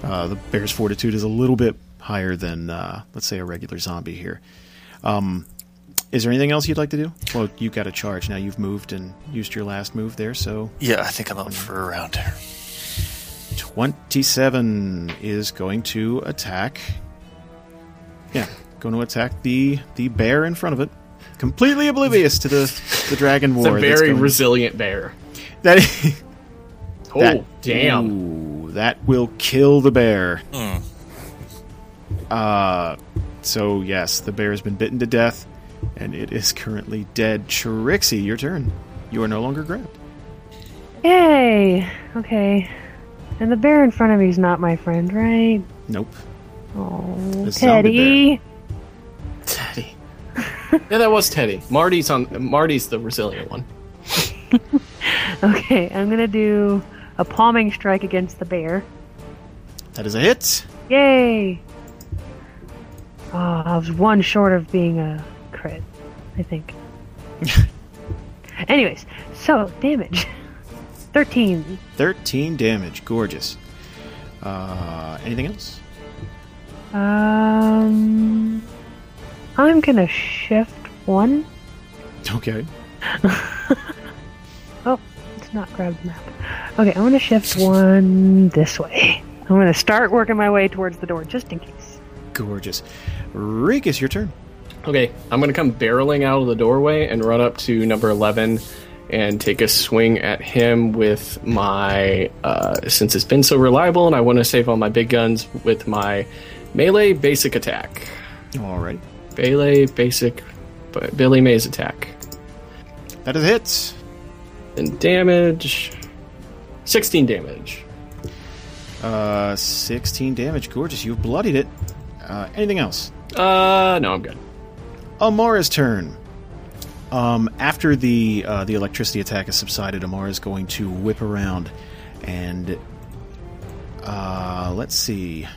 Speaker 3: Uh, the bear's fortitude is a little bit higher than, uh, let's say, a regular zombie here. Um, is there anything else you'd like to do? Well, you've got a charge now. You've moved and used your last move there, so
Speaker 2: Yeah, I think I'm up for a round.
Speaker 3: 27 is going to attack. Yeah, going to attack the the bear in front of it. Completely oblivious to the the dragon
Speaker 6: It's
Speaker 3: war.
Speaker 6: a
Speaker 3: that's
Speaker 6: very
Speaker 3: going-
Speaker 6: resilient bear.
Speaker 3: that,
Speaker 6: Oh,
Speaker 3: that-
Speaker 6: damn. Hmm.
Speaker 3: Ooh, that will kill the bear. Uh, so yes, the bear has been bitten to death, and it is currently dead. Trixie, your turn. You are no longer grabbed.
Speaker 5: Yay! Okay. And the bear in front of me is not my friend, right?
Speaker 3: Nope.
Speaker 5: Oh,
Speaker 3: A zombie
Speaker 5: Teddy.
Speaker 6: Teddy. yeah, that was Teddy. Marty's on. Marty's the resilient one.
Speaker 5: Okay, I'm gonna do a palming strike against the bear.
Speaker 3: That is a hit.
Speaker 5: Yay! Oh, I was one short of being a crit, I think. Anyways, so damage. 13.
Speaker 3: 13 damage. Gorgeous. Uh, anything else?
Speaker 5: Um, I'm gonna shift one.
Speaker 3: Okay.
Speaker 5: Oh, it's not grabbed the map. Okay, I'm gonna shift one this way. I'm gonna start working my way towards the door just in case.
Speaker 3: Gorgeous. Rikus, your turn.
Speaker 6: Okay, I'm gonna come barreling out of the doorway and run up to number eleven and take a swing at him with my. Uh, since it's been so reliable, and I want to save all my big guns with my melee basic attack.
Speaker 3: All right.
Speaker 6: Melee basic, but Billy May's attack
Speaker 3: That is a hit.
Speaker 6: and damage. Sixteen damage.
Speaker 3: Uh, 16 damage. Gorgeous. You've bloodied it. Uh, anything else?
Speaker 6: Uh, no, I'm good.
Speaker 3: Amara's turn. Um, after the uh, the electricity attack has subsided, Amara is going to whip around and uh, let's see.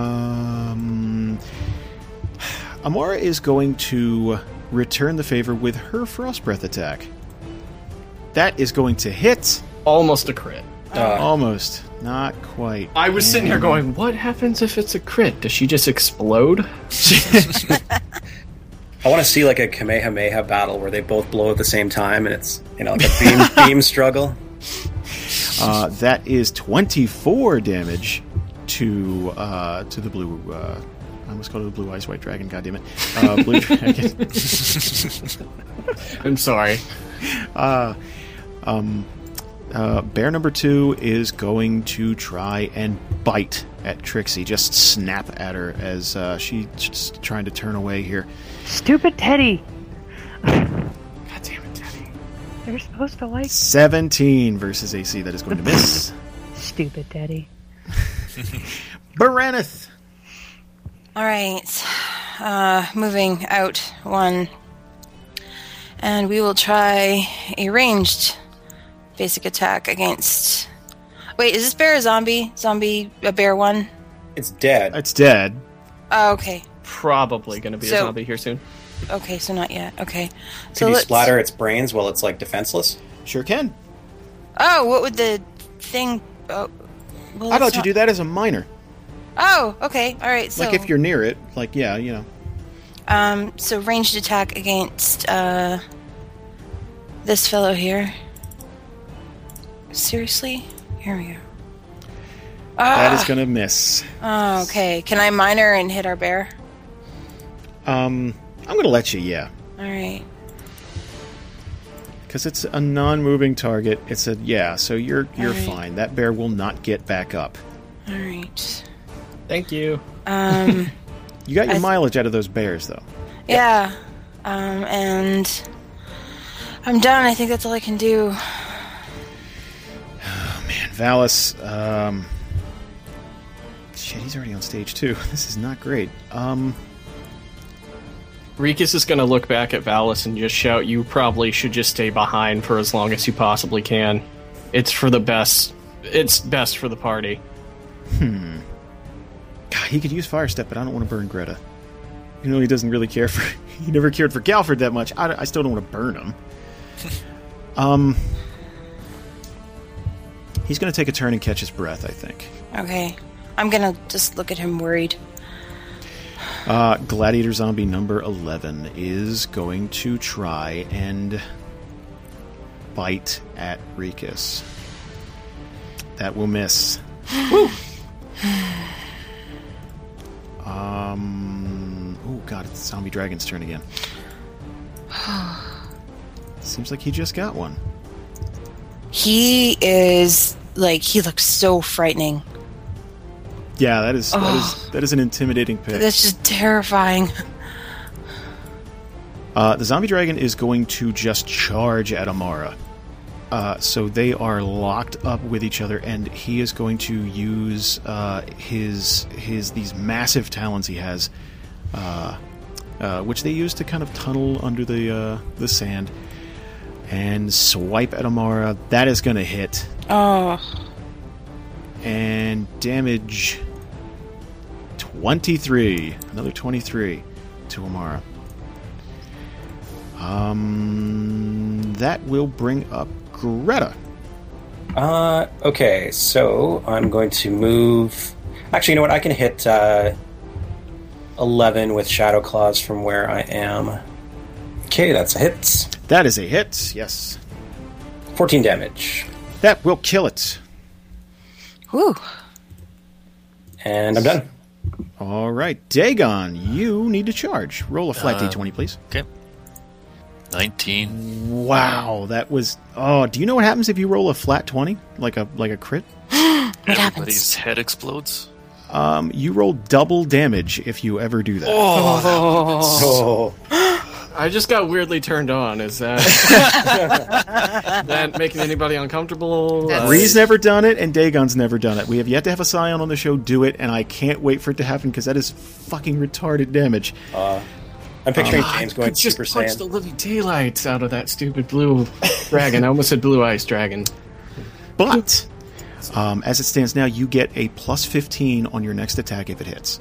Speaker 3: Um, Amara is going to return the favor with her frost breath attack. That is going to hit.
Speaker 6: Almost a crit.
Speaker 3: Almost, not quite.
Speaker 6: I was sitting here going, "What happens if it's a crit? Does she just explode?"
Speaker 4: I want to see like a Kamehameha battle where they both blow at the same time and it's, you know, like a beam, beam struggle.
Speaker 3: Uh, that is 24 damage to uh, to the blue. Uh, I almost called it a blue eyes white dragon. God damn it, uh, blue dragon.
Speaker 6: I'm sorry.
Speaker 3: Uh, bear number two is going to try and bite at Trixie. Just snap at her as uh, she's just trying to turn away here.
Speaker 5: Stupid Teddy!
Speaker 6: God damn it, Teddy.
Speaker 5: They're supposed to like
Speaker 3: 17 versus AC. That is going to miss.
Speaker 5: stupid Teddy.
Speaker 3: Baranith.
Speaker 7: All right. Uh, moving out one. And we will try a ranged basic attack against. Wait, is this bear a zombie? Zombie, a bear one?
Speaker 4: It's
Speaker 7: Uh,
Speaker 4: dead.
Speaker 3: It's dead.
Speaker 7: Oh, okay.
Speaker 6: Probably going to be a
Speaker 7: So-
Speaker 6: zombie here soon.
Speaker 7: Okay, so not yet. Okay. So
Speaker 4: Could you
Speaker 7: let's-
Speaker 4: splatter its brains while it's like defenseless?
Speaker 3: Sure can.
Speaker 7: Oh, what would the thing. Oh, well,
Speaker 3: I
Speaker 7: it's
Speaker 3: thought you
Speaker 7: not-
Speaker 3: do that as a minor.
Speaker 7: Oh, okay. All right. So,
Speaker 3: Like if you're near it, like yeah, you know.
Speaker 7: um, so ranged attack against uh, this fellow here. Seriously? Here we go.
Speaker 3: That
Speaker 7: Ah.
Speaker 3: is going to miss.
Speaker 7: Oh, okay. Can I minor and hit our bear?
Speaker 3: Um, I'm going to let you. Yeah.
Speaker 7: All right.
Speaker 3: Because it's a non-moving target. It said, "Yeah, so you're you're
Speaker 7: Alright.
Speaker 3: fine. That bear will not get back up."
Speaker 7: All right.
Speaker 6: Thank you.
Speaker 7: Um,
Speaker 3: You got your
Speaker 7: I th-
Speaker 3: mileage out of those bears, though.
Speaker 7: yeah. Um, and I'm done. I think that's all I can do.
Speaker 3: And Valis, um, shit, he's already on stage too. This is not great. Um,
Speaker 6: Rikus is going to look back at Valis and just shout, "You probably should just stay behind for as long as you possibly can." It's for the best. It's best for the party.
Speaker 3: God, he could use Fire Step, but I don't want to burn Greta. You know, he doesn't really care for. He never cared for Galford that much. I, I still don't want to burn him. um, he's going to take a turn and catch his breath. I think.
Speaker 7: Okay. I'm gonna just look at him worried.
Speaker 3: Uh, Gladiator Zombie number 11 is going to try and bite at Rikus. That will miss. Woo! Um. Oh, God, it's Zombie Dragon's turn again. Seems like he just got one.
Speaker 7: He is like he looks so frightening.
Speaker 3: Yeah, that is that is that is an intimidating pick.
Speaker 7: That's just terrifying.
Speaker 3: Uh, the zombie dragon is going to just charge at Amara. Uh, so they are locked up with each other, and he is going to use uh, his his these massive talons he has, uh, uh, which they use to kind of tunnel under the uh, the sand, and swipe at Amara. That is going to hit
Speaker 7: Oh,
Speaker 3: and damage twenty three, another twenty three to Amara. Um, that will bring up Greta.
Speaker 4: Uh, okay, so I'm going to move. Actually, you know what? I can hit uh, 11 with Shadow Claws from where I am. Okay, that's a hit.
Speaker 3: That is a hit. Yes,
Speaker 4: 14 damage.
Speaker 3: that will kill it.
Speaker 7: whew.
Speaker 4: And I'm done.
Speaker 3: All right, Dagon, you need to charge. Roll a flat d20, please.
Speaker 2: Okay. 19.
Speaker 3: Wow, that was. Oh, do you know what happens if you roll a flat twenty, like a like a crit?
Speaker 7: What
Speaker 2: Everybody's
Speaker 7: happens?
Speaker 2: head explodes.
Speaker 3: Um, you roll double damage if you ever do that.
Speaker 4: Oh,
Speaker 6: I just got weirdly turned on. Is that that making anybody uncomfortable?
Speaker 8: That's-
Speaker 6: Uh,
Speaker 3: Bree's never done it, and Dagon's never done it. We have yet to have a Scion on the show do it, and I can't wait for it to happen because that is fucking retarded damage.
Speaker 4: I'm picturing
Speaker 7: Ah.
Speaker 4: James
Speaker 6: I
Speaker 4: going
Speaker 6: just
Speaker 4: Super
Speaker 6: punched
Speaker 4: Saiyan.
Speaker 6: the living daylights out of that stupid blue dragon. I almost said blue eyes dragon.
Speaker 3: But um, as it stands now, you get a plus 15 on your next attack if it hits.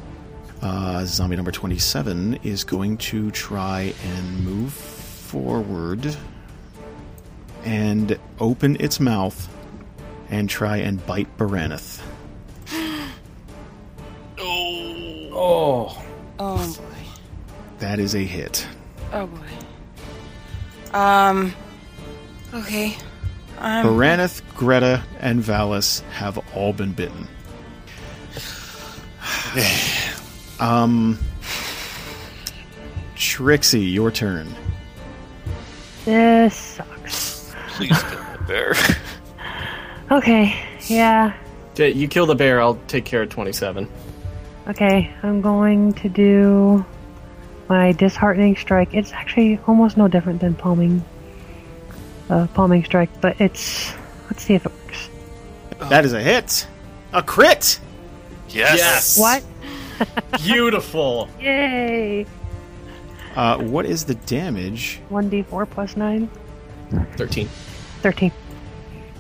Speaker 3: Uh, zombie number 27 is going to try and move forward and open its mouth and try and bite Baranith.
Speaker 4: oh,
Speaker 7: Oh,
Speaker 3: That is a hit.
Speaker 7: oh boy. Um. Okay.
Speaker 3: Baranith, Greta, and Valis have all been bitten. um, Trixie, your turn.
Speaker 5: This sucks.
Speaker 2: Please kill that bear.
Speaker 5: Okay. Yeah.
Speaker 6: D- You kill the bear. I'll take care of twenty-seven.
Speaker 5: Okay. I'm going to do my disheartening strike. It's actually almost no different than palming. Uh, palming strike, but it's. Let's see if it works.
Speaker 3: That is a hit. A crit.
Speaker 2: Yes.
Speaker 5: What?
Speaker 6: Beautiful.
Speaker 5: Yay!
Speaker 3: Uh, what is the damage?
Speaker 5: 1d4 plus 9.
Speaker 6: Thirteen.
Speaker 5: 13.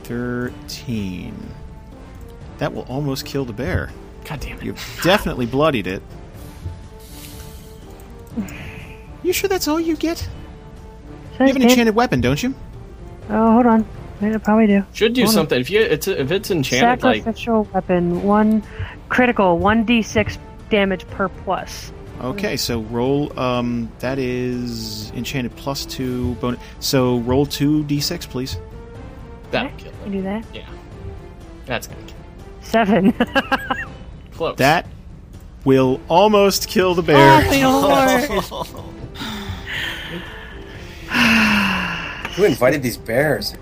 Speaker 3: 13. That will almost kill the bear.
Speaker 6: God damn it.
Speaker 3: You definitely bloodied it. You sure that's all you get?
Speaker 5: Says
Speaker 3: You have an
Speaker 5: Dan-
Speaker 3: enchanted weapon, don't you?
Speaker 5: Oh, hold on. I probably do.
Speaker 6: Should do
Speaker 5: Hold on.
Speaker 6: something if you it's if it's enchanted like
Speaker 5: Sacrificial weapon. One critical. 1d6 damage per plus.
Speaker 3: Okay, so roll. Um, that is enchanted plus two bonus. So roll two d6, please.
Speaker 6: that'll kill
Speaker 5: Can
Speaker 6: it.
Speaker 5: you do that?
Speaker 6: Yeah, that's gonna kill.
Speaker 5: Seven.
Speaker 6: it. Close.
Speaker 3: That will almost kill the bear.
Speaker 4: who invited these bears?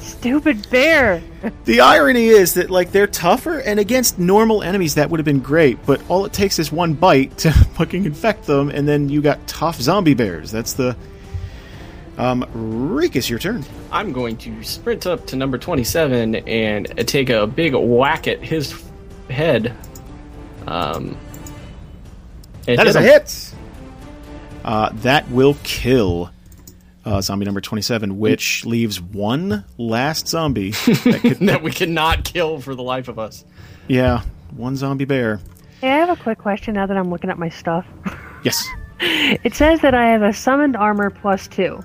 Speaker 5: Stupid bear.
Speaker 3: The irony is that like they're tougher, and against normal enemies that would have been great. But all it takes is one bite to fucking infect them, and then you got tough zombie bears. That's the. Um, Rikus, your turn.
Speaker 6: I'm going to sprint up to number 27 and take a big whack at his f- head. Um, and
Speaker 3: That is a
Speaker 6: him.
Speaker 3: hit. Uh, that will kill uh, uh, zombie number 27, which leaves one last zombie that could,
Speaker 6: that we cannot kill for the life of us.
Speaker 3: yeah, one zombie bear.
Speaker 5: Hey, I have a quick question now that I'm looking at my stuff.
Speaker 3: Yes.
Speaker 5: It says that I have a summoned armor plus two.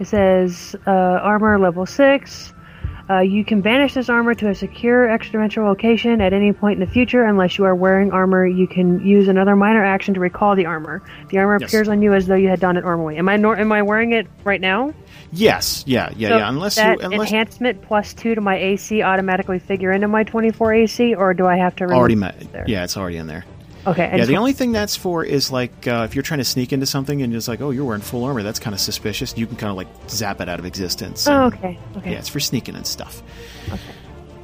Speaker 5: It says uh, armor level six. Uh, you can banish this armor to a secure extra-dimensional location at any point in the future unless you are wearing armor. You can use another minor action to recall the armor. The armor
Speaker 3: Yes.
Speaker 5: appears on you as though you had donned it normally. Am I nor- am I wearing it right now?
Speaker 3: Yes. Yeah. Yeah.
Speaker 5: So
Speaker 3: yeah. Unless you
Speaker 5: that
Speaker 3: unless
Speaker 5: enhancement plus two to my AC automatically figure into my 24 AC, or do I have to remove
Speaker 3: already
Speaker 5: it
Speaker 3: met.
Speaker 5: there?
Speaker 3: Yeah, it's already in there.
Speaker 5: Okay. I
Speaker 3: Yeah,
Speaker 5: just
Speaker 3: the
Speaker 5: want-
Speaker 3: only thing that's for is like uh, if you're trying to sneak into something and it's like, oh, you're wearing full armor. That's kind of suspicious. You can kind of like zap it out of existence.
Speaker 5: Oh,
Speaker 3: and-
Speaker 5: okay. Okay.
Speaker 3: Yeah, it's for sneaking and stuff.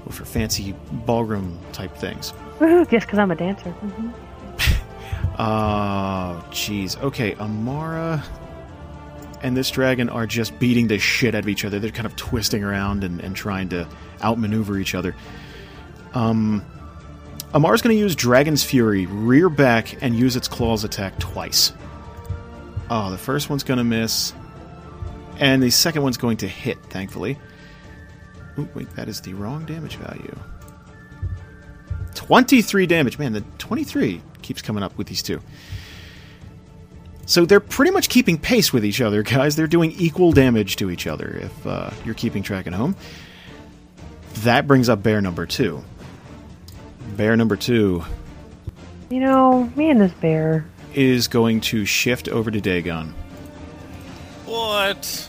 Speaker 3: Or for fancy ballroom type things.
Speaker 5: Woohoo, just because I'm a dancer.
Speaker 3: Oh, jeez. Okay, Amara and this dragon are just beating the shit out of each other. They're kind of twisting around and, and trying to outmaneuver each other. Um, Amara's going to use Dragon's Fury, rear back, and use its claws attack twice. Oh, the first one's going to miss. And the second one's going to hit, thankfully. Ooh, wait, that is the wrong damage value. 23 damage. Man, the 23 keeps coming up with these two. So they're pretty much keeping pace with each other, guys. They're doing equal damage to each other if uh, you're keeping track at home. That brings up bear number two. Bear number two
Speaker 5: You know, me and this bear.
Speaker 3: is going to shift over to Dagon.
Speaker 2: What?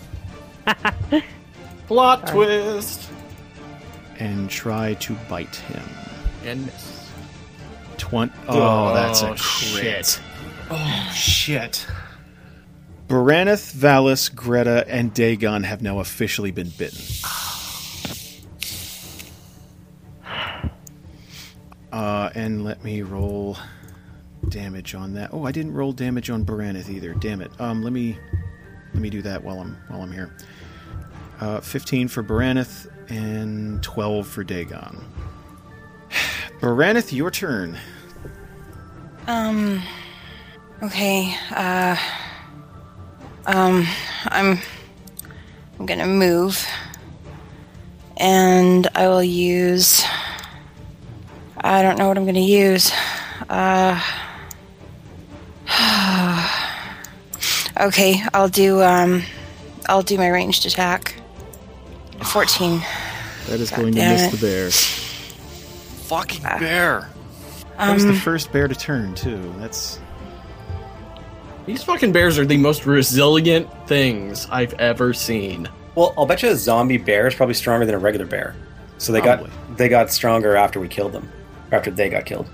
Speaker 6: Plot twist.
Speaker 3: and try to bite him.
Speaker 6: And miss.
Speaker 3: Twen- oh, that's a
Speaker 6: Oh,
Speaker 3: crit.
Speaker 6: shit.
Speaker 3: Shit. Baraneth, Valis, Greta, and Dagon have now officially been bitten. Uh, and let me roll damage on that. Oh, I didn't roll damage on Baraneth either. Damn it. Um, let me let me do that while I'm while I'm here. Uh, 15 for Baraneth and 12 for Dagon. Baraneth, your turn.
Speaker 7: Okay. Uh, um, I'm I'm gonna move, and I will use. I don't know what I'm gonna use. Uh, okay, I'll do. Um, I'll do my ranged attack. Fourteen.
Speaker 3: That is going
Speaker 7: damn
Speaker 3: to
Speaker 7: it.
Speaker 3: miss the bear.
Speaker 2: Fucking bear.
Speaker 3: That
Speaker 7: Um,
Speaker 3: was the first bear to turn too. That's
Speaker 6: These fucking bears are the most resilient things I've ever seen.
Speaker 4: Well, I'll bet you a zombie bear is probably stronger than a regular bear. So they
Speaker 3: Probably.
Speaker 4: got they got stronger after we killed them, or after they got killed.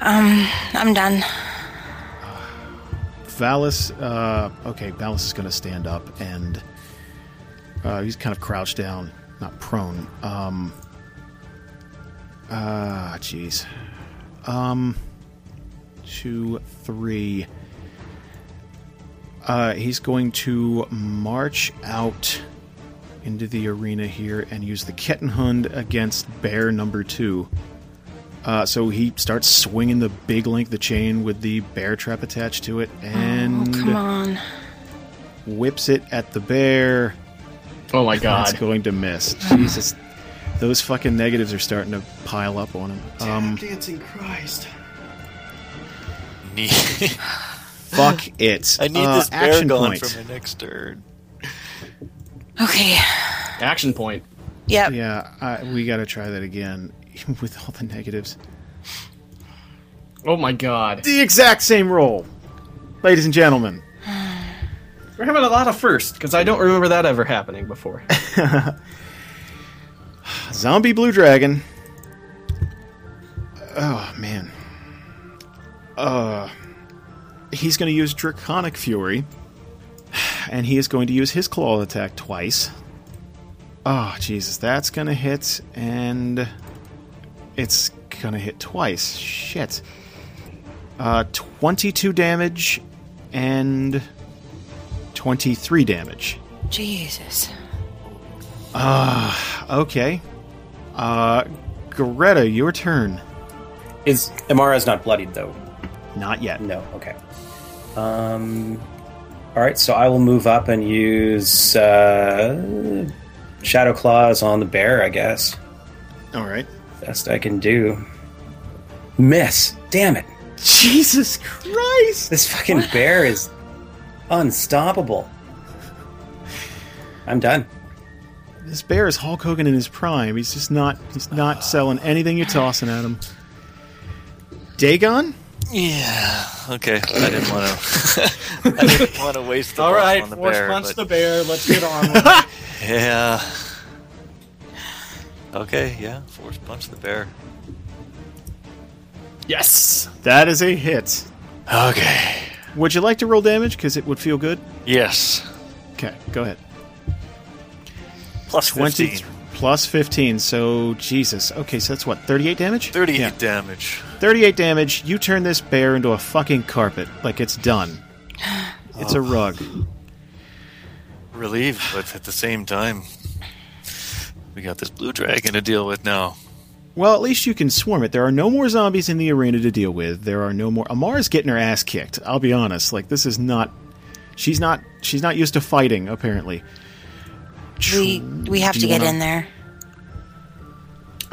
Speaker 7: I'm done.
Speaker 3: Valis. Uh, okay, Valis is going to stand up and uh, he's kind of crouched down, not prone. Um, ah, jeez. Um, two, three. Uh, he's going to march out into the arena here and use the Kettenhund against bear number two. Uh, so he starts swinging the big link, the chain with the bear trap attached to it, and
Speaker 7: Oh, Come on.
Speaker 3: whips it at the bear.
Speaker 6: Oh my
Speaker 3: That's
Speaker 6: god.
Speaker 3: going to miss. Jesus, those fucking negatives are starting to pile up on him. Um,
Speaker 8: Dancing Christ.
Speaker 2: Need,
Speaker 3: fuck it.
Speaker 2: I need
Speaker 3: Uh,
Speaker 2: this bear
Speaker 3: action
Speaker 2: gone
Speaker 3: point.
Speaker 2: for my next turn.
Speaker 7: Okay.
Speaker 6: Action point.
Speaker 7: Yep.
Speaker 3: Yeah, I, we got to try that again with all the negatives.
Speaker 6: Oh my god.
Speaker 3: The exact same roll, ladies and gentlemen.
Speaker 6: We're having a lot of first because I don't remember that ever happening before.
Speaker 3: Zombie blue dragon. Oh man. Uh, he's going to use draconic fury, and he is going to use his claw attack twice. Oh Jesus, that's going to hit, and it's going to hit twice. Shit. Uh, twenty-two damage, and twenty-three damage.
Speaker 7: Jesus.
Speaker 3: Okay. Uh, Greta, your turn.
Speaker 4: Is Amara's not bloodied though?
Speaker 3: Not yet.
Speaker 4: No. Okay. Um, All right, so I will move up and use uh, shadow claws on the bear. I guess
Speaker 3: All right.
Speaker 4: best I can do. Miss. Damn it!
Speaker 3: Jesus Christ!
Speaker 4: This fucking bear is unstoppable. I'm done.
Speaker 3: This bear is Hulk Hogan in his prime. He's just not. He's not selling anything you're tossing at him. Dagon.
Speaker 2: Yeah. Okay. I didn't want to. I didn't want to waste the
Speaker 8: All
Speaker 2: buff
Speaker 8: right,
Speaker 2: on the
Speaker 8: force
Speaker 2: bear.
Speaker 8: punch
Speaker 2: but-
Speaker 8: the bear. Let's get on. with it.
Speaker 2: Yeah. Okay. Yeah. Force punch the bear.
Speaker 6: Yes.
Speaker 3: That is a hit.
Speaker 2: Okay.
Speaker 3: Would you like to roll damage? Because it would feel good.
Speaker 2: Yes.
Speaker 3: Okay, go ahead.
Speaker 2: Plus
Speaker 3: 20
Speaker 2: 15.
Speaker 3: plus 15. So, Jesus. Okay, so that's what? 38 damage?
Speaker 2: 38
Speaker 3: Yeah.
Speaker 2: damage.
Speaker 3: 38 damage. You turn this bear into a fucking carpet. Like, it's done. It's a rug.
Speaker 2: Relieved, but at the same time, we got this blue dragon to deal with now.
Speaker 3: Well, at least you can swarm it. There are no more zombies in the arena to deal with. There are no more. Amara's getting her ass kicked. I'll be honest. Like, this is not. She's not. She's not used to fighting, apparently.
Speaker 7: We we have
Speaker 3: Do
Speaker 7: to
Speaker 3: you
Speaker 7: get
Speaker 3: wanna-
Speaker 7: in there.
Speaker 6: I'm
Speaker 3: Do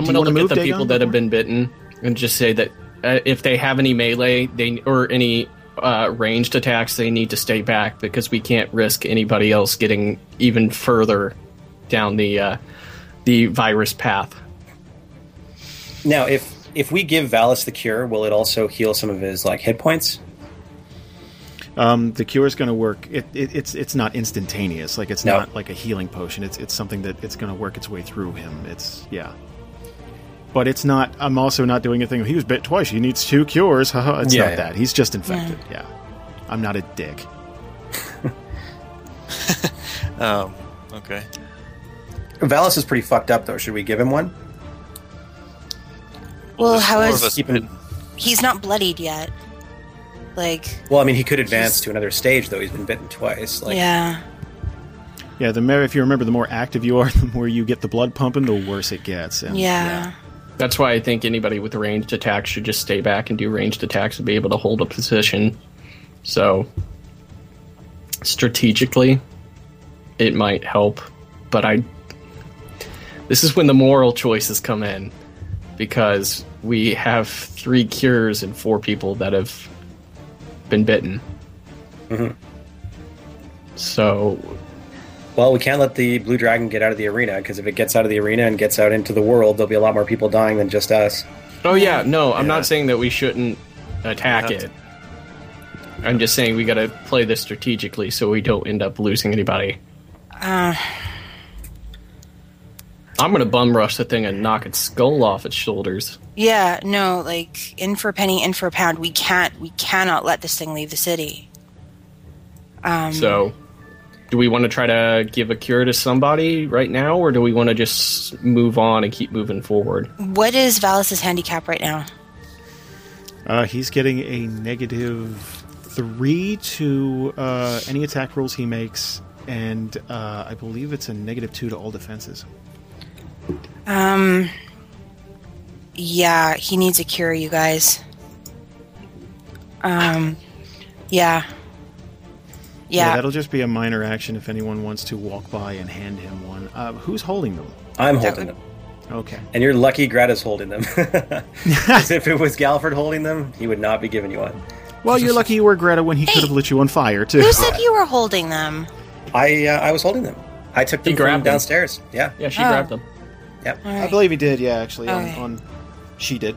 Speaker 3: you wanna
Speaker 6: gonna look
Speaker 3: move,
Speaker 6: at the
Speaker 3: Dagon,
Speaker 6: people that have been bitten and just say that uh, if they have any melee, they or any uh, ranged attacks, they need to stay back because we can't risk anybody else getting even further down the uh, the virus path.
Speaker 4: Now, if if we give Valis the cure, will it also heal some of his like hit points?
Speaker 3: Um, the cure is going to work. It, it, it's it's not instantaneous. Like it's
Speaker 4: No.
Speaker 3: not like a healing potion. It's it's something that it's going to work its way through him. It's yeah. But it's not. I'm also not doing a thing. He was bit twice. He needs two cures. Haha. it's
Speaker 4: Yeah,
Speaker 3: not
Speaker 4: yeah.
Speaker 3: that. He's just infected. Yeah. I'm not a dick.
Speaker 2: Um, okay.
Speaker 4: Valis is pretty fucked up though. Should we give him one?
Speaker 7: Well,
Speaker 2: there's
Speaker 7: how
Speaker 2: four of
Speaker 7: is-
Speaker 2: us
Speaker 4: Keep him.
Speaker 7: He's not bloodied yet. Like
Speaker 4: Well, I mean, he could advance to another stage though. He's been bitten twice. Like,
Speaker 7: yeah.
Speaker 3: Yeah. The mer- if you remember, the more active you are, the more you get the blood pumping, the worse it gets. And,
Speaker 7: Yeah.
Speaker 6: That's why I think anybody with ranged attacks should just stay back and do ranged attacks and be able to hold a position. So strategically, it might help, but I this is when the moral choices come in because we have three cures and four people that have been bitten. So
Speaker 4: well, we can't let the blue dragon get out of the arena because if it gets out of the arena and gets out into the world, there'll be a lot more people dying than just us.
Speaker 6: Oh yeah, no, I'm not saying that we shouldn't attack
Speaker 2: Yeah.
Speaker 6: it. I'm just saying we got to play this strategically so we don't end up losing anybody. Uh. I'm gonna bum rush the thing and knock its skull off its shoulders.
Speaker 7: Yeah, no, like in for a penny, in for a pound. We can't, we cannot let this thing leave the city.
Speaker 6: So, do we want to try to give a cure to somebody right now, or do we want to just move on and keep moving forward?
Speaker 7: What is Valis's handicap right now?
Speaker 3: Uh, he's getting a negative three to uh, any attack rolls he makes, and uh, I believe it's a negative two to all defenses.
Speaker 7: Um, yeah, he needs a cure, you guys. Um, yeah, yeah.
Speaker 3: that'll just be a minor action if anyone wants to walk by and hand him one. Uh, who's holding them?
Speaker 4: I'm holding
Speaker 7: would-
Speaker 4: them,
Speaker 3: Okay.
Speaker 4: and you're lucky. Greta's holding them. 'Cause if it was Galford holding them, he would not be giving you one.
Speaker 3: Well, you're lucky you were Greta when he could have lit you on fire too.
Speaker 7: Who said you were holding them?
Speaker 4: I uh, I was holding them. I took them from
Speaker 6: grabbed them.
Speaker 4: downstairs. Yeah.
Speaker 6: Yeah, she
Speaker 7: Oh.
Speaker 6: grabbed them.
Speaker 4: Yep.
Speaker 7: All
Speaker 3: I
Speaker 7: right.
Speaker 3: believe he did. Yeah, actually, on,
Speaker 7: Okay.
Speaker 3: on she did.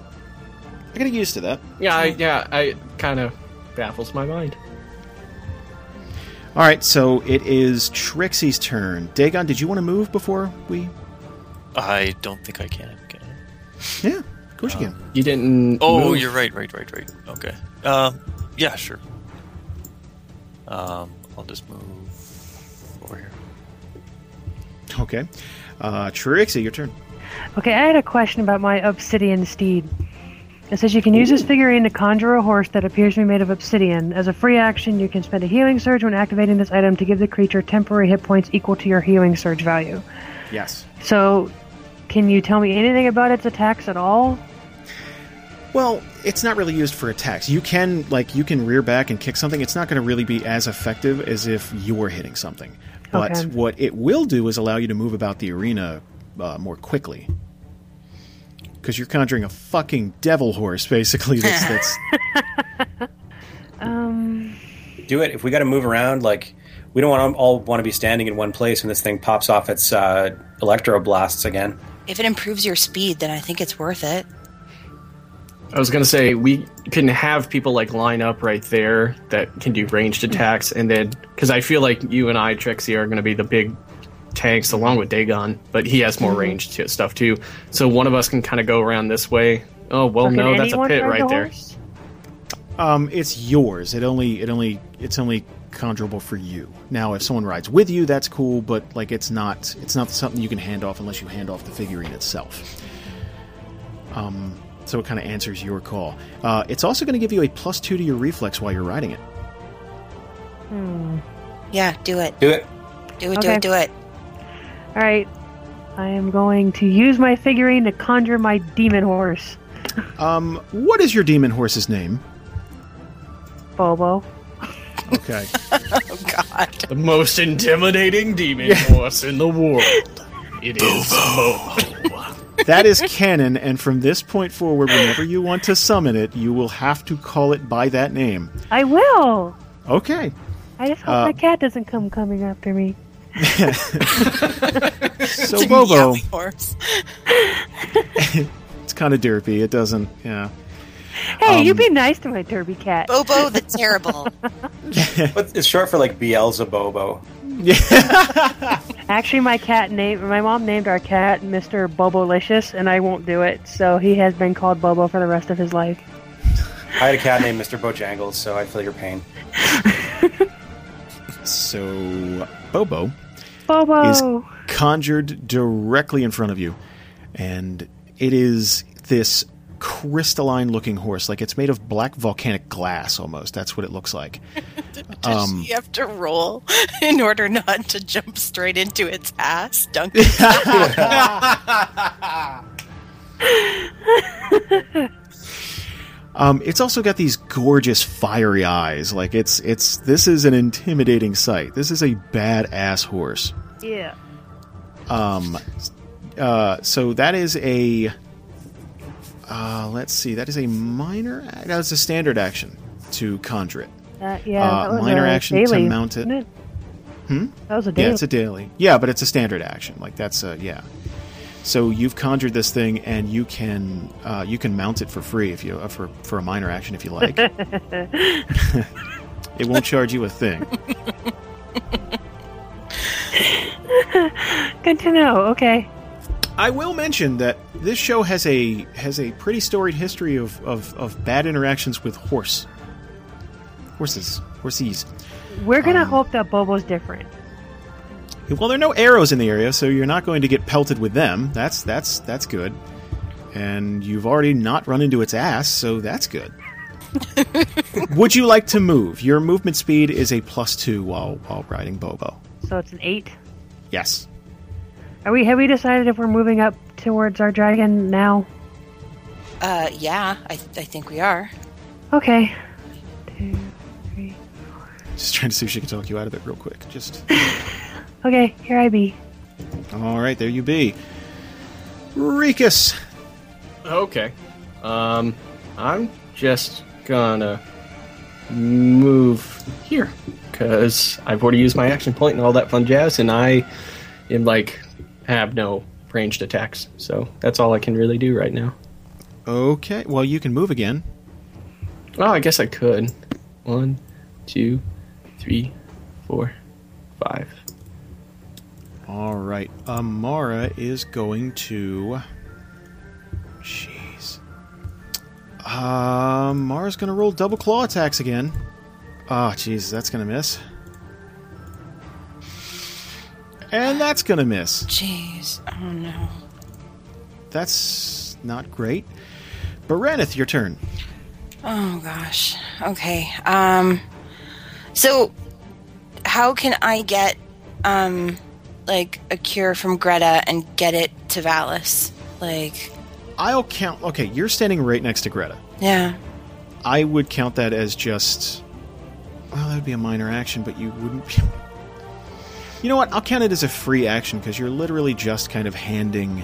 Speaker 3: I gotta get used to that.
Speaker 6: Yeah, I, yeah, I kind of baffles my mind.
Speaker 3: All right, so it is Trixie's turn. Dagon, did you want to move before we?
Speaker 2: I don't think I can. Can I?
Speaker 3: Yeah, of course you can.
Speaker 6: You didn't.
Speaker 2: Oh,
Speaker 6: move.
Speaker 2: you're right, right, right, right. Okay. Um, yeah, sure. Um, I'll just move over here.
Speaker 3: Okay. Uh, Trixie, your turn.
Speaker 5: Okay, I had a question about my obsidian steed. It says you can use this figurine to conjure a horse that appears to be made of obsidian. As a free action, you can spend a healing surge when activating this item to give the creature temporary hit points equal to your healing surge value.
Speaker 3: Yes.
Speaker 5: So, can you tell me anything about its attacks at all?
Speaker 3: Well, it's not really used for attacks. You can like you can rear back and kick something. It's not going to really be as effective as if you're hitting something. But
Speaker 5: Okay.
Speaker 3: what it will do is allow you to move about the arena uh, more quickly. Because you're conjuring a fucking devil horse, basically. That's, that's
Speaker 4: do it. If we got to move around, like we don't want all want to be standing in one place when this thing pops off its uh, electroblasts again.
Speaker 7: If it improves your speed, then I think it's worth it.
Speaker 6: I was gonna say we can have people like line up right there that can do ranged attacks, and then because I feel like you and I, Trixie, are gonna be the big tanks along with Dagon, but he has more
Speaker 5: Mm-hmm.
Speaker 6: ranged t- stuff too. So one of us can kind of go around this way. Oh well,
Speaker 5: Can
Speaker 6: no, that's a
Speaker 5: anyone
Speaker 6: pit
Speaker 5: ride
Speaker 6: right
Speaker 5: the
Speaker 6: there.
Speaker 5: horse?
Speaker 3: um, it's yours. It only it only it's only conjurable for you. Now, if someone rides with you, that's cool. But like, it's not it's not something you can hand off unless you hand off the figurine itself. Um, so it kind of answers your call. Uh, it's also going to give you a plus two to your reflex while you're riding it.
Speaker 7: Yeah, do it.
Speaker 4: Do it.
Speaker 7: Do it, do
Speaker 5: Okay.
Speaker 7: it, do it.
Speaker 5: All right. I am going to use my figurine to conjure my demon horse,
Speaker 3: Um, what is your demon horse's name?
Speaker 5: Bobo.
Speaker 3: Okay.
Speaker 7: Oh, God.
Speaker 6: The most intimidating demon horse in the world. It is.
Speaker 3: that is canon, and from this point forward, whenever you want to summon it, you will have to call it by that name.
Speaker 5: I will.
Speaker 3: Okay.
Speaker 5: I just hope
Speaker 3: Uh,
Speaker 5: my cat doesn't come coming after me.
Speaker 3: So Bobo,
Speaker 7: Meowing horse.
Speaker 3: it's kind of derpy. It doesn't. Yeah.
Speaker 5: Hey, you
Speaker 3: um, oh.
Speaker 5: be nice to my derby cat.
Speaker 7: Bobo the Terrible.
Speaker 4: But it's short for like Beelzebobo.
Speaker 5: Actually, my cat named my mom named our cat Mr. Bobolicious, and I won't do it. So he has been called Bobo for the rest of his life.
Speaker 4: I had a cat named Mr. Bojangles, so I feel your pain.
Speaker 3: So Bobo
Speaker 5: Bobo.
Speaker 3: is conjured directly in front of you, and it is this crystalline-looking horse. Like it's made of black volcanic glass, almost. That's what it looks like. Um,
Speaker 7: you have to roll in order not to jump straight into its ass. Dunk.
Speaker 3: Um, it's also got these gorgeous fiery eyes. Like it's it's this is an intimidating sight. This is a badass horse.
Speaker 5: yeah.
Speaker 3: Um, uh, so that is a uh, let's see, that is a minor. That is a standard action to conjure it.
Speaker 5: That, yeah.
Speaker 3: Uh,
Speaker 5: that was
Speaker 3: minor
Speaker 5: a
Speaker 3: action to
Speaker 5: daily,
Speaker 3: mount it. Hmm?
Speaker 5: wasn't That was a
Speaker 3: Yeah,
Speaker 5: daily.
Speaker 3: it's a daily. Yeah, but it's a standard action. Like that's a yeah. So you've conjured this thing, and you can uh, you can mount it for free if you uh, for for a minor action if you like. it won't charge you a thing.
Speaker 5: Good to know. Okay.
Speaker 3: I will mention that this show has a has a pretty storied history of, of, of bad interactions with horse horses horses.
Speaker 5: We're gonna
Speaker 3: Um,
Speaker 5: hope that Bobo's different.
Speaker 3: Well, there are no arrows in the area, so you're not going to get pelted with them. That's that's that's good. And you've already not run into its ass, so that's good. Would you like to move? Your movement speed is a plus two while while riding Bobo.
Speaker 5: So it's an eight.
Speaker 3: Yes.
Speaker 5: Are we? Have we decided if we're moving up towards our dragon now?
Speaker 7: Uh, yeah, I, I think we are.
Speaker 5: Okay.
Speaker 3: Just trying to see if she can talk you out of it real quick. Just
Speaker 5: Okay. Here I be.
Speaker 3: all right. There you be. Rikus,
Speaker 6: Okay. Um, I'm just gonna move here because I've already used my action point and all that fun jazz, and I am like have no ranged attacks, so that's all I can really do right now.
Speaker 3: Okay. Well, you can move again.
Speaker 6: Oh, I guess I could. One, two, three, four, five.
Speaker 3: All right. Amara is going to. Jeez. Uh, Amara's going to roll double claw attacks again. Ah, jeez, that's going to miss. And that's going to miss.
Speaker 7: Jeez. Oh, no.
Speaker 3: That's not great. Baranith, your turn.
Speaker 7: Oh, gosh. Okay. Um, so how can I get, um, like a cure from Greta and get it to Valis? Like,
Speaker 3: I'll count. Okay, you're standing right next to Greta.
Speaker 7: Yeah.
Speaker 3: I would count that as just. Well, that would be a minor action, but you wouldn't. Be, you know what? I'll count it as a free action because you're literally just kind of handing.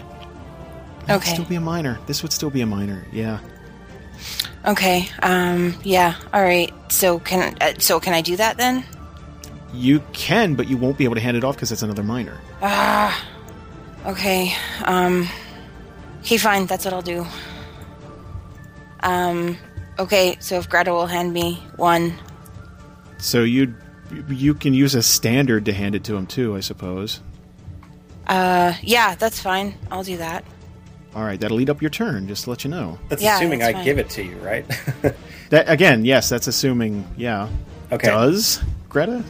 Speaker 3: It'd
Speaker 7: Okay.
Speaker 3: Still be a minor. This would still be a minor. Yeah.
Speaker 7: Okay. Um. Yeah. All right. So can uh, so can I do that then?
Speaker 3: You can, but you won't be able to hand it off because it's another minor.
Speaker 7: Okay. Um. Okay. Fine. That's what I'll do. Um. Okay. So if Greta will hand me one.
Speaker 3: So you you can use a standard to hand it to him too, I suppose.
Speaker 7: Uh. Yeah. That's fine. I'll do that.
Speaker 3: All right, that'll lead up your turn. Just to let you know.
Speaker 4: That's
Speaker 7: Yeah,
Speaker 4: assuming
Speaker 7: that's
Speaker 4: I
Speaker 7: fine.
Speaker 4: give it to you, right?
Speaker 3: That again, yes, that's assuming. Yeah.
Speaker 4: okay.
Speaker 3: Does Greta?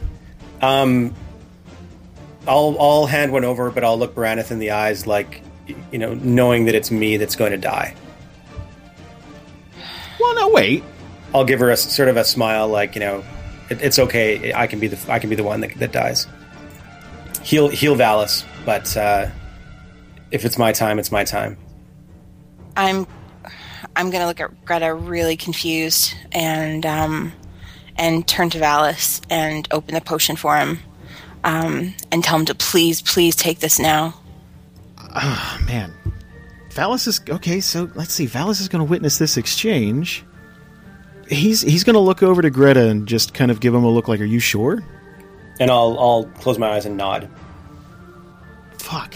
Speaker 4: Um, I'll I'll hand one over, but I'll look Braneth in the eyes, like y- you know, knowing that it's me that's going to die.
Speaker 3: Well, no, wait.
Speaker 4: I'll give her a s- sort of a smile, like you know, it, it's okay. I can be the I can be the one that, that dies. Heal heal Valis, but uh, if it's my time, it's my time.
Speaker 7: I'm I'm gonna look at Greta really confused and um and turn to Valis and open the potion for him. Um, and tell him to please, please take this now.
Speaker 3: Man, Valis is okay. So let's see. Valis is going to witness this exchange. He's he's going to look over to Greta and just kind of give him a look like, "Are you sure?"
Speaker 4: And I'll I'll close my eyes and nod.
Speaker 3: Fuck.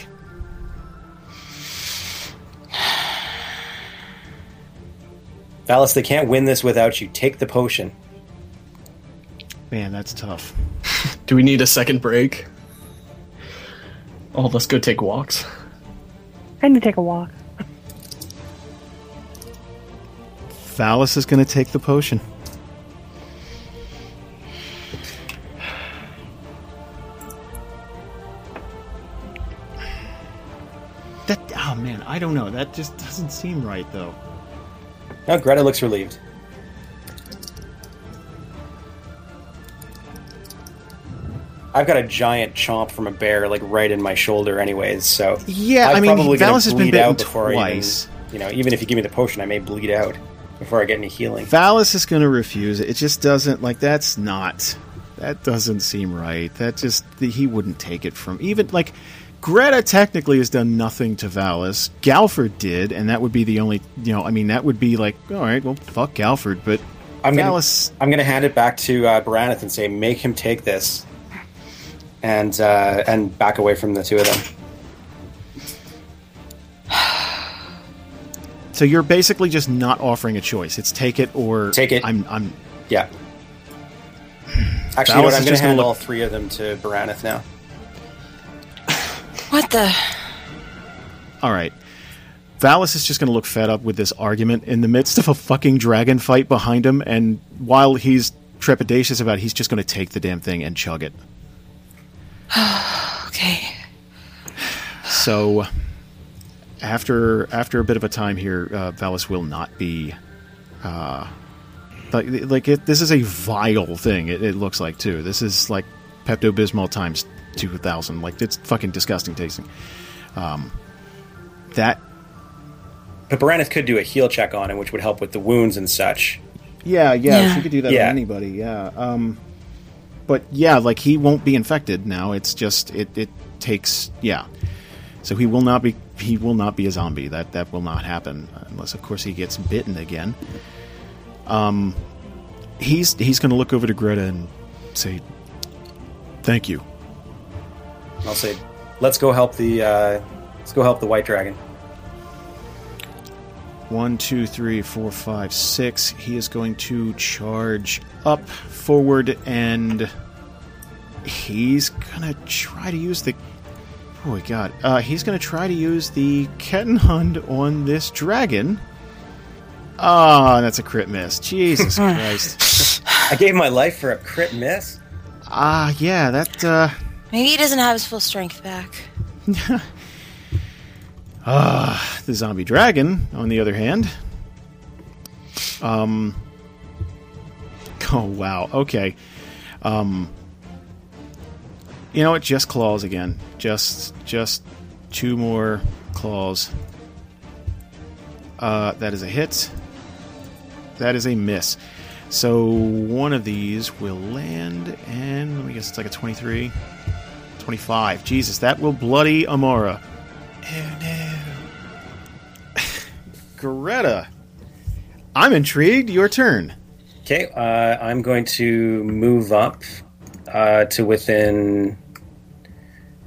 Speaker 4: Valis, they can't win this without you. Take the potion.
Speaker 3: Man, that's tough.
Speaker 6: Do we need a second break? All of us go take walks.
Speaker 5: I need to take a walk.
Speaker 3: Valis is going to take the potion. That oh man, I don't know. That just doesn't seem right though.
Speaker 4: Now Oh, Greta looks relieved. I've got a giant chomp from a bear like right in my shoulder, anyways. So
Speaker 3: Yeah,
Speaker 4: I'm
Speaker 3: I mean,
Speaker 4: probably gonna
Speaker 3: Valis has been
Speaker 4: bleed
Speaker 3: bitten
Speaker 4: out before I even-
Speaker 3: twice.
Speaker 4: you know, even if you give me the potion, I may bleed out before I get any healing.
Speaker 3: Valis is going to refuse it. It just doesn't like that's not that doesn't seem right. That just he wouldn't take it from even like Greta technically has done nothing to Valis. Galford did, and that would be the only you know. I mean, that would be like all right, well, fuck Galford, but
Speaker 4: I'm gonna,
Speaker 3: Valis.
Speaker 4: I'm gonna hand it back to uh, Baraneth and say, make him take this, and uh, and back away from the two of them.
Speaker 3: So you're basically just not offering a choice. It's take it or
Speaker 4: Take it.
Speaker 3: I'm I'm
Speaker 4: Yeah. Actually, you know
Speaker 3: Valis
Speaker 4: what?
Speaker 3: is
Speaker 4: I'm gonna
Speaker 3: just gonna
Speaker 4: hand
Speaker 3: look-
Speaker 4: all three of them to Baraneth now.
Speaker 7: What the?
Speaker 3: all right. Valis is just going to look fed up with this argument in the midst of a fucking dragon fight behind him, and while he's trepidatious about, it, he's just going to take the damn thing and chug it.
Speaker 7: Okay.
Speaker 3: So after after a bit of a time here, uh, Valis will not be. Uh, like like it, this is a vile thing. It, it looks like too. This is like Pepto Bismol times two thousand. Like it's fucking disgusting tasting. Um, that
Speaker 4: But Baraneth could do a heal check on him, which would help with the wounds and such.
Speaker 3: yeah yeah,
Speaker 7: Yeah.
Speaker 3: she could do that
Speaker 4: Yeah.
Speaker 3: on anybody yeah. Um, but yeah, like he won't be infected now. It's just it it takes yeah. So he will not be he will not be a zombie. That that will not happen unless of course he gets bitten again. Um he's he's going to look over to Greta and say thank you.
Speaker 4: I'll say, let's go help the uh, let's go help the white dragon.
Speaker 3: One, two, three, four, five, six. He is going to charge up, forward, and he's gonna try to use the. Oh my god! Uh, he's gonna try to use the Kettenhund on this dragon. Ah, that's a crit miss. Jesus Christ!
Speaker 4: I gave my life for a crit miss.
Speaker 3: Ah, yeah, that. Uh,
Speaker 7: Maybe he doesn't have his full strength back.
Speaker 3: the zombie dragon, on the other hand, um, oh wow, okay, um, you know what? Just claws again. Just, just two more claws. Uh, that is a hit. That is a miss. So one of these will land, and let me guess it's like a 23, 25. Jesus, that will bloody Amara. Oh no. Greta, I'm intrigued. Your turn.
Speaker 4: Okay, uh, I'm going to move up uh, to within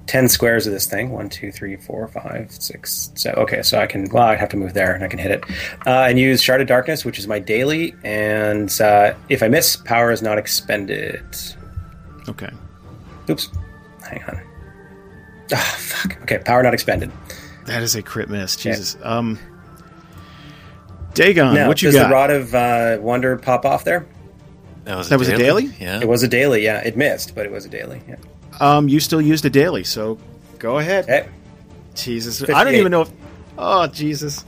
Speaker 4: 10 squares of this thing. One, two, three, four, five, six, seven. Okay, so I can, well, I have to move there and I can hit it. Uh, and use Shard of Darkness, which is my daily. And uh, if I miss, power is not expended.
Speaker 3: Okay.
Speaker 4: Oops. Hang on. Ah, fuck. Okay, power not expended.
Speaker 3: That is a crit miss. Jesus. Um, Dagon,
Speaker 4: Now,
Speaker 3: what you
Speaker 4: does
Speaker 3: got?
Speaker 4: the Rod of uh, Wonder pop off there?
Speaker 2: That was,
Speaker 3: That was a daily?
Speaker 2: Yeah.
Speaker 4: It was a daily, yeah. It missed, but it was a daily. Yeah.
Speaker 3: um, you still used a daily, so go ahead.
Speaker 4: Okay.
Speaker 3: Jesus, I don't
Speaker 4: 58.
Speaker 3: even know. if... Oh, Jesus.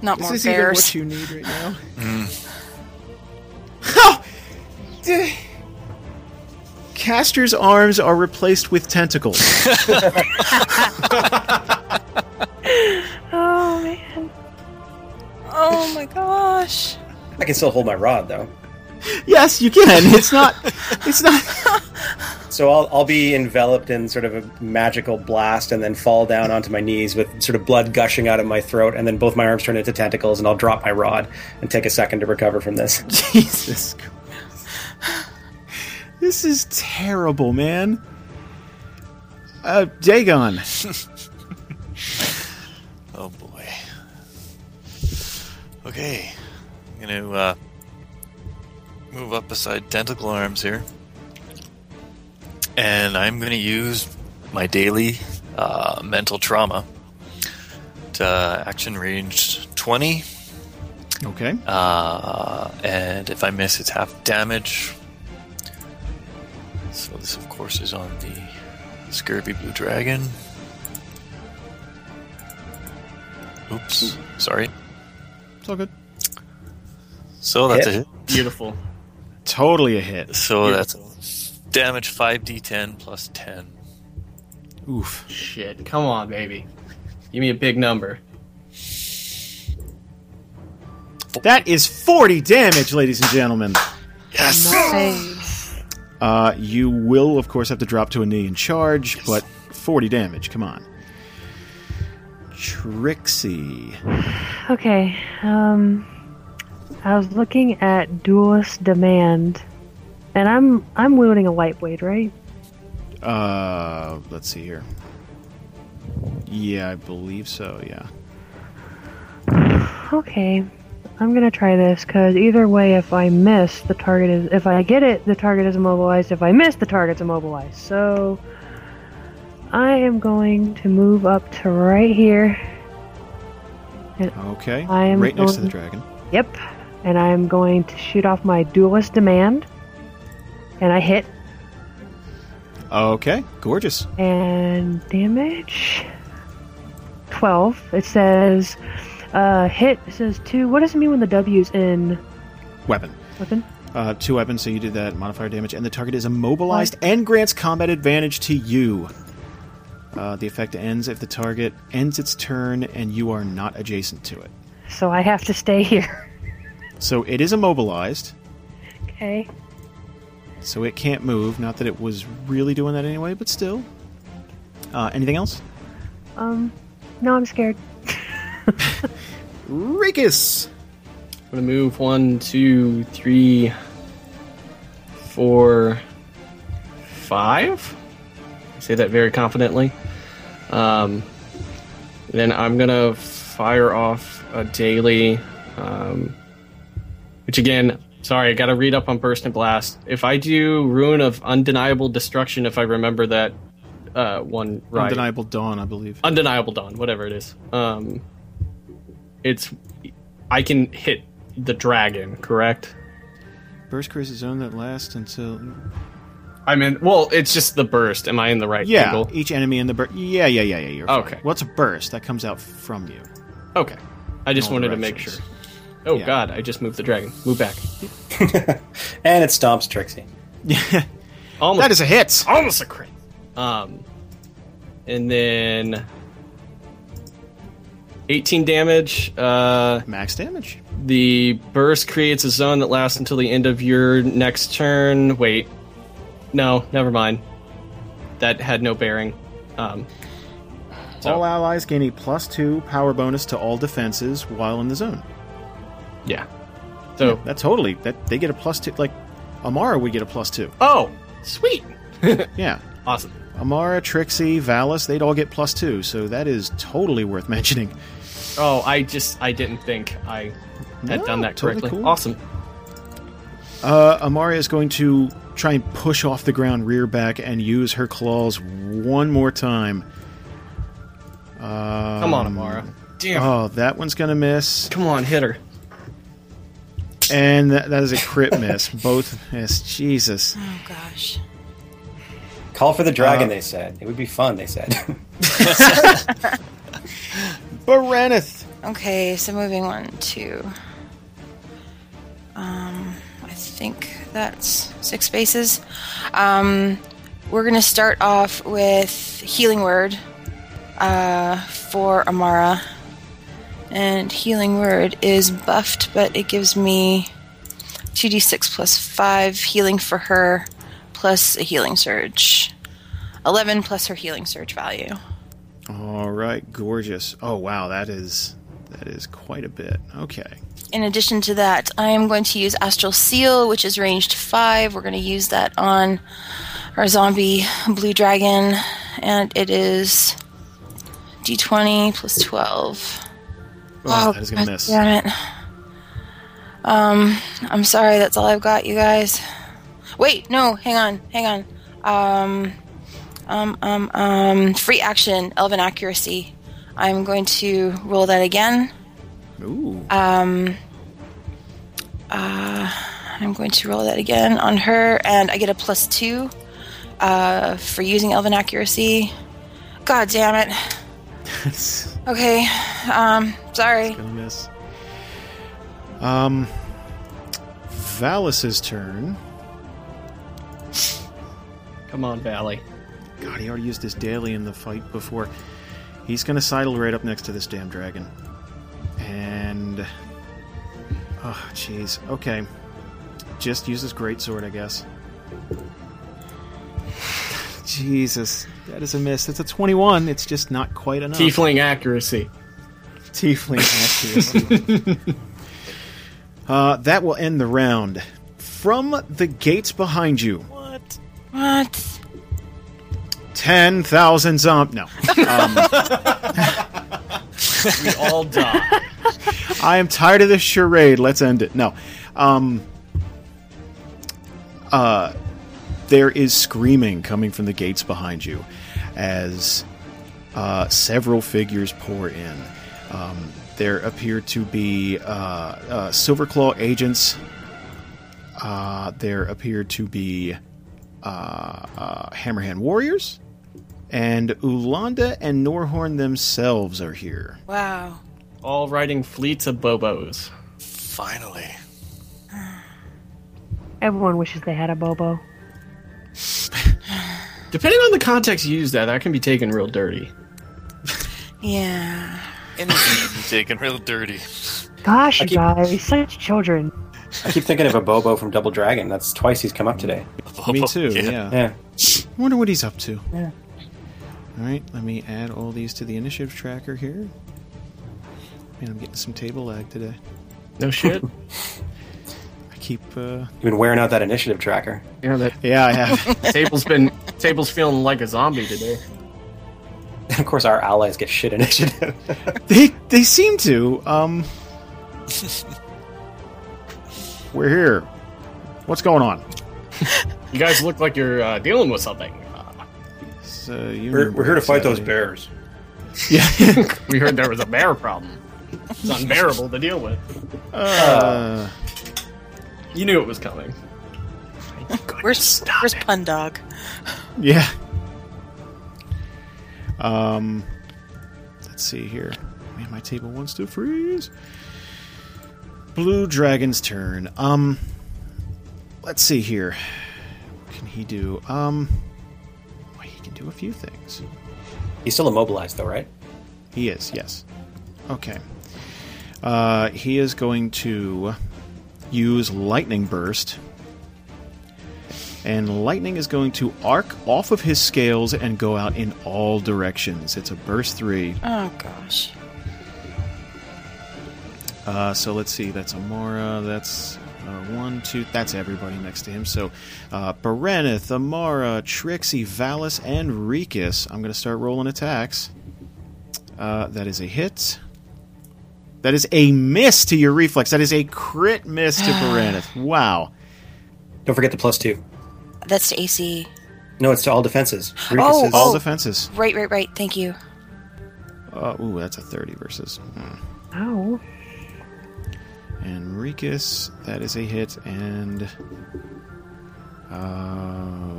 Speaker 9: Not more bears.
Speaker 3: you need right now? Caster's arms are replaced with tentacles.
Speaker 5: Oh man.
Speaker 9: Oh my gosh.
Speaker 4: I can still hold my rod, though.
Speaker 3: yes, you can. It's not. It's not.
Speaker 4: So I'll, I'll be enveloped in sort of a magical blast and then fall down onto my knees with sort of blood gushing out of my throat, and then both my arms turn into tentacles, and I'll drop my rod and take a second to recover from this.
Speaker 3: Jesus Christ. This is terrible, man. Uh, Dagon.
Speaker 2: Oh boy. Okay. I'm gonna uh, move up beside tentacle arms here, and I'm gonna use my daily uh, mental trauma to uh, action range twenty,
Speaker 3: Okay.
Speaker 2: uh, and if I miss, it's half damage. So this, of course, is on the scurvy blue dragon. Oops, sorry.
Speaker 3: It's all good.
Speaker 2: So that's
Speaker 4: Hit.
Speaker 2: a hit.
Speaker 6: Beautiful.
Speaker 3: Totally a hit.
Speaker 2: So that's damage 5d10 plus 10.
Speaker 3: Oof.
Speaker 6: Shit. Come on, baby. Give me a big number.
Speaker 3: That is 40 damage, ladies and gentlemen. Uh, you will, of course, have to drop to a knee and charge, but 40 damage. Come on. Trixie.
Speaker 5: Okay. Um, I was looking at duelist demand, and I'm I'm wielding a lightweight, right?
Speaker 3: Uh, let's see here. Yeah, I believe so, yeah.
Speaker 5: Okay. I'm gonna try this because either way, if I miss, the target is. If I get it, the target is immobilized. If I miss, the target's immobilized. So I am going to move up to right here.
Speaker 3: Okay.
Speaker 5: I am
Speaker 3: right next to
Speaker 5: going-
Speaker 3: the dragon.
Speaker 5: Yep. And I'm going to shoot off my duelist demand, and I hit
Speaker 3: Okay, gorgeous.
Speaker 5: and damage 12 it says uh hit it says 2 what does it mean when the w's in
Speaker 3: Weapon.
Speaker 5: weapon
Speaker 3: Uh, two weapons, so you did that modifier damage, and the target is immobilized and grants combat advantage to you. Uh, the effect ends if the target ends its turn and you are not adjacent to it.
Speaker 5: so i have to stay here
Speaker 3: So it is immobilized,
Speaker 5: okay
Speaker 3: so it can't move. Not that it was really doing that anyway, but still. Uh, anything else?
Speaker 5: um no i'm scared
Speaker 3: Rikus!
Speaker 6: I'm gonna move one, two, three, four, five. I say that very confidently. Um, then I'm gonna fire off a daily, um, which again, sorry, I gotta read up on burst and blast. If I do rune of undeniable destruction, if I remember that uh, one right,
Speaker 3: Undeniable Dawn, I believe.
Speaker 6: undeniable dawn whatever it is um it's i can hit the dragon correct
Speaker 3: Burst curse is on that lasts until.
Speaker 6: i mean well it's just the burst am i in the right
Speaker 3: Yeah,
Speaker 6: angle
Speaker 3: each enemy in the burst. Yeah, yeah, yeah, yeah. You're fine.
Speaker 6: Okay.
Speaker 3: What's a burst? That comes out from you.
Speaker 6: okay i just
Speaker 3: All
Speaker 6: wanted to make sure
Speaker 3: directions.
Speaker 6: oh
Speaker 3: Yeah.
Speaker 6: god i just moved the dragon move back
Speaker 4: And it stomps Trixie.
Speaker 6: almost
Speaker 3: That is a hit!
Speaker 6: almost a crit um and then 18 damage. Uh,
Speaker 3: Max damage.
Speaker 6: the burst creates a zone that lasts until the end of your next turn. Wait. No, never mind. That had no bearing. Um, So-
Speaker 3: All allies gain a plus two power bonus to all defenses while in the zone.
Speaker 6: yeah. So,
Speaker 3: That totally that they get a plus two. Like Amara would get a plus two.
Speaker 6: oh, sweet.
Speaker 3: Yeah,
Speaker 6: Awesome.
Speaker 3: Amara, Trixie, Valis, they'd all get plus two. So that is totally worth mentioning.
Speaker 6: Oh, I just I didn't think I had
Speaker 3: No,
Speaker 6: done that
Speaker 3: totally
Speaker 6: correctly.
Speaker 3: cool.
Speaker 6: Awesome.
Speaker 3: Uh, Amara is going to try and push off the ground, rear back, and use her claws one more time. Uh,
Speaker 6: Come on, Amara. Damn.
Speaker 3: Oh, that one's going to miss.
Speaker 6: Come on, hit her.
Speaker 3: And that, that is a crit miss. Both miss. Jesus.
Speaker 9: Oh gosh.
Speaker 4: Call for the dragon, they said. It would be fun, they said.
Speaker 3: Baraneth.
Speaker 9: Okay, so moving on to. Um,
Speaker 7: um,
Speaker 9: I think that's
Speaker 7: six spaces. Um, we're going to start off with Healing Word uh, for Amara. And Healing Word is buffed, but it gives me 2d6 plus 5 healing for her, plus a healing surge. 11 plus her healing surge value.
Speaker 3: All right, gorgeous. Oh, wow, that is that is quite a bit. Okay.
Speaker 7: In addition to that, I am going to use Astral Seal, which is ranged 5. We're going to use that on our zombie blue dragon, and it is d20 plus 12.
Speaker 3: Oh, that is going to miss.
Speaker 7: Damn it. Um, I'm sorry, that's all I've got, you guys. Wait, no, hang on, hang on. Um, um, um, um, free action, Elven Accuracy. I'm going to roll that again.
Speaker 3: Ooh.
Speaker 7: I'm going to roll that again on her, and I get a plus two uh, for using Elven Accuracy. God damn it.
Speaker 3: That's
Speaker 7: Okay, um, sorry.
Speaker 3: going to miss. Um, Valis' turn.
Speaker 6: Come on, Valley.
Speaker 3: uh, God, he already used his daily in the fight before. He's going to sidle right up next to this damn dragon. And. Oh, jeez. Okay. Just use his greatsword, I guess. Jesus. That is a miss. It's a 21. It's just not quite enough.
Speaker 6: Tiefling accuracy.
Speaker 3: Tiefling accuracy. uh, that will end the round. From the gates behind you,
Speaker 7: What?
Speaker 3: 10,000 zomb. No.
Speaker 6: We all die.
Speaker 3: I am tired of this charade. Let's end it. No. Um, uh, there is screaming coming from the gates behind you as uh, several figures pour in. Um, there appear to be uh, uh, Silverclaw agents. Uh, there appear to be uh, uh, Hammerhand warriors. And Ulanda and Norhorn themselves are here.
Speaker 9: wow.
Speaker 6: all riding fleets of Bobos.
Speaker 2: Finally.
Speaker 5: Everyone wishes they had a Bobo.
Speaker 6: Depending on the context you use that, that can be taken real dirty.
Speaker 9: Yeah.
Speaker 2: Anything taken real dirty.
Speaker 5: Gosh,
Speaker 4: I
Speaker 5: you
Speaker 4: keep-
Speaker 5: guys, such children.
Speaker 4: I keep thinking of a Bobo from Double Dragon. That's twice he's come up today.
Speaker 10: Oh,
Speaker 3: Me too, yeah.
Speaker 4: Yeah.
Speaker 3: Wonder what he's up to. Yeah. All right, let me add all these to the initiative tracker here. Man, I'm getting some table lag today.
Speaker 6: No shit.
Speaker 3: I keep. uh
Speaker 4: You've been wearing out that initiative tracker.
Speaker 6: yeah, that
Speaker 3: Yeah, I have.
Speaker 6: table's been table's feeling like a zombie today.
Speaker 4: And of course, our allies get shit initiative.
Speaker 3: they they seem to. Um. We're here. What's going on?
Speaker 6: You guys look like you're uh, dealing with something. Uh,
Speaker 3: So you
Speaker 10: We're,
Speaker 3: remember
Speaker 10: we're here to fight those
Speaker 3: exactly-
Speaker 10: bears.
Speaker 6: we heard there was a bear problem. It's unbearable to deal with.
Speaker 3: Uh,
Speaker 6: You knew it was coming.
Speaker 9: Where's Where's Pun Dog?
Speaker 3: yeah. Um. Let's see here. Man, my table wants to freeze. Blue Dragon's turn. Um, let's see here. What can he do? Um, well, he can do a few things.
Speaker 4: he's still immobilized, though, right?
Speaker 3: He is, yes. Okay. Uh, he is going to use Lightning Burst. And lightning is going to arc off of his scales and go out in all directions. It's a burst three.
Speaker 9: Oh gosh.
Speaker 3: Uh, so let's see. That's Amara. That's uh, one, two. That's everybody next to him. So uh, Baranith, Amara, Trixie, Valis, and Rikus. I'm going to start rolling attacks. Uh, that is a hit. That is a miss to your reflex. That is a crit miss to Baranith. Wow.
Speaker 4: Don't forget the plus two.
Speaker 7: That's to AC.
Speaker 4: No, it's to all defenses. Rikus
Speaker 9: Oh,
Speaker 4: is-
Speaker 3: All
Speaker 9: oh.
Speaker 3: defenses.
Speaker 7: Right, right, right. Thank you.
Speaker 3: Uh, ooh, that's a 30 versus. mm.
Speaker 5: Oh.
Speaker 3: And Rikus, that is a hit, and uh,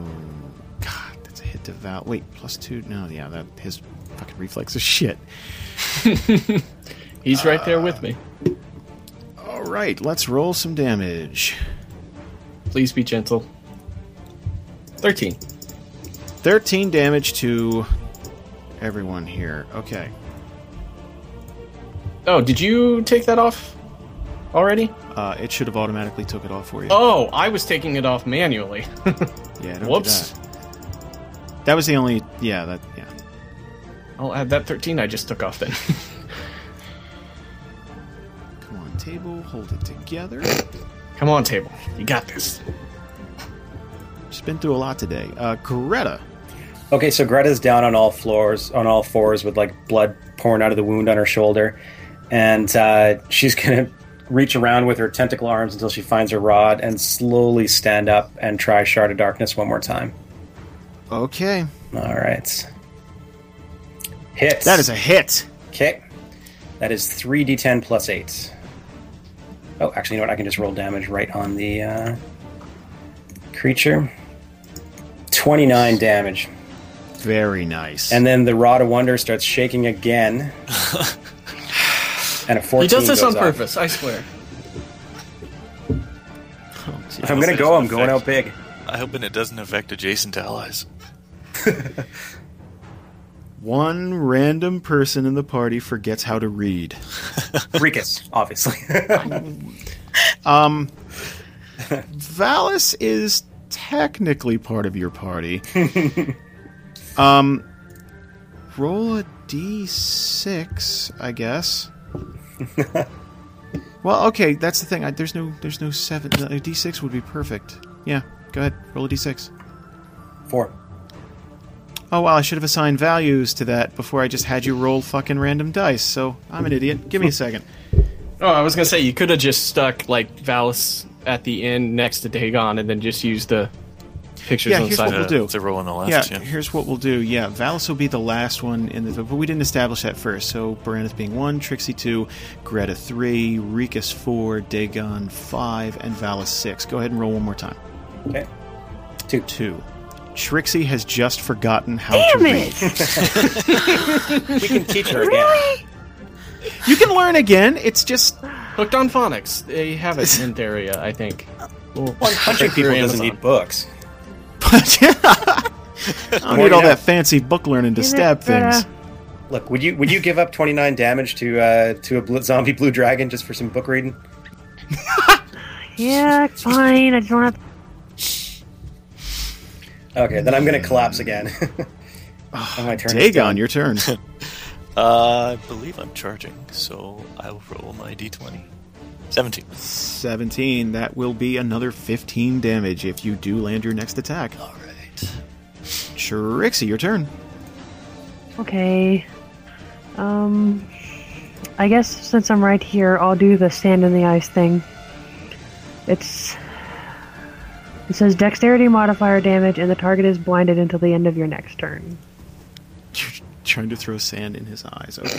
Speaker 3: God, that's a hit to Val. Wait, plus two? No, yeah, that his fucking reflex is shit.
Speaker 6: He's right there with me.
Speaker 3: All right, let's roll some damage.
Speaker 6: Please be gentle. 13.
Speaker 3: Thirteen damage to everyone here. Okay,
Speaker 6: Oh, did you take that off already?
Speaker 3: uh, it should have automatically took it off for you.
Speaker 6: Oh, I was taking it off manually.
Speaker 3: yeah, don't do
Speaker 6: Whoops.
Speaker 3: that. That was the only. Yeah, that. Yeah.
Speaker 6: I'll add that 13 I just took off then.
Speaker 3: Come on, table, hold it together.
Speaker 6: Come on, table. You got this.
Speaker 3: She's been through a lot today. Uh, Greta.
Speaker 4: Okay, so Greta's down on all floors, on all fours, with like blood pouring out of the wound on her shoulder, and uh, she's gonna reach around with her tentacle arms until she finds her rod, and slowly stand up and try Shard of Darkness one more time.
Speaker 3: Okay,
Speaker 4: All right, hit.
Speaker 3: that is a hit.
Speaker 4: okay. That is three d10 plus eight. Oh, actually, you know what? I can just roll damage right on the uh, creature. Twenty-nine damage.
Speaker 3: Very nice.
Speaker 4: And then the Rod of Wonder starts shaking again. and a 14
Speaker 6: He does this
Speaker 4: goes
Speaker 6: on
Speaker 4: off.
Speaker 6: purpose, I swear.
Speaker 4: If I'm going to go, I'm going out big.
Speaker 2: I hope it doesn't affect adjacent allies.
Speaker 3: One random person in the party forgets how to read.
Speaker 4: Rikus, obviously.
Speaker 3: Valis is technically part of your party. um, roll a d6, I guess. well, okay, that's the thing. I, there's no, there's no seven. no, A d6 would be perfect. Yeah, go ahead, roll a d6.
Speaker 4: Four.
Speaker 3: Oh wow, I should have assigned values to that before I just had you roll fucking random dice. So I'm an idiot. Give me a second.
Speaker 6: Oh, I was gonna say you could have just stuck like Valis at the end next to Dagon, and then just used the pictures
Speaker 3: Yeah,
Speaker 6: on the
Speaker 3: here's
Speaker 6: side.
Speaker 3: what
Speaker 6: of
Speaker 3: we'll
Speaker 6: it.
Speaker 3: do.
Speaker 2: Uh, It's a roll on the
Speaker 3: Yeah,
Speaker 2: last. Yeah.
Speaker 3: here's what we'll do. Yeah, Valis will be the last one in the. But we didn't establish that first. So Baranith being one, Trixie two, Greta three, Rikus four, Dagon five, and Valis six. Go ahead and roll one more time.
Speaker 4: Okay.
Speaker 3: Two. Trixie has just forgotten how
Speaker 5: Damn
Speaker 3: to read.
Speaker 5: it!
Speaker 4: We can teach her again.
Speaker 3: You can learn again. It's just
Speaker 6: Hooked on phonics. They have it in Daria, I think.
Speaker 4: One punching people
Speaker 6: Your
Speaker 4: doesn't
Speaker 6: Amazon.
Speaker 4: need books.
Speaker 3: but yeah. I don't need all
Speaker 4: know.
Speaker 3: that fancy book learning to
Speaker 5: Damn it,
Speaker 3: stab things.
Speaker 5: Greta.
Speaker 4: Look, would you would you give up 29 damage to uh, to a bl- zombie blue dragon just for some book reading?
Speaker 5: Yeah, fine. I just want to.
Speaker 4: Okay, then I'm going to collapse again. And my turn is
Speaker 3: Dagon,
Speaker 4: done.
Speaker 3: your turn.
Speaker 2: Uh, I believe I'm charging, so I will roll my d20. 17.
Speaker 3: 17. That will be another 15 damage if you do land your next attack.
Speaker 2: All right.
Speaker 3: Trixie, your turn.
Speaker 5: Okay. Um. I guess since I'm right here, I'll do the sand in the ice thing. It's. It says dexterity modifier damage, and the target is blinded until the end of your next turn.
Speaker 3: You're trying to throw sand in his eyes. Okay.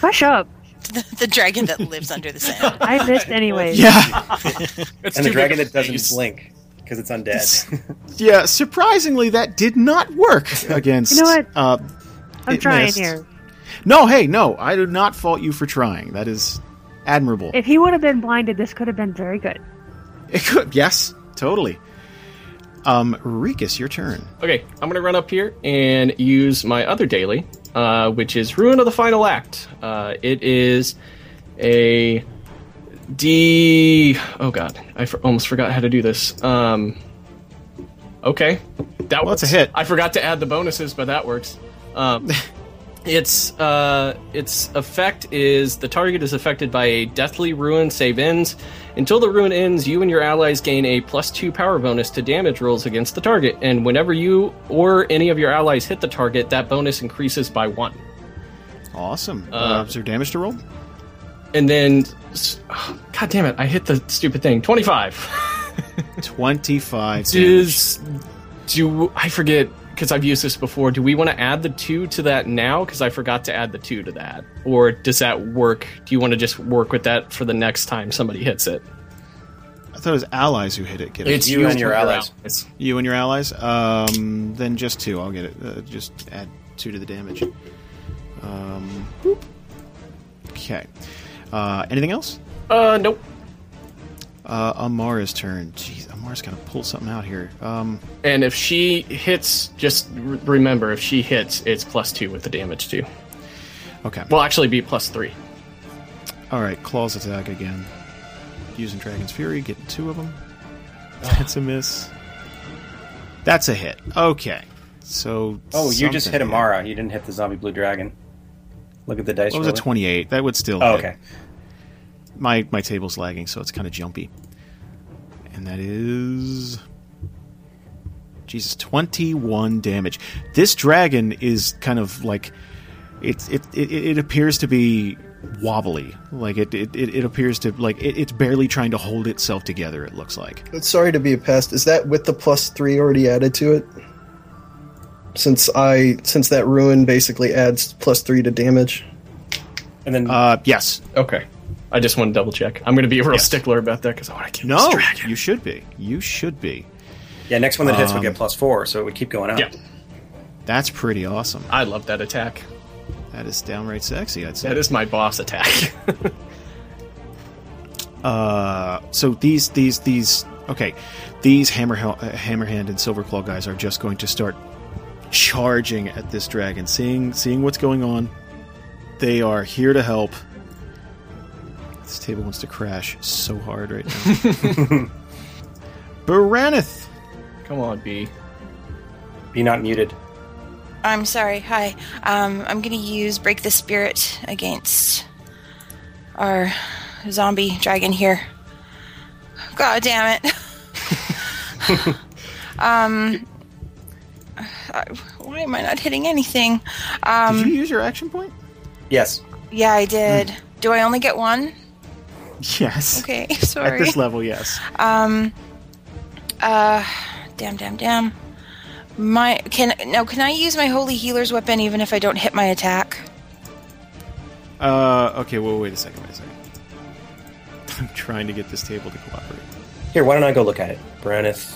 Speaker 5: Hush up!
Speaker 7: The, the dragon that lives under the sand.
Speaker 5: I missed anyways.
Speaker 3: yeah.
Speaker 6: It's
Speaker 4: And
Speaker 6: too
Speaker 4: the dragon that
Speaker 6: big of
Speaker 4: doesn't
Speaker 6: space.
Speaker 4: blink because it's undead.
Speaker 3: Yeah. Surprisingly, that did not work against.
Speaker 5: You know what?
Speaker 3: Uh,
Speaker 5: I'm
Speaker 3: it
Speaker 5: trying
Speaker 3: missed.
Speaker 5: here.
Speaker 3: No, hey, no. I do not fault you for trying. That is admirable.
Speaker 5: If he would have been blinded, this could have been very good.
Speaker 3: It could. Yes, totally. Um, Rikus, your turn.
Speaker 6: Okay, I'm gonna run up here and use my other daily uh, which is Ruin of the Final Act. Uh, it is a D. Oh god, I for- almost forgot how to do this. Um, okay, that
Speaker 3: Well,
Speaker 6: works.
Speaker 3: it's a hit.
Speaker 6: I forgot to add the bonuses, but that works. Um, its uh, its effect is the target is affected by a deathly ruin save ends. Until the ruin ends, you and your allies gain a plus two power bonus to damage rolls against the target, and whenever you or any of your allies hit the target, that bonus increases by one.
Speaker 3: Awesome. Uh, is there damage to roll?
Speaker 6: And then, s- god damn it, I hit the stupid thing. Twenty five.
Speaker 3: 25. damage.
Speaker 6: Does do I forget because I've used this before? Do we want to add the two to that now? Because I forgot to add the two to that, or does that work? Do you want to just work with that for the next time somebody hits it?
Speaker 3: I thought it was allies who hit it. Kid.
Speaker 4: you and your allies.
Speaker 3: You and your allies? Um, then just two. I'll get it. Uh, just add two to the damage. Um, boop. Okay. Uh, anything else?
Speaker 6: Uh, nope.
Speaker 3: Uh, Amara's turn. Jeez, Amara's got to pull something out here. Um,
Speaker 6: And if she hits, just r- remember if she hits, it's plus two with the damage too.
Speaker 3: okay.
Speaker 6: Well, actually, be plus three.
Speaker 3: All right, claws attack again. Using Dragon's Fury, getting two of them. That's a miss. That's a hit. Okay. So.
Speaker 4: Oh, you just hit
Speaker 3: something
Speaker 4: Amara. You didn't hit the zombie blue dragon. Look at the dice.
Speaker 3: What was a
Speaker 4: roller.
Speaker 3: twenty-eight? That would still.
Speaker 4: Oh,
Speaker 3: hit.
Speaker 4: okay.
Speaker 3: My my table's lagging, so it's kind of jumpy. And that is. Jesus, twenty-one damage. This dragon is kind of like, it it it, it appears to be wobbly. Like it it, it, it appears to like it, it's barely trying to hold itself together. It looks like.
Speaker 10: Sorry to be a pest. Is that with the plus three already added to it? Since I since that ruin basically adds plus three to damage.
Speaker 4: And then
Speaker 3: Uh, yes.
Speaker 6: Okay. I just want to double check. I'm going to be a real
Speaker 3: Yes.
Speaker 6: stickler about that because I want to kill
Speaker 3: No,
Speaker 6: this dragon.
Speaker 3: you should be. You should be.
Speaker 4: yeah, next one that hits would
Speaker 3: um,
Speaker 4: get plus four, so it would keep going up.
Speaker 6: Yeah,
Speaker 3: That's pretty awesome.
Speaker 6: I love that attack.
Speaker 3: That is downright sexy. I'd say.
Speaker 6: That is my boss attack.
Speaker 3: Uh, so these these these okay, these hammer uh, hammerhand and silverclaw guys are just going to start charging at this dragon, seeing seeing what's going on. They are here to help. This table wants to crash so hard right now. Baranith,
Speaker 6: Come on, B.
Speaker 4: Be not muted.
Speaker 9: I'm sorry. Hi. Um, I'm going to use Break the Spirit against our zombie dragon here. God damn it. um, I- why am I not hitting anything? Um,
Speaker 3: did you use your action point?
Speaker 4: Yes.
Speaker 9: yeah, I did. Do I only get one?
Speaker 3: Yes.
Speaker 9: Okay,
Speaker 3: Hmm. At
Speaker 9: sorry.
Speaker 3: this level, yes.
Speaker 9: Um. Uh. Damn. Damn. Damn. My can now can I use my holy healer's weapon even if I don't hit my attack?
Speaker 3: Uh, okay. Well, wait a second. Wait a second. I'm trying to get this table to cooperate.
Speaker 4: Here, why don't I go look at it? Branith,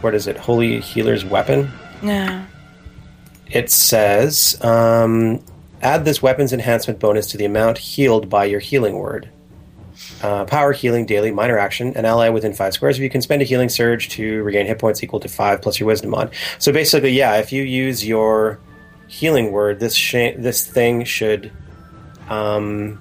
Speaker 4: what is it? Holy Healer's Weapon?
Speaker 9: No.
Speaker 4: It says, um, add this weapon's enhancement bonus to the amount healed by your healing word. Uh, power healing daily minor action. An ally within five squares of you can spend a healing surge to regain hit points equal to five plus your wisdom mod. So basically, yeah, if you use your healing word, this sh- this thing should. Um,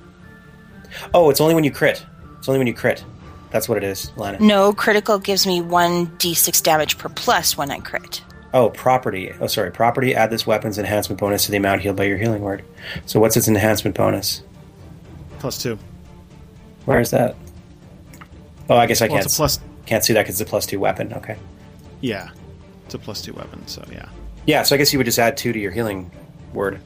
Speaker 4: oh, it's only when you crit. It's only when you crit. That's what it is, Lana.
Speaker 7: No, critical gives me 1d6 damage per plus when I crit.
Speaker 4: Oh, property. Oh, sorry, property. Add this weapon's enhancement bonus to the amount healed by your healing word. So, what's its enhancement bonus?
Speaker 3: Plus two.
Speaker 4: Where is that? Oh, I guess I
Speaker 3: Well,
Speaker 4: can't
Speaker 3: it's a plus.
Speaker 4: can't see that because it's a plus two weapon. Okay.
Speaker 3: Yeah, it's a plus two weapon. So yeah.
Speaker 4: Yeah, so I guess you would just add two to your healing word.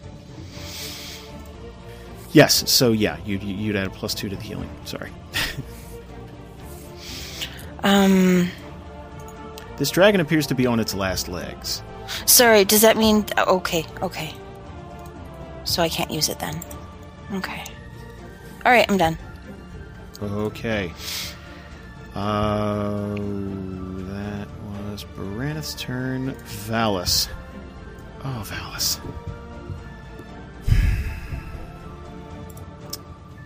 Speaker 3: Yes. So yeah, you'd you'd add a plus two to the healing. Sorry.
Speaker 9: Um.
Speaker 3: This dragon appears to be on its last legs.
Speaker 9: Sorry. Does that mean okay? Okay. So I can't use it then. Okay. All right. I'm done.
Speaker 3: Okay. Uh, that was Baranith's turn. Valis. Oh, Valis.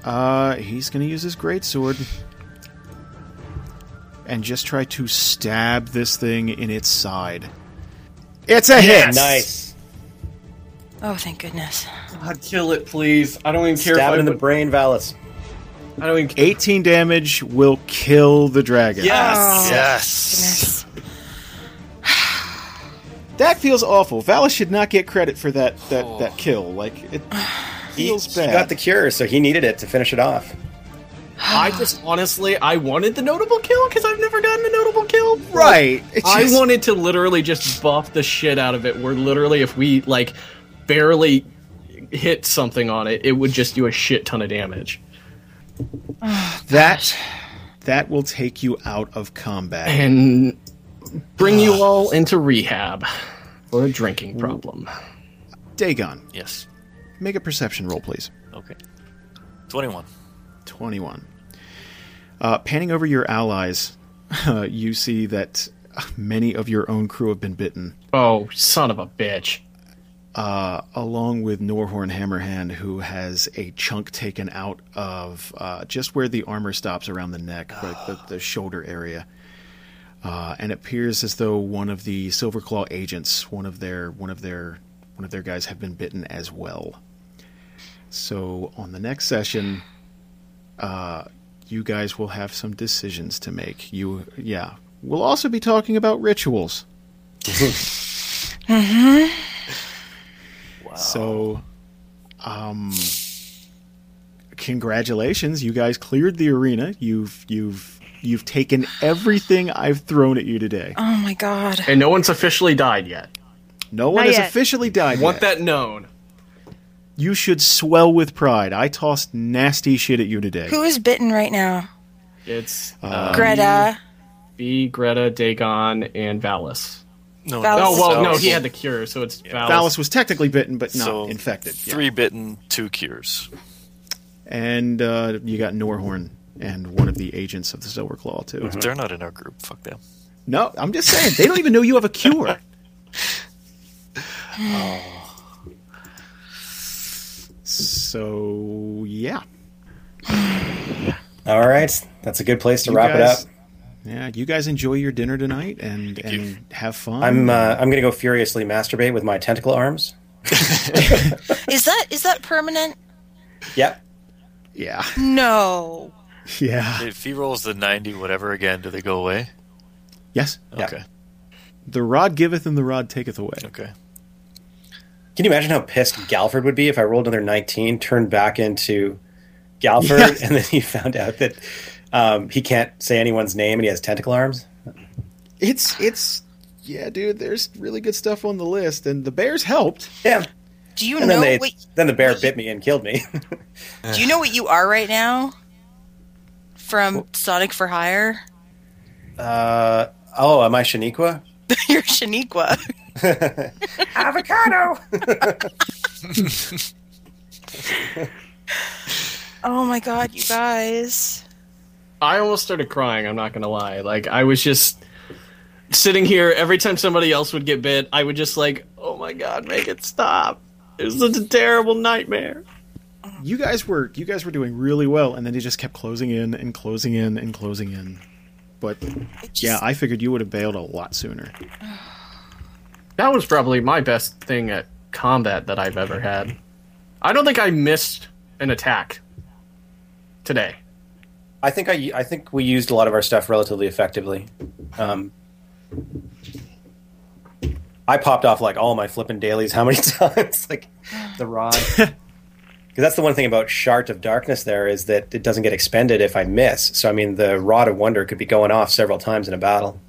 Speaker 3: Uh, he's gonna use his greatsword and just try to stab this thing in its side. It's a hit.
Speaker 4: Nice.
Speaker 9: Oh, thank goodness.
Speaker 6: God, kill it, please. I don't even care
Speaker 4: Stab it
Speaker 6: if I
Speaker 4: in the
Speaker 6: would-
Speaker 4: brain, Valis.
Speaker 6: I don't even care.
Speaker 3: 18 damage will kill the dragon.
Speaker 6: Yes.
Speaker 2: Yes.
Speaker 3: That feels awful. Valis should not get credit for that that, that kill. Like it feels
Speaker 4: Oh. He
Speaker 3: bad.
Speaker 4: got the cure, so he needed it to finish it off.
Speaker 6: I just honestly, I wanted the notable kill because I've never gotten a notable kill.
Speaker 3: right. It's
Speaker 6: I
Speaker 3: just-
Speaker 6: wanted to literally just buff the shit out of it. Where literally, if we like barely hit something on it, it would just do a shit ton of damage.
Speaker 3: that. That will take you out of combat.
Speaker 6: and bring you all into rehab for a drinking problem.
Speaker 3: Dagon,
Speaker 2: Yes.
Speaker 3: make a perception roll, please.
Speaker 2: Okay. 21.
Speaker 3: 21. Uh, panning over your allies, uh, you see that many of your own crew have been bitten,
Speaker 6: Oh, son of a bitch.
Speaker 3: along with Norhorn Hammerhand, who has a chunk taken out of uh, just where the armor stops around the neck, like the, the shoulder area. Uh, and it appears as though one of the Silverclaw agents, one of their one of their one of their guys, have been bitten as well. So on the next session, uh, you guys will have some decisions to make. You, yeah, we'll also be talking about rituals. So, um, congratulations, you guys cleared the arena. You've you've you've taken everything I've thrown at you today.
Speaker 5: Uh,
Speaker 9: Oh my god.
Speaker 6: And no one's officially died yet.
Speaker 3: No one
Speaker 5: Not
Speaker 3: has
Speaker 5: yet.
Speaker 3: officially died. yet.
Speaker 6: Want that known.
Speaker 3: You should swell with pride. I tossed nasty shit at you today.
Speaker 9: Who is bitten right now?
Speaker 6: It's
Speaker 9: Greta.
Speaker 6: B, Greta, Dagon, and Valis.
Speaker 2: No,
Speaker 9: Valis
Speaker 6: Oh,
Speaker 9: is-
Speaker 6: well, no,
Speaker 2: Valis.
Speaker 6: he had the cure, so it's Valis.
Speaker 3: Phallus was technically bitten, but not
Speaker 2: So,
Speaker 3: infected. Yeah.
Speaker 2: Three bitten, two cures.
Speaker 3: Mm-hmm. and uh, you got Norhorn and one of the agents of the Silver Claw too.
Speaker 2: They're not in our group. Fuck them.
Speaker 3: No, I'm just saying they don't even know you have a cure. So yeah,
Speaker 4: All right, that's a good place to
Speaker 3: You
Speaker 4: wrap
Speaker 3: guys-
Speaker 4: it up.
Speaker 3: yeah. You guys enjoy your dinner tonight and and have fun.
Speaker 4: I'm uh, I'm gonna go furiously masturbate with my tentacle arms.
Speaker 9: Is that is that permanent?
Speaker 4: Yep.
Speaker 3: yeah,
Speaker 9: No.
Speaker 3: yeah,
Speaker 2: If he rolls the 90 whatever again, do they go away?
Speaker 3: yes.
Speaker 4: Yeah.
Speaker 2: Okay.
Speaker 3: The rod giveth and the rod taketh away.
Speaker 2: Okay.
Speaker 4: Can you imagine how pissed Galford would be if I rolled another 19, turned back into Galford, and then he found out that um, he can't say anyone's name and he has tentacle arms?
Speaker 3: It's it's yeah, dude. There's really good stuff on the list, and the bears helped.
Speaker 4: Yeah.
Speaker 9: Do you
Speaker 4: And
Speaker 9: know
Speaker 4: then, they,
Speaker 9: what
Speaker 4: then the bear bit me and killed me.
Speaker 9: do you know what you are right now? From Sonic for Hire?
Speaker 4: uh, oh, am I Shaniqua?
Speaker 9: You're Shaniqua.
Speaker 4: Avocado!
Speaker 9: Oh my god, you guys.
Speaker 6: I almost started crying, I'm not going to lie. Like, I was just sitting here every time somebody else would get bit, I would just, like, oh my god, make it stop. It was such a terrible nightmare.
Speaker 3: you guys were you guys were doing really well and then they just kept closing in and closing in and closing in but yeah i figured you would have bailed a lot sooner
Speaker 6: That was probably my best thing at combat that I've ever had. I don't think I missed an attack today.
Speaker 4: I think I, I think we used a lot of our stuff relatively effectively. Um, I popped off like all my flippin' dailies how many times? like the rod. Because that's the one thing about Shart of Darkness there is that it doesn't get expended if I miss. So, I mean, the Rod of Wonder could be going off several times in a battle.